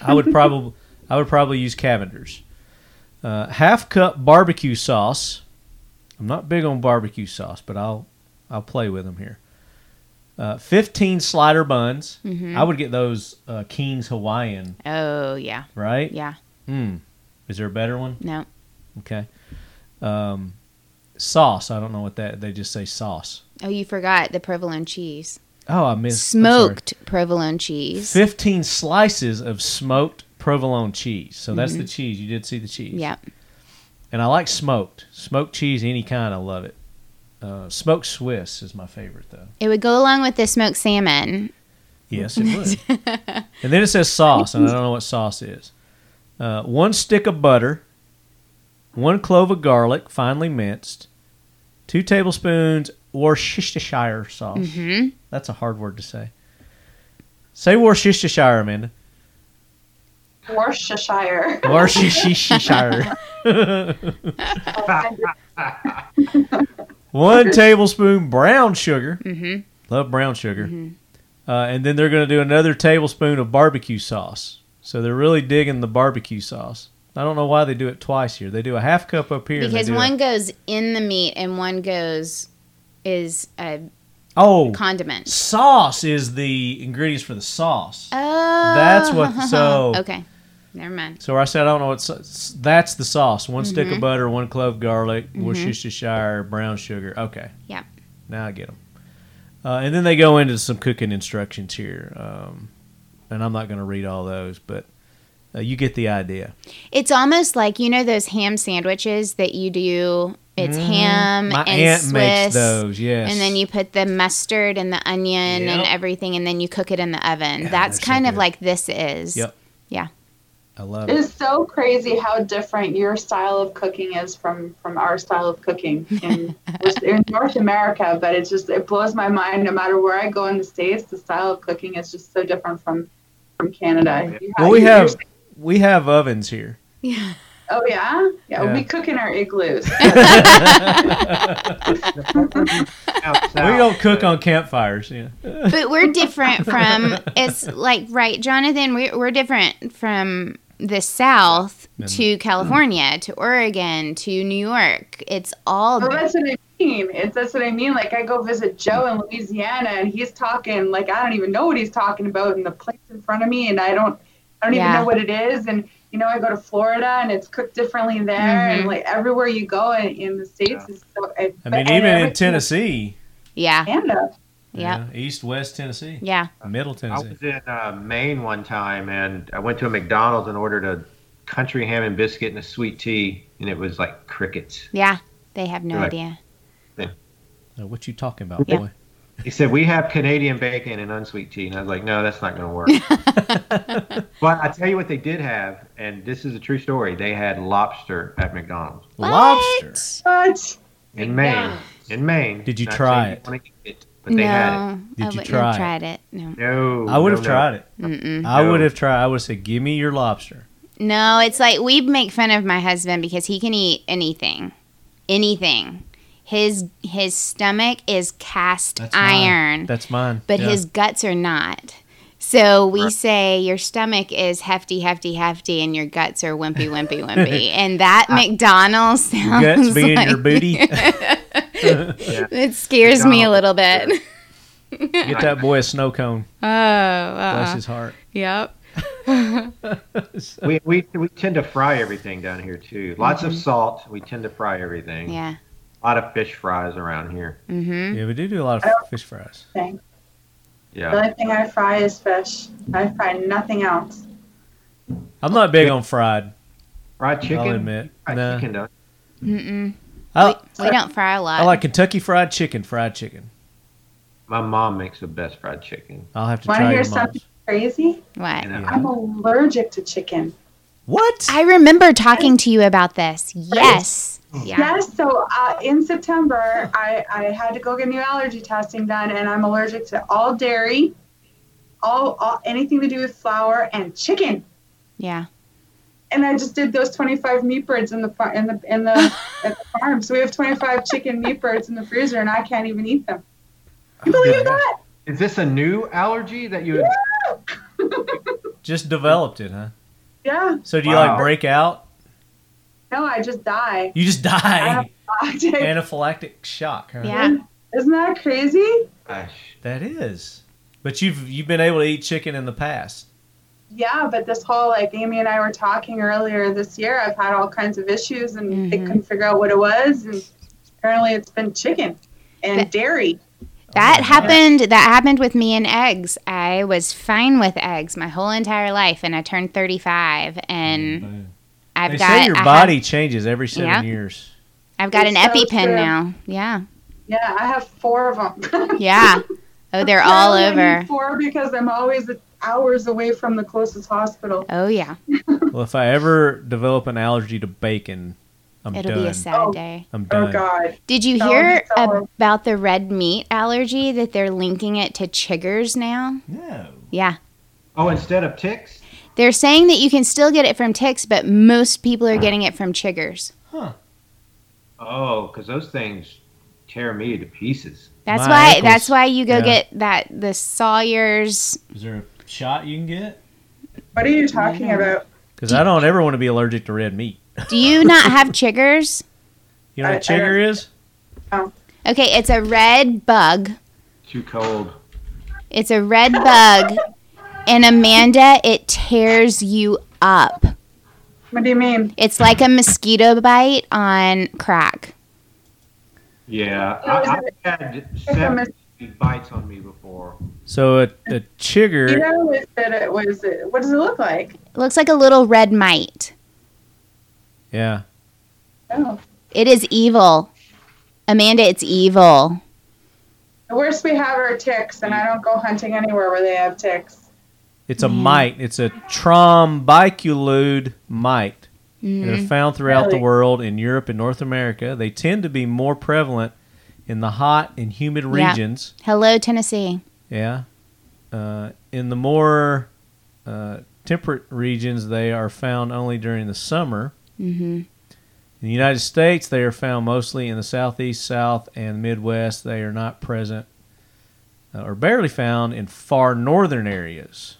Speaker 1: I would probably I would probably use Cavender's. Uh, half cup barbecue sauce. I'm not big on barbecue sauce, but I'll I'll play with them here. Uh, 15 slider buns.
Speaker 3: Mhm.
Speaker 1: I would get those uh, King's Hawaiian,
Speaker 3: Oh yeah.
Speaker 1: right?
Speaker 3: Yeah.
Speaker 1: Hmm. Is there a better one?
Speaker 3: No.
Speaker 1: Okay. Um, sauce. I don't know what that. They just say sauce.
Speaker 3: Oh, you forgot the provolone cheese.
Speaker 1: Oh, I missed I'm sorry.
Speaker 3: smoked provolone cheese.
Speaker 1: 15 slices of smoked provolone cheese. So that's the cheese. You did see the cheese.
Speaker 3: Yep.
Speaker 1: And I like smoked. Smoked cheese, any kind, I love it. Uh, smoked Swiss is my favorite, though.
Speaker 3: It would go along with the smoked salmon.
Speaker 1: Yes, it would. and then it says sauce, and I don't know what sauce is. Uh, one stick of butter, one clove of garlic, finely minced, two tablespoons Worcestershire sauce.
Speaker 3: hmm
Speaker 1: That's a hard word to say. Say Worcestershire, Amanda.
Speaker 2: Worcestershire.
Speaker 1: Worcestershire.
Speaker 3: (laughs)
Speaker 1: One tablespoon brown sugar.
Speaker 3: Mhm.
Speaker 1: Love brown sugar.
Speaker 3: Mm-hmm.
Speaker 1: Uh, and then they're going to do another tablespoon of barbecue sauce. So they're really digging the barbecue sauce. I don't know why they do it twice here. They do a half cup up here. and they
Speaker 3: Because
Speaker 1: do
Speaker 3: one
Speaker 1: a-
Speaker 3: goes in the meat and one goes is a
Speaker 1: oh
Speaker 3: condiment.
Speaker 1: sauce is the ingredients for the sauce.
Speaker 3: Oh, (laughs)
Speaker 1: what- so-
Speaker 3: okay, never mind.
Speaker 1: So I said I don't know what sa- s- that's the sauce. One stick
Speaker 3: Mm-hmm.
Speaker 1: of butter, one clove garlic, Worcestershire, brown sugar. Okay.
Speaker 3: Yep.
Speaker 1: Now I get them. Uh, and then they go into some cooking instructions here, um, and I'm not going to read all those, but uh, you get the idea.
Speaker 3: It's almost like you know those ham sandwiches that you do. It's ham
Speaker 1: Mm-hmm. My
Speaker 3: and
Speaker 1: aunt
Speaker 3: Swiss,
Speaker 1: makes those, yes.
Speaker 3: and then you put the mustard and the onion and
Speaker 1: Yep.
Speaker 3: everything, and then you cook it in the oven.
Speaker 1: Yeah,
Speaker 3: That's
Speaker 1: they're so
Speaker 3: kind of
Speaker 1: good.
Speaker 3: like this is.
Speaker 1: Yep.
Speaker 3: Yeah.
Speaker 1: I love
Speaker 2: (laughs) It
Speaker 1: it.
Speaker 2: is so crazy how different your style of cooking is from from our style of cooking in, in North America. But it just it blows my mind. No matter where I go in the states, the style of cooking is just so different from from Canada. You
Speaker 1: Well, we
Speaker 2: you-
Speaker 1: have we have ovens here. (laughs)
Speaker 3: Yeah.
Speaker 2: Oh yeah? yeah,
Speaker 1: Yeah.
Speaker 2: We cook in our igloos. (laughs)
Speaker 1: (laughs)
Speaker 3: Oh.
Speaker 1: We don't cook on campfires. Yeah.
Speaker 3: but we're different from it's like right jonathan we're, we're different from the south to california to oregon to new york it's all
Speaker 2: Well, Oh, that's what I mean. It's that's what I mean. Like I go visit Joe in Louisiana, and he's talking like I don't even know what he's talking about, and the plate's in front of me, and I don't, I don't
Speaker 3: Yeah.
Speaker 2: even know what it is. And you know, I go to Florida, and it's cooked differently there,
Speaker 3: Mhm.
Speaker 2: and like everywhere you go in, in the states is so. It,
Speaker 1: I
Speaker 2: but-
Speaker 1: mean,
Speaker 2: and
Speaker 1: even in
Speaker 2: everything
Speaker 1: Tennessee,
Speaker 3: yeah
Speaker 2: Canada.
Speaker 3: yeah
Speaker 1: yeah, East West Tennessee,
Speaker 3: yeah
Speaker 1: Middle
Speaker 4: I
Speaker 1: Tennessee.
Speaker 4: was in uh, Maine one time, and I went to a McDonald's and ordered a country ham and biscuit and a sweet tea, and it was like crickets.
Speaker 3: yeah they have no
Speaker 4: Right.
Speaker 3: idea
Speaker 1: Now, what you talking about,
Speaker 3: Yeah.
Speaker 1: boy?
Speaker 4: He said, "We have Canadian bacon and unsweet tea," and I was like, "No, that's not going to work." but I tell you what, they did have, and this is a true story. They had lobster at McDonald's
Speaker 1: Lobster.
Speaker 3: What?
Speaker 2: But
Speaker 4: in Maine. In Maine.
Speaker 1: Did you
Speaker 4: Not
Speaker 1: try
Speaker 4: saying
Speaker 1: it?
Speaker 4: wanna eat it, but
Speaker 3: no
Speaker 4: they had it.
Speaker 1: Did
Speaker 3: I
Speaker 1: you
Speaker 3: wouldn't
Speaker 1: try
Speaker 3: have
Speaker 1: it?
Speaker 3: tried it no
Speaker 4: No,
Speaker 1: I would
Speaker 4: no,
Speaker 1: have
Speaker 4: no.
Speaker 1: tried it.
Speaker 3: Mm-mm.
Speaker 1: I
Speaker 4: No.
Speaker 1: would have tried. I would have said, "Give me your lobster."
Speaker 3: no it's like we make fun of my husband because he can eat anything anything his his stomach is cast
Speaker 1: That's mine.
Speaker 3: iron
Speaker 1: That's mine.
Speaker 3: but
Speaker 1: Yeah.
Speaker 3: his guts are not. So we
Speaker 4: Right.
Speaker 3: say your stomach is hefty, hefty, hefty, and your guts are wimpy, wimpy,
Speaker 4: (laughs)
Speaker 3: wimpy. and that McDonald's sounds (laughs)
Speaker 1: guts being
Speaker 3: like,
Speaker 1: your booty.
Speaker 3: It scares me a
Speaker 4: McDonald's.
Speaker 3: little bit.
Speaker 1: Get that boy a snow cone.
Speaker 3: (laughs) Oh,
Speaker 1: Bless
Speaker 3: uh,
Speaker 1: his heart.
Speaker 4: (laughs)
Speaker 3: yep.
Speaker 4: We, we, we tend to fry everything down here too. Lots of salt. We tend to fry everything.
Speaker 3: Yeah.
Speaker 4: A lot of fish fries around here.
Speaker 3: Mm-hmm.
Speaker 1: Yeah, we do do a lot of fish fries.
Speaker 4: Yeah.
Speaker 2: the only thing I fry is fish. I fry nothing else.
Speaker 1: I'm not big on fried.
Speaker 4: Fried chicken.
Speaker 1: I'll admit.
Speaker 4: Fried
Speaker 1: Nah.
Speaker 4: chicken don't-
Speaker 3: Mm-mm.
Speaker 1: I,
Speaker 3: We don't fry a lot.
Speaker 1: Oh. I like Kentucky Fried Chicken. Fried chicken.
Speaker 4: My mom makes the best fried chicken.
Speaker 1: I'll have to
Speaker 2: Want
Speaker 1: try
Speaker 2: to hear
Speaker 1: your mom's.
Speaker 2: something crazy?
Speaker 3: what?
Speaker 4: You know?
Speaker 1: Yeah.
Speaker 2: I'm allergic to chicken.
Speaker 1: What?
Speaker 3: I remember talking to you about this. Yes.
Speaker 2: Oh.
Speaker 3: Yeah.
Speaker 2: Yes, so uh, in September, I, I had to go get new allergy testing done, and I'm allergic to all dairy, all, all anything to do with flour and chicken.
Speaker 3: Yeah.
Speaker 1: Oh
Speaker 2: And I just did those 25 meat birds in the far- in the in the, at the farm. So we have 25 chicken meat birds in the freezer, and I can't even eat them. You
Speaker 4: Oh,
Speaker 2: believe that?
Speaker 4: Is this a new allergy that you?
Speaker 1: Just developed it, huh?
Speaker 2: Yeah.
Speaker 1: So do you
Speaker 4: Wow.
Speaker 1: like break out?
Speaker 2: No, I just die. (laughs)
Speaker 1: You just (laughs) die.
Speaker 2: Isn't
Speaker 1: Anaphylactic shock, huh?
Speaker 3: Yeah.
Speaker 2: that crazy?
Speaker 4: Gosh.
Speaker 1: That is. But you've you've been able to eat chicken in the past.
Speaker 2: Yeah, but this whole like Amy and I were talking earlier this year, I've had all kinds of issues and they
Speaker 3: Mhm.
Speaker 2: couldn't figure out what it was and apparently it's been chicken and
Speaker 3: But-
Speaker 2: dairy.
Speaker 3: That happened. That happened with me and eggs. I was fine with eggs my whole entire life, and I turned thirty-five, and I've
Speaker 1: Mm. They
Speaker 3: got
Speaker 1: say your
Speaker 3: I have-
Speaker 1: body changes every seven
Speaker 3: Yeah.
Speaker 1: years.
Speaker 3: I've got an
Speaker 2: It's so
Speaker 3: EpiPen
Speaker 2: true.
Speaker 3: now. Yeah,
Speaker 2: Yeah, I have four (laughs) of them.
Speaker 3: yeah.
Speaker 2: (laughs)
Speaker 3: Oh, they're all
Speaker 2: I need
Speaker 3: over.
Speaker 2: Four because I'm always hours away from the closest hospital.
Speaker 3: Oh yeah,
Speaker 1: Well, if I ever develop an allergy to bacon, I'm
Speaker 3: it'll
Speaker 1: done.
Speaker 3: be a sad
Speaker 2: Oh.
Speaker 3: day.
Speaker 1: I'm done.
Speaker 2: Oh God.
Speaker 3: Did you
Speaker 2: Tell
Speaker 3: hear
Speaker 2: me, tell her.
Speaker 3: about the red meat allergy that they're linking it to chiggers now?
Speaker 1: No.
Speaker 3: Yeah.
Speaker 4: Oh, instead of ticks?
Speaker 3: They're saying that you can still get it from ticks, but most people are getting it from chiggers.
Speaker 4: Oh, because those things tear me to pieces.
Speaker 3: That's
Speaker 1: My
Speaker 3: why
Speaker 1: ankles.
Speaker 3: that's why you go
Speaker 1: Yeah.
Speaker 3: get that the Sawyer's
Speaker 1: Is there a shot you can get?
Speaker 2: What are you talking about?
Speaker 1: Because I don't ever want to be allergic to red meat.
Speaker 3: Do you
Speaker 1: (laughs)
Speaker 3: not have chiggers?
Speaker 1: You know
Speaker 2: I-
Speaker 1: what chigger is?
Speaker 3: Okay, it's a red bug.
Speaker 4: Too cold.
Speaker 3: It's a red bug. And Amanda, it tears you up.
Speaker 2: What do you mean?
Speaker 3: It's like a mosquito bite on crack.
Speaker 4: Yeah,
Speaker 2: Yeah,
Speaker 4: I,
Speaker 2: is
Speaker 4: I've
Speaker 2: it-
Speaker 4: had
Speaker 2: a mis-
Speaker 4: seven bites on me before.
Speaker 1: So a, a chigger.
Speaker 2: You know, is that it was. It, what does it look like?
Speaker 3: It looks like a little red mite.
Speaker 1: Yeah.
Speaker 2: Oh.
Speaker 3: It is evil. Amanda, it's evil.
Speaker 2: The worst we have are ticks, and I don't go hunting anywhere where they have ticks.
Speaker 1: It's
Speaker 3: Mm-hmm.
Speaker 1: a mite. It's a trombiculud mite. and
Speaker 3: Mhm.
Speaker 1: they're found throughout the
Speaker 2: Really?
Speaker 1: world in Europe and North America. They tend to be more prevalent in the hot and humid
Speaker 3: Yeah.
Speaker 1: regions.
Speaker 3: Hello, Tennessee.
Speaker 1: Yeah. Uh, in the more uh, temperate regions, they are found only during the summer.
Speaker 3: hmm
Speaker 1: In the United States, they are found mostly in the southeast, south, and midwest. They are not present uh, or barely found in far northern areas.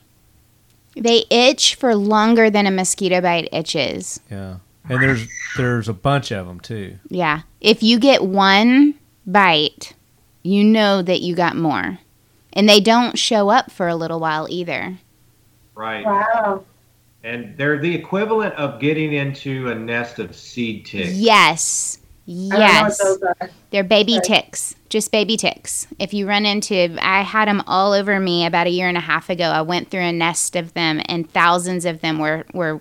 Speaker 3: They itch for longer than a mosquito bite itches.
Speaker 1: Yeah. And there's there's a bunch of them too.
Speaker 3: Yeah. If you get one bite, you know that you got more. And they don't show up for a little while either.
Speaker 4: Right.
Speaker 2: Wow.
Speaker 4: And they're the equivalent of getting into a nest of seed ticks.
Speaker 3: Yes. Yes.
Speaker 2: I don't know what those are.
Speaker 3: They're baby
Speaker 2: Right.
Speaker 3: ticks, just baby ticks. If you run into, I had them all over me about a year and a half ago. I went through a nest of them, and thousands of them were were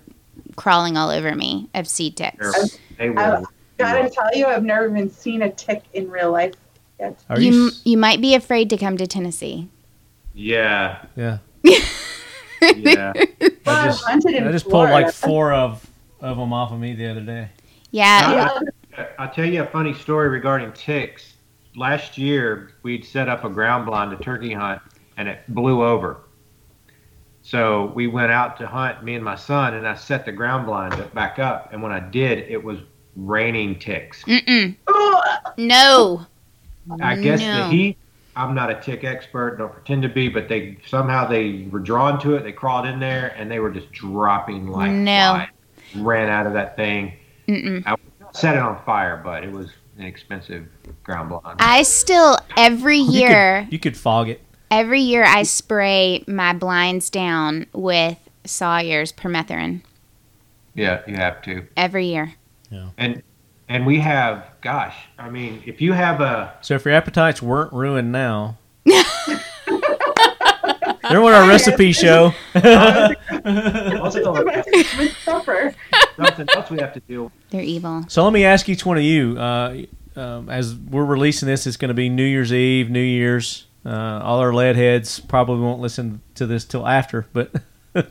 Speaker 3: crawling all over me of seed ticks.
Speaker 4: They're- They will.
Speaker 2: Gotta tell you, I've never even seen a tick in real life. Yet.
Speaker 1: Are
Speaker 3: you
Speaker 1: you?
Speaker 3: m-
Speaker 1: s-
Speaker 3: you might be afraid to come to Tennessee.
Speaker 4: Yeah.
Speaker 1: yeah.
Speaker 4: (laughs) Yeah.
Speaker 2: Well,
Speaker 1: I
Speaker 2: I've
Speaker 1: just,
Speaker 2: hunted in
Speaker 1: I just pulled
Speaker 2: Florida.
Speaker 1: like four of of them off of me the other day.
Speaker 3: Yeah,
Speaker 4: Yeah. I'll tell you a funny story regarding ticks. Last year, we'd set up a ground blind to turkey hunt, and it blew over. So we went out to hunt, me and my son, and I set the ground blind up- back up. And when I did, it was raining ticks.
Speaker 3: Mm-mm.
Speaker 2: Oh,
Speaker 3: no.
Speaker 4: I guess
Speaker 3: Oh, No.
Speaker 4: the heat. I'm not a tick expert, don't pretend to be, but they somehow they were drawn to it. They crawled in there, and they were just dropping like
Speaker 3: No.
Speaker 4: flies. Ran out of that thing.
Speaker 3: Mm-mm.
Speaker 4: Set it on fire, but it was an expensive ground blind.
Speaker 3: I still every
Speaker 1: You could-
Speaker 3: year.
Speaker 1: you could, fog it.
Speaker 3: Every year I spray my blinds down with Sawyer's permethrin.
Speaker 4: Yeah, you have to.
Speaker 3: Every year.
Speaker 4: And and we have, gosh, I mean, if you
Speaker 3: (laughs)
Speaker 4: have a
Speaker 1: So if your appetites weren't ruined now, they're on our recipe show.
Speaker 2: (laughs)
Speaker 4: also
Speaker 2: with supper.
Speaker 4: something else we have to deal.
Speaker 3: They're evil.
Speaker 1: so let me ask each one of you. Uh, um, as we're releasing this, it's going to be New Year's Eve, New Year's. Uh, all our lead heads probably won't listen to this till after. But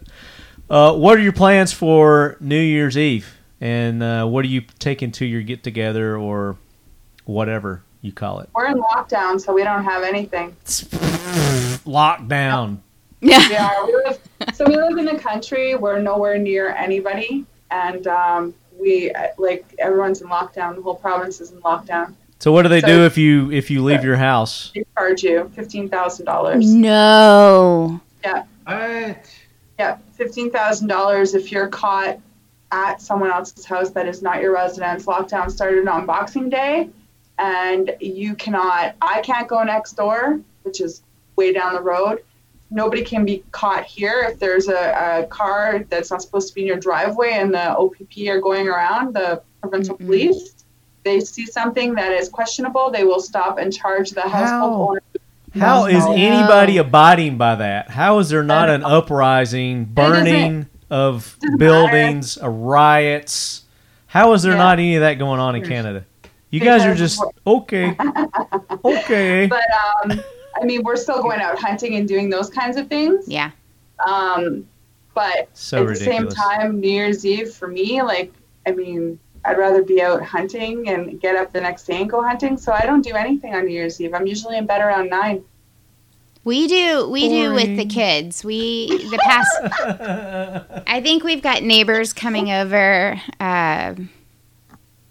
Speaker 1: (laughs) uh, what are your plans for New Year's Eve? And uh, what are you taking to your get together or whatever you call it?
Speaker 2: We're in lockdown, so we don't have anything.
Speaker 1: Lockdown.
Speaker 3: Yeah.
Speaker 2: We are. We live, so we live in the country. We're nowhere near anybody, and um, we uh, like everyone's in lockdown. The whole province is in lockdown.
Speaker 1: So what do they
Speaker 2: So-
Speaker 1: do if you if you leave your house?
Speaker 2: They charge you fifteen thousand dollars.
Speaker 3: No.
Speaker 4: What?
Speaker 2: Yeah, fifteen thousand dollars if you're caught at someone else's house that is not your residence. Lockdown started on Boxing Day, and you cannot. I can't go next door, which is way down the road. Nobody can be caught here if there's a, a car that's not supposed to be in your driveway and the OPP are going around the provincial
Speaker 3: Mm-mm.
Speaker 2: police. They see something that is questionable, they will stop and charge the household owner with
Speaker 1: How is
Speaker 2: No.
Speaker 1: anybody abiding by that? How is there not an uprising, burning of
Speaker 2: doesn't
Speaker 1: buildings, a riots? How is there
Speaker 2: Yeah.
Speaker 1: not any of that going on in Canada? You guys are
Speaker 2: Because-
Speaker 1: just okay,
Speaker 2: (laughs)
Speaker 1: okay.
Speaker 2: But um, I mean, we're still going out hunting and doing those kinds of things.
Speaker 3: Yeah.
Speaker 2: Um, but
Speaker 1: So
Speaker 2: at
Speaker 1: ridiculous.
Speaker 2: the same time, New Year's Eve for me, like, I mean, I'd rather be out hunting and get up the next day and go hunting. So I don't do anything on New Year's Eve. I'm usually in bed around nine.
Speaker 3: We do we do with the
Speaker 1: Boring.
Speaker 3: kids. We the past I think we've got neighbors coming over uh,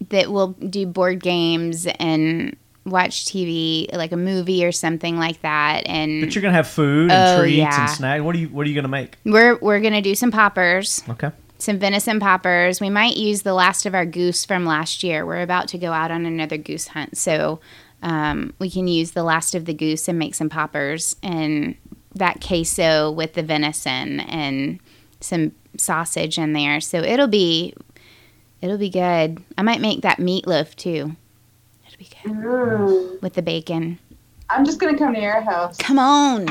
Speaker 3: that will do board games and watch TV like a movie or something like that
Speaker 1: but
Speaker 3: and
Speaker 1: you're gonna have food and
Speaker 3: Oh,
Speaker 1: treats
Speaker 3: yeah.
Speaker 1: and snacks. What are you What are you gonna make?
Speaker 3: we're we're going to do some poppers,
Speaker 1: Okay.
Speaker 3: some venison poppers. We might use the last of our goose from last year. We're about to go out on another goose hunt, so um, we can use the last of the goose and make some poppers and that queso with the venison and some sausage in there. So it'll be it'll be good. I might make that meatloaf too. It'll be good with the bacon.
Speaker 2: I'm just going to come to your house.
Speaker 3: Come on.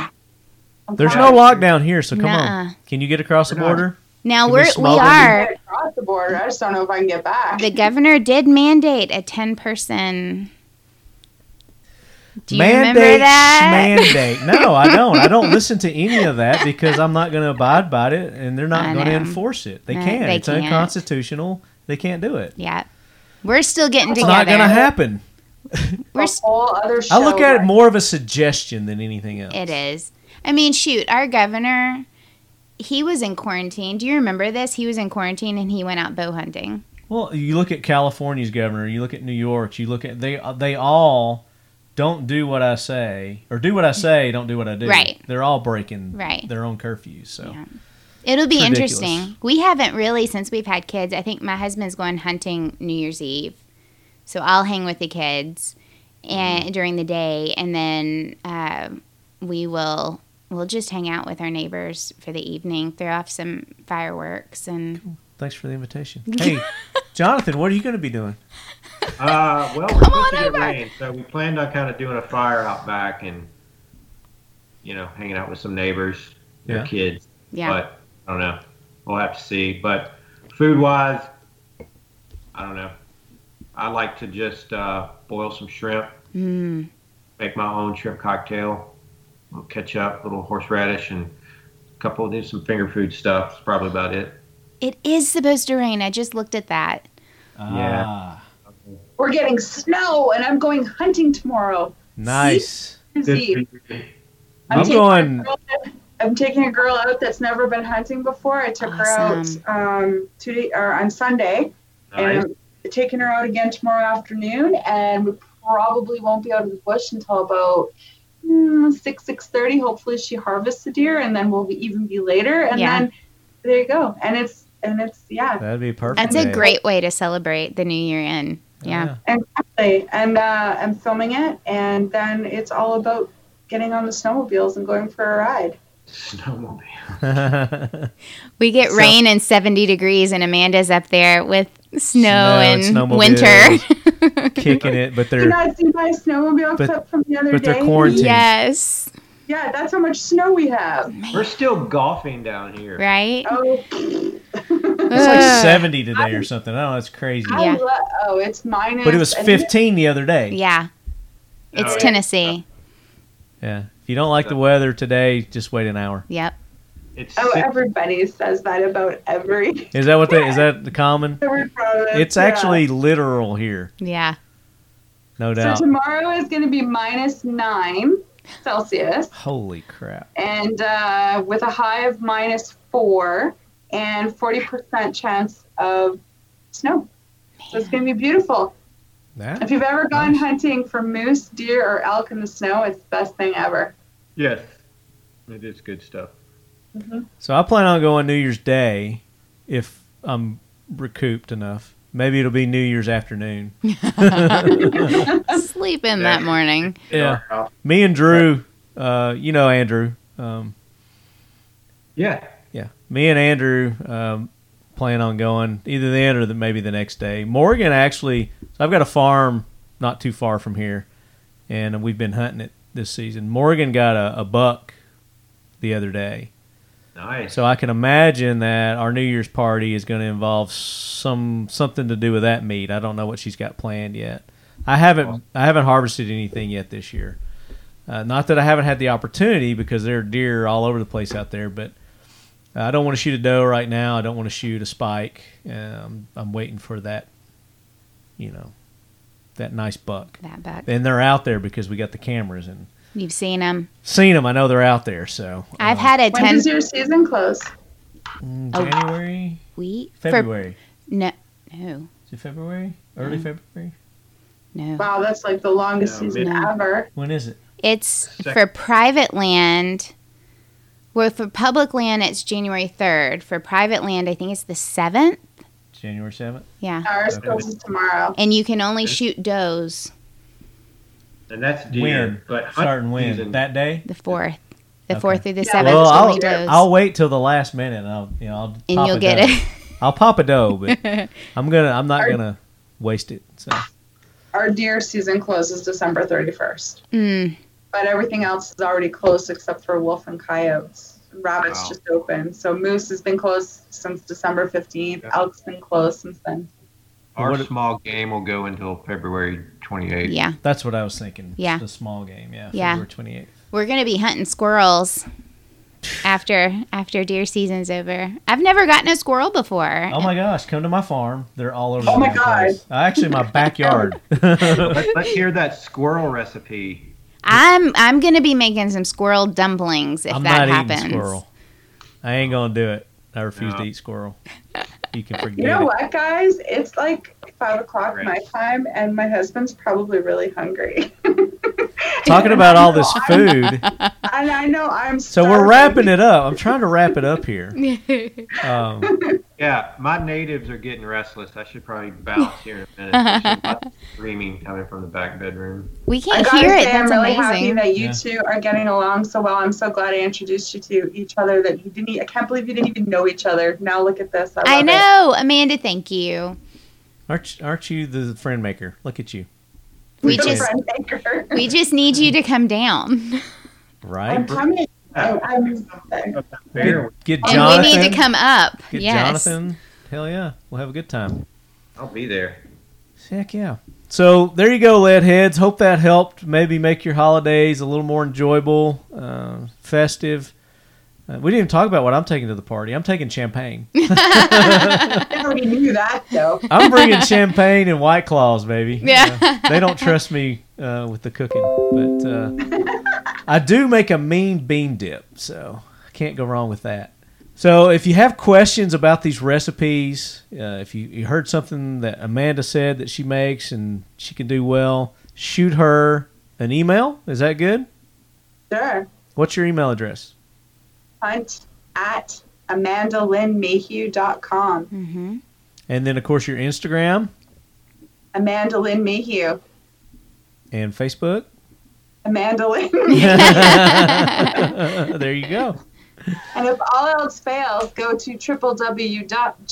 Speaker 2: I'm
Speaker 1: There's no
Speaker 2: coming.
Speaker 1: lockdown here, so come
Speaker 3: Nuh-uh.
Speaker 1: on. Can you get across the
Speaker 2: uh,
Speaker 4: We're not.
Speaker 1: border?
Speaker 3: Now
Speaker 1: Can we
Speaker 3: we're we
Speaker 1: smuggle you?
Speaker 3: are
Speaker 2: Across the border. I just don't know if I can get back.
Speaker 3: the governor did mandate a 10 person do you remember
Speaker 1: Mandates,
Speaker 3: that
Speaker 1: Mandate. No, I don't. I don't listen to any of that because I'm not going to abide by it, and they're
Speaker 3: I
Speaker 1: not going to
Speaker 3: know.
Speaker 1: enforce it. They
Speaker 3: No,
Speaker 1: can't.
Speaker 3: they
Speaker 1: it's
Speaker 3: can't.
Speaker 1: unconstitutional. They can't do it.
Speaker 3: (laughs) yeah we're still getting
Speaker 1: It's
Speaker 3: together
Speaker 1: not going to happen.
Speaker 3: we're
Speaker 2: a
Speaker 3: s-
Speaker 2: whole other show.
Speaker 1: I look at it
Speaker 2: like-
Speaker 1: more of a suggestion than anything else.
Speaker 3: it is i mean shoot our governor he was in quarantine do you remember this he was in quarantine and he went out bow hunting
Speaker 1: Well, you look at California's governor. You look at New York. You look at they. They all don't do what I say, or do what I say, don't do what I do.
Speaker 3: Right.
Speaker 1: They're all breaking
Speaker 3: Right.
Speaker 1: their own curfews. So
Speaker 3: Yeah. it'll be
Speaker 1: Ridiculous.
Speaker 3: interesting we haven't really since we've had kids i think my husband's going hunting new year's eve so i'll hang with the kids
Speaker 1: Mm-hmm.
Speaker 3: and during the day and then uh, we will we'll just hang out with our neighbors for the evening throw off some fireworks and
Speaker 1: thanks for the invitation. Hey, Jonathan, what are you going to be doing?
Speaker 4: Uh, well,
Speaker 3: Come
Speaker 4: we're supposed to
Speaker 3: on
Speaker 4: get
Speaker 3: over.
Speaker 4: rain, so we planned on kind of doing a fire out back and, you know, hanging out with some neighbors, their
Speaker 1: Yeah.
Speaker 4: kids.
Speaker 3: yeah
Speaker 4: But I don't know. We'll have to see. But food wise, I don't know. I like to just uh, boil some shrimp,
Speaker 3: mm,
Speaker 4: make my own shrimp cocktail, a little ketchup, a little horseradish, and a couple do some finger food stuff. That's probably about it.
Speaker 3: it is supposed to rain i just looked at that
Speaker 4: Yeah.
Speaker 1: Ah,
Speaker 2: We're getting snow, and I'm going hunting tomorrow.
Speaker 1: nice.
Speaker 2: New Year's Eve.
Speaker 4: Good food.
Speaker 1: I'm
Speaker 2: taking a
Speaker 1: going-
Speaker 2: girl- I'm taking a girl out that's never been hunting before. I took
Speaker 3: Awesome.
Speaker 2: her out um, today or on Sunday,
Speaker 4: Nice.
Speaker 2: and I'm taking her out again tomorrow afternoon. And we probably won't be out of the bush until about mm, six six thirty. Hopefully, she harvests a deer, and then we'll be, even be later. And
Speaker 3: Yeah.
Speaker 2: then there you go. And it's and it's yeah.
Speaker 1: That'd be perfect.
Speaker 3: that's a
Speaker 1: day.
Speaker 3: great way to celebrate the new year in yeah
Speaker 2: Exactly. And uh, I'm filming it, and then it's all about getting on the snowmobiles and going for a ride.
Speaker 4: Snowmobile.
Speaker 1: Yeah.
Speaker 3: we get
Speaker 1: So-
Speaker 3: rain and 70 degrees and amanda's up there with snow,
Speaker 1: Snow
Speaker 3: and
Speaker 1: and snowmobiles.
Speaker 3: winter
Speaker 1: (laughs) Kicking it, but
Speaker 2: Did you
Speaker 1: they're
Speaker 2: not see my snowmobile
Speaker 1: But-
Speaker 2: clip from the other
Speaker 1: but
Speaker 2: day?
Speaker 1: they're quarantined.
Speaker 3: Yes.
Speaker 2: Yeah, that's how much snow we have.
Speaker 4: We're still golfing down here.
Speaker 3: Right? (laughs)
Speaker 2: Oh,
Speaker 1: it's like
Speaker 3: Ugh.
Speaker 1: 70 today or something. I don't know. It's crazy.
Speaker 2: I
Speaker 3: Yeah.
Speaker 2: lo- oh, it's minus.
Speaker 1: But it was
Speaker 2: I think
Speaker 1: 15 the other day.
Speaker 3: Yeah. It's
Speaker 4: Oh, yeah.
Speaker 3: Tennessee.
Speaker 1: Yeah. If you don't like the weather today, just wait an hour.
Speaker 3: Yep.
Speaker 4: It's
Speaker 2: Oh,
Speaker 4: six-
Speaker 2: everybody says that about every. (laughs)
Speaker 1: Is that what they, is that the common?
Speaker 2: every province,
Speaker 1: It's
Speaker 2: yeah.
Speaker 1: actually literal here,
Speaker 6: (laughs)
Speaker 3: Yeah.
Speaker 1: no
Speaker 2: So
Speaker 1: doubt.
Speaker 2: tomorrow is going to be minus nine Celsius,
Speaker 1: Holy crap.
Speaker 2: and uh, with a high of minus four, and forty percent chance of snow. So it's going to be beautiful.
Speaker 1: That,
Speaker 2: If you've ever gone
Speaker 1: Nice.
Speaker 2: hunting for moose, deer, or elk in the snow, it's the best thing ever.
Speaker 4: Yes, it is good stuff.
Speaker 3: Mm-hmm.
Speaker 1: so I plan on going New Year's Day if I'm recouped enough. Maybe it'll be New Year's afternoon.
Speaker 3: Sleep in
Speaker 4: Yeah.
Speaker 3: that morning.
Speaker 1: Yeah. Me and Drew, uh, you know Andrew. Um,
Speaker 4: Yeah.
Speaker 1: Yeah, me and Andrew um, plan on going either then or the, maybe the next day. Morgan actually, so I've got a farm not too far from here, and we've been hunting it
Speaker 6: this season. Morgan got a, a buck the other day.
Speaker 4: Nice.
Speaker 6: So I can imagine that our New Year's party is going to involve some something to do with that meat. I don't know what she's got planned yet. I haven't I haven't harvested anything yet this year. Uh, not that I haven't had the opportunity because there are deer all over the place out there, but I don't want to shoot a doe right now. I don't want to shoot a spike. Um, I'm waiting for that, you know, that nice buck.
Speaker 3: That buck.
Speaker 6: And they're out there because we got the cameras and
Speaker 3: You've seen them.
Speaker 6: seen them. I know they're out there. So
Speaker 3: I've
Speaker 6: uh,
Speaker 3: had a
Speaker 2: When
Speaker 3: ten
Speaker 2: does your season close?
Speaker 6: mm,
Speaker 3: Oh.
Speaker 6: January,
Speaker 3: week. for-
Speaker 6: February.
Speaker 3: no, no,
Speaker 6: Is it February?
Speaker 3: Mm-hmm.
Speaker 6: Early February?
Speaker 3: no.
Speaker 2: Wow, that's like the longest
Speaker 4: Yeah,
Speaker 2: season
Speaker 3: mid-
Speaker 2: ever.
Speaker 6: When is it?
Speaker 3: It's
Speaker 4: Sec-
Speaker 3: for private land. Well, for public land, it's January 3rd. For private land, I think it's the 7th.
Speaker 6: January 7th?
Speaker 3: Yeah.
Speaker 2: Ours
Speaker 6: Okay.
Speaker 2: closes tomorrow.
Speaker 3: And you can only
Speaker 4: Okay.
Speaker 3: shoot does
Speaker 4: and that's deer.
Speaker 6: When?
Speaker 4: But hunting
Speaker 6: Starting when?
Speaker 4: season-
Speaker 6: That day?
Speaker 3: the 4th. The
Speaker 6: Okay.
Speaker 3: 4th through the
Speaker 2: Yeah,
Speaker 3: 7th
Speaker 2: Well,
Speaker 3: is
Speaker 2: I'll-
Speaker 3: only does.
Speaker 6: I'll wait till the last minute. And I'll, you know, I'll
Speaker 3: and
Speaker 6: pop
Speaker 3: you'll
Speaker 6: a
Speaker 3: get
Speaker 6: doe.
Speaker 3: it.
Speaker 6: I'll pop a doe, but I'm gonna. I'm not gonna waste it. So
Speaker 2: Our deer season closes December 31st,
Speaker 3: (laughs) Mm,
Speaker 2: but everything else is already closed except for wolf and coyotes. Rabbits
Speaker 4: Wow.
Speaker 2: just open. So moose has been closed since December 15th.
Speaker 4: Yeah.
Speaker 2: Elk's been closed since then.
Speaker 4: Our
Speaker 6: What-
Speaker 4: small game will go until February 28th.
Speaker 3: yeah.
Speaker 6: that's what I was thinking.
Speaker 3: Yeah.
Speaker 6: the small game. Yeah,
Speaker 3: Yeah.
Speaker 6: February 28th.
Speaker 3: We're going to be hunting squirrels after after deer season's over. I've never gotten a squirrel before.
Speaker 6: Oh my gosh, come to my farm. They're all over.
Speaker 2: Oh
Speaker 6: the
Speaker 2: my
Speaker 6: damn place. Actually,
Speaker 3: (laughs)
Speaker 6: my backyard.
Speaker 4: Let's, let's hear that squirrel recipe.
Speaker 3: I'm I'm going to be making some squirrel dumplings if
Speaker 6: I'm
Speaker 3: that
Speaker 6: not
Speaker 3: happens.
Speaker 6: eating squirrel. I ain't gonna do it. I refuse to
Speaker 4: No.
Speaker 6: eat squirrel. You can forget
Speaker 2: You
Speaker 3: (laughs)
Speaker 2: know
Speaker 6: it.
Speaker 2: what, guys? It's like five o'clock
Speaker 4: Right.
Speaker 2: my time, and my husband's probably really hungry. (laughs)
Speaker 6: Talking about all this food.
Speaker 2: and I know I'm.
Speaker 6: So we're
Speaker 2: starving.
Speaker 6: wrapping it up. I'm trying to wrap it up here. Um,
Speaker 4: Yeah, my natives are getting restless. I should probably bounce here in a minute. There's a lot of Screaming coming from the back bedroom.
Speaker 3: (laughs) We
Speaker 2: I
Speaker 3: can't
Speaker 2: gotta
Speaker 3: hear it.
Speaker 2: say,
Speaker 3: That's
Speaker 2: I'm really happy
Speaker 3: amazing.
Speaker 2: that you
Speaker 6: Yeah.
Speaker 2: two are getting along so well. I'm so glad I introduced you to each other. That you didn't. e, I can't believe you didn't even know each other. Now look at this. I,
Speaker 3: I
Speaker 2: love it.
Speaker 3: know, Amanda. Thank you.
Speaker 6: aren't aren't you the friend maker? Look at you.
Speaker 3: We
Speaker 2: You're the
Speaker 6: Appreciate it.
Speaker 3: just
Speaker 2: friend maker.
Speaker 3: we just need you to come down,
Speaker 2: I'm
Speaker 6: Right.
Speaker 2: coming. I, I'm,
Speaker 4: Fair.
Speaker 6: Get
Speaker 3: and
Speaker 6: Jonathan.
Speaker 3: we need to come up.
Speaker 6: Get
Speaker 3: yes,
Speaker 6: Jonathan. Hell yeah, we'll have a good time.
Speaker 4: I'll be there.
Speaker 6: Heck yeah. So there you go, lead heads. Hope that helped. Maybe make your holidays a little more enjoyable, uh, festive. Uh, we didn't even talk about what I'm taking to the party. I'm taking champagne.
Speaker 2: I already knew that though.
Speaker 6: I'm bringing champagne and white claws, baby.
Speaker 3: Yeah.
Speaker 6: Uh,
Speaker 3: (laughs)
Speaker 6: they don't trust me uh, with the cooking, but uh, I do make a mean bean dip, so I can't go wrong with that. So if you have questions about these recipes, uh, if you, you heard something that Amanda said that she makes and she can do well, shoot her an email. Is that good?
Speaker 2: Sure.
Speaker 6: What's your email address?
Speaker 2: Hunt at AmandaLynnMayhew.com.
Speaker 3: hmm
Speaker 6: And then of course your Instagram
Speaker 2: Amanda Lynn Mayhew.
Speaker 6: and Facebook. (laughs)
Speaker 2: Amanda Lynn.
Speaker 3: (laughs)
Speaker 6: (laughs) there you go.
Speaker 2: (laughs) and if all else fails, go to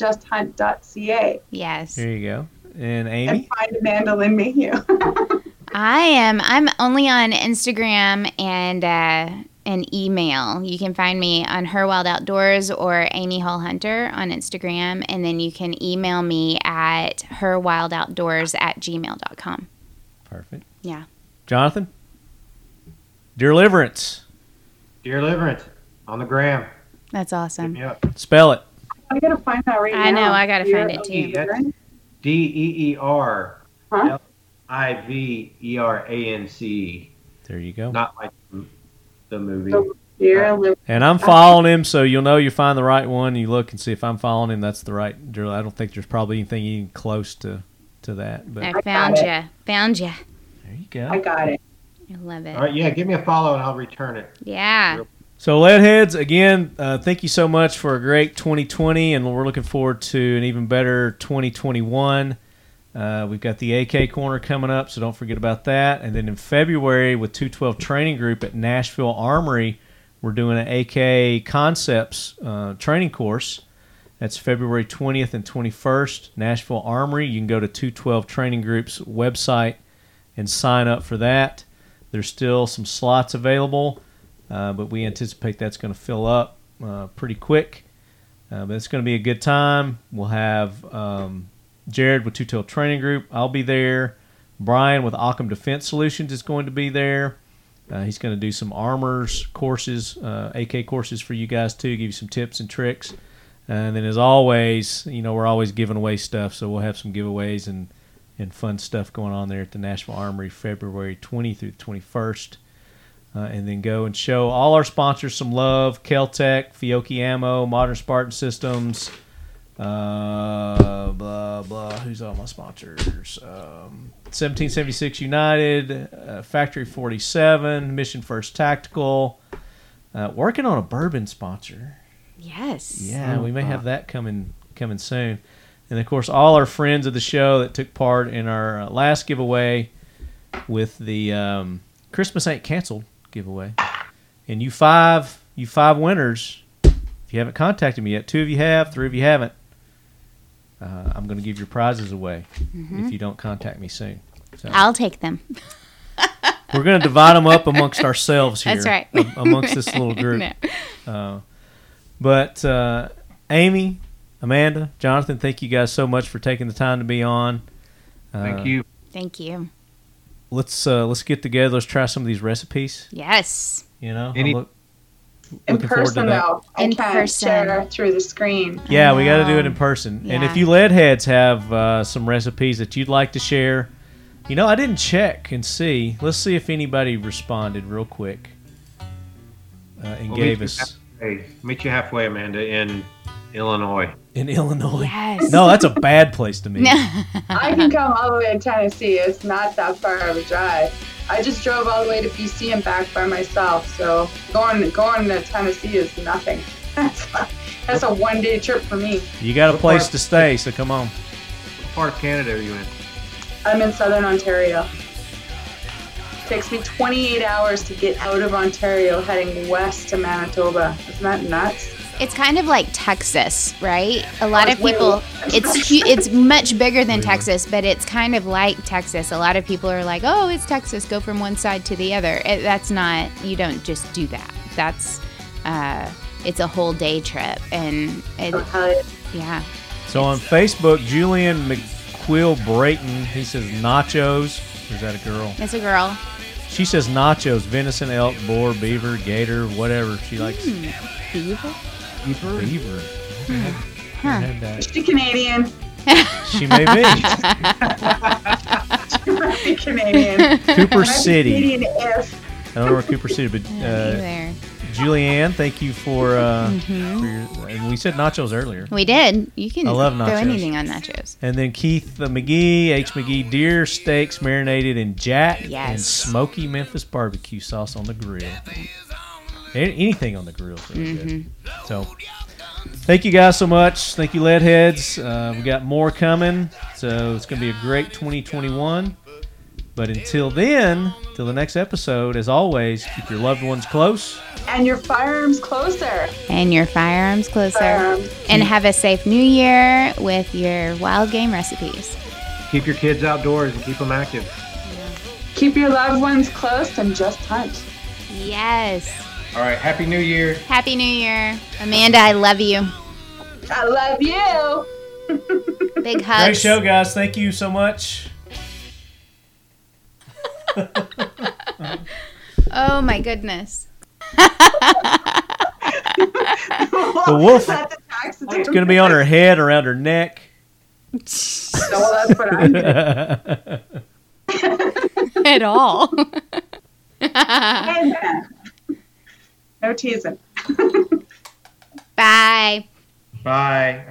Speaker 2: www.justhunt.ca
Speaker 3: yes.
Speaker 6: There you go. And
Speaker 2: and
Speaker 6: Amy.
Speaker 2: find Amanda Lynn Mayhew.
Speaker 3: I am. I'm only on Instagram and uh, an email. You can find me on Her Wild Outdoors or Amy Hall Hunter on Instagram, and then you can email me at herwildoutdoors at gmail.com.
Speaker 6: Perfect.
Speaker 3: Yeah.
Speaker 6: Jonathan? Deliverance.
Speaker 4: Dear Liverance on the gram.
Speaker 3: That's
Speaker 4: Hit
Speaker 3: awesome.
Speaker 4: me up.
Speaker 6: Spell it.
Speaker 2: I gotta find that right
Speaker 3: I
Speaker 2: now.
Speaker 3: know, I gotta find it too.
Speaker 4: D E E R
Speaker 2: Huh?
Speaker 4: I V E R A N C E.
Speaker 6: There you go.
Speaker 4: Not like the movie.
Speaker 2: Dear Liv-
Speaker 6: And I'm following him, so you'll know you find the right one. You look and see if I'm following him. That's the right drill. I don't think there's probably anything even close to, to that. But
Speaker 3: I found
Speaker 2: it.
Speaker 3: you. Found you.
Speaker 6: there you
Speaker 2: I
Speaker 6: go.
Speaker 2: got it.
Speaker 3: I love it.
Speaker 4: All right, yeah, give me a follow and I'll return it.
Speaker 3: Yeah.
Speaker 6: So, Leadheads, again, uh, thank you so much for a great 2020, and we're looking forward to an even better 2021. Uh, we've got the AK corner coming up, so don't forget about that. And then in February, with 212 Training Group at Nashville Armory, we're doing an AK Concepts uh, training course. That's February 20th and 21st, Nashville Armory. You can go to 212 Training Group's website and sign up for that. There's still some slots available, uh, but we anticipate that's going to fill up uh, pretty quick. Uh, but it's going to be a good time. We'll have um, Jared with Two Tail Training Group. I'll be there. Brian with Occam Defense Solutions is going to be there. Uh, he's going to do some armors courses, uh, AK courses for you guys too. Give you some tips and tricks. And then, as always, you know we're always giving away stuff, so we'll have some giveaways and and fun stuff going on there at the Nashville Armory, February 20 through the 21st. Uh, and then go and show all our sponsors some love: Keltec, Fiocchi Ammo, Modern Spartan Systems. Uh, blah blah. Who's all my sponsors? Um, 1776 United, uh, Factory 47, Mission First Tactical. Uh, working on a bourbon sponsor.
Speaker 3: Yes.
Speaker 6: Yeah, we may have that coming coming soon. And of course, all our friends of the show that took part in our uh, last giveaway with the um, Christmas ain't canceled giveaway, and you five you five winners. If you haven't contacted me yet, two of you have, three of you haven't. Uh, I'm going to give your prizes away if you don't contact me soon. So
Speaker 3: I'll take them.
Speaker 6: we're going to divide them up amongst ourselves here.
Speaker 3: That's right.
Speaker 6: am-
Speaker 3: (laughs)
Speaker 6: amongst this little group.
Speaker 3: No.
Speaker 6: Uh, but uh, Amy, Amanda, Jonathan, thank you guys so much for taking the time to be on. Uh,
Speaker 4: Thank you.
Speaker 3: Thank you.
Speaker 6: Let's uh, let's get together. Let's try some of these recipes.
Speaker 3: Yes.
Speaker 6: You know,
Speaker 4: Any-
Speaker 6: I'm look-
Speaker 2: In
Speaker 6: looking forward to
Speaker 2: person,
Speaker 6: that.
Speaker 2: though, I
Speaker 3: In
Speaker 2: can't
Speaker 3: person.
Speaker 2: share through the screen.
Speaker 6: Yeah,
Speaker 3: I
Speaker 6: we got to do
Speaker 3: know.
Speaker 6: it in person. And if
Speaker 3: Yeah.
Speaker 6: you lead heads have uh, some recipes that you'd like to share, you know, I didn't check and see. Let's see if anybody responded real quick uh, and
Speaker 4: We'll
Speaker 6: gave
Speaker 4: meet
Speaker 6: us.
Speaker 4: You halfway. Meet you halfway, Amanda, in Illinois.
Speaker 6: In Illinois.
Speaker 3: Yes. (laughs)
Speaker 6: No, that's a bad place to meet.
Speaker 2: I can come all the way to Tennessee. It's not that far of a drive. I just drove all the way to BC and back by myself. So going going to Tennessee is nothing. (laughs) That's a, that's a one day trip for me.
Speaker 6: You got a place to stay, so come on.
Speaker 4: What part of Canada are you in?
Speaker 2: I'm in southern Ontario. Takes me 28 hours to get out of Ontario heading west to Manitoba. Isn't that nuts?
Speaker 3: It's kind of like Texas, right? A lot of
Speaker 2: Wait.
Speaker 3: people. It's hu- it's much bigger than Texas, but it's kind of like Texas. A lot of people are like, "Oh, it's Texas. Go from one side to the other." It, that's not. You don't just do that. That's. Uh, it's a whole day trip, and it,
Speaker 2: I'll tell you.
Speaker 3: yeah,
Speaker 6: So on Facebook, Julian McQuill Brayton, he says nachos. Is that a girl?
Speaker 3: it's a girl.
Speaker 6: She says nachos, venison, elk, boar, beaver, gator, whatever she likes.
Speaker 3: Beaver?
Speaker 6: Beaver. Beaver. I had that.
Speaker 2: Is she Canadian?
Speaker 6: She may be
Speaker 2: She might be (laughs) Canadian. Might
Speaker 6: Cooper
Speaker 2: be
Speaker 6: City.
Speaker 2: Canadian if.
Speaker 6: I don't know where Cooper City, but uh,
Speaker 3: There.
Speaker 6: Julianne, thank you for. Uh, for your, and we said nachos earlier.
Speaker 3: We did. You can
Speaker 6: I love
Speaker 3: throw
Speaker 6: nachos.
Speaker 3: anything on nachos.
Speaker 6: And then Keith uh, McGee, H. McGee, deer steaks marinated in jack and
Speaker 3: Yes.
Speaker 6: smoky Memphis barbecue sauce on the grill. A- Anything on the grill is really good. So, thank you guys so much. Thank you, Leadheads. Uh, we got more coming, so it's going to be a great 2021. But until then, till the next episode, as always, keep your loved ones close.
Speaker 2: And your firearms closer. Um,
Speaker 3: And your firearms closer.
Speaker 2: Firearms.
Speaker 3: And have a safe new year with your wild game recipes.
Speaker 4: Keep your kids outdoors and keep them active.
Speaker 2: Keep your loved ones close and just hunt.
Speaker 3: Yes.
Speaker 4: All right. Happy New Year.
Speaker 3: Happy New Year. Amanda, I love you.
Speaker 2: I love you.
Speaker 3: Big hugs.
Speaker 6: Great show, guys. Thank you so much.
Speaker 3: Oh my goodness. (laughs)
Speaker 6: The wolf is
Speaker 2: That's a taxidermy.
Speaker 6: going to be on her head, around her neck.
Speaker 2: So that's what I'm doing.
Speaker 3: At all. (laughs)
Speaker 2: Amen. No teasing.
Speaker 3: Bye.
Speaker 4: Bye.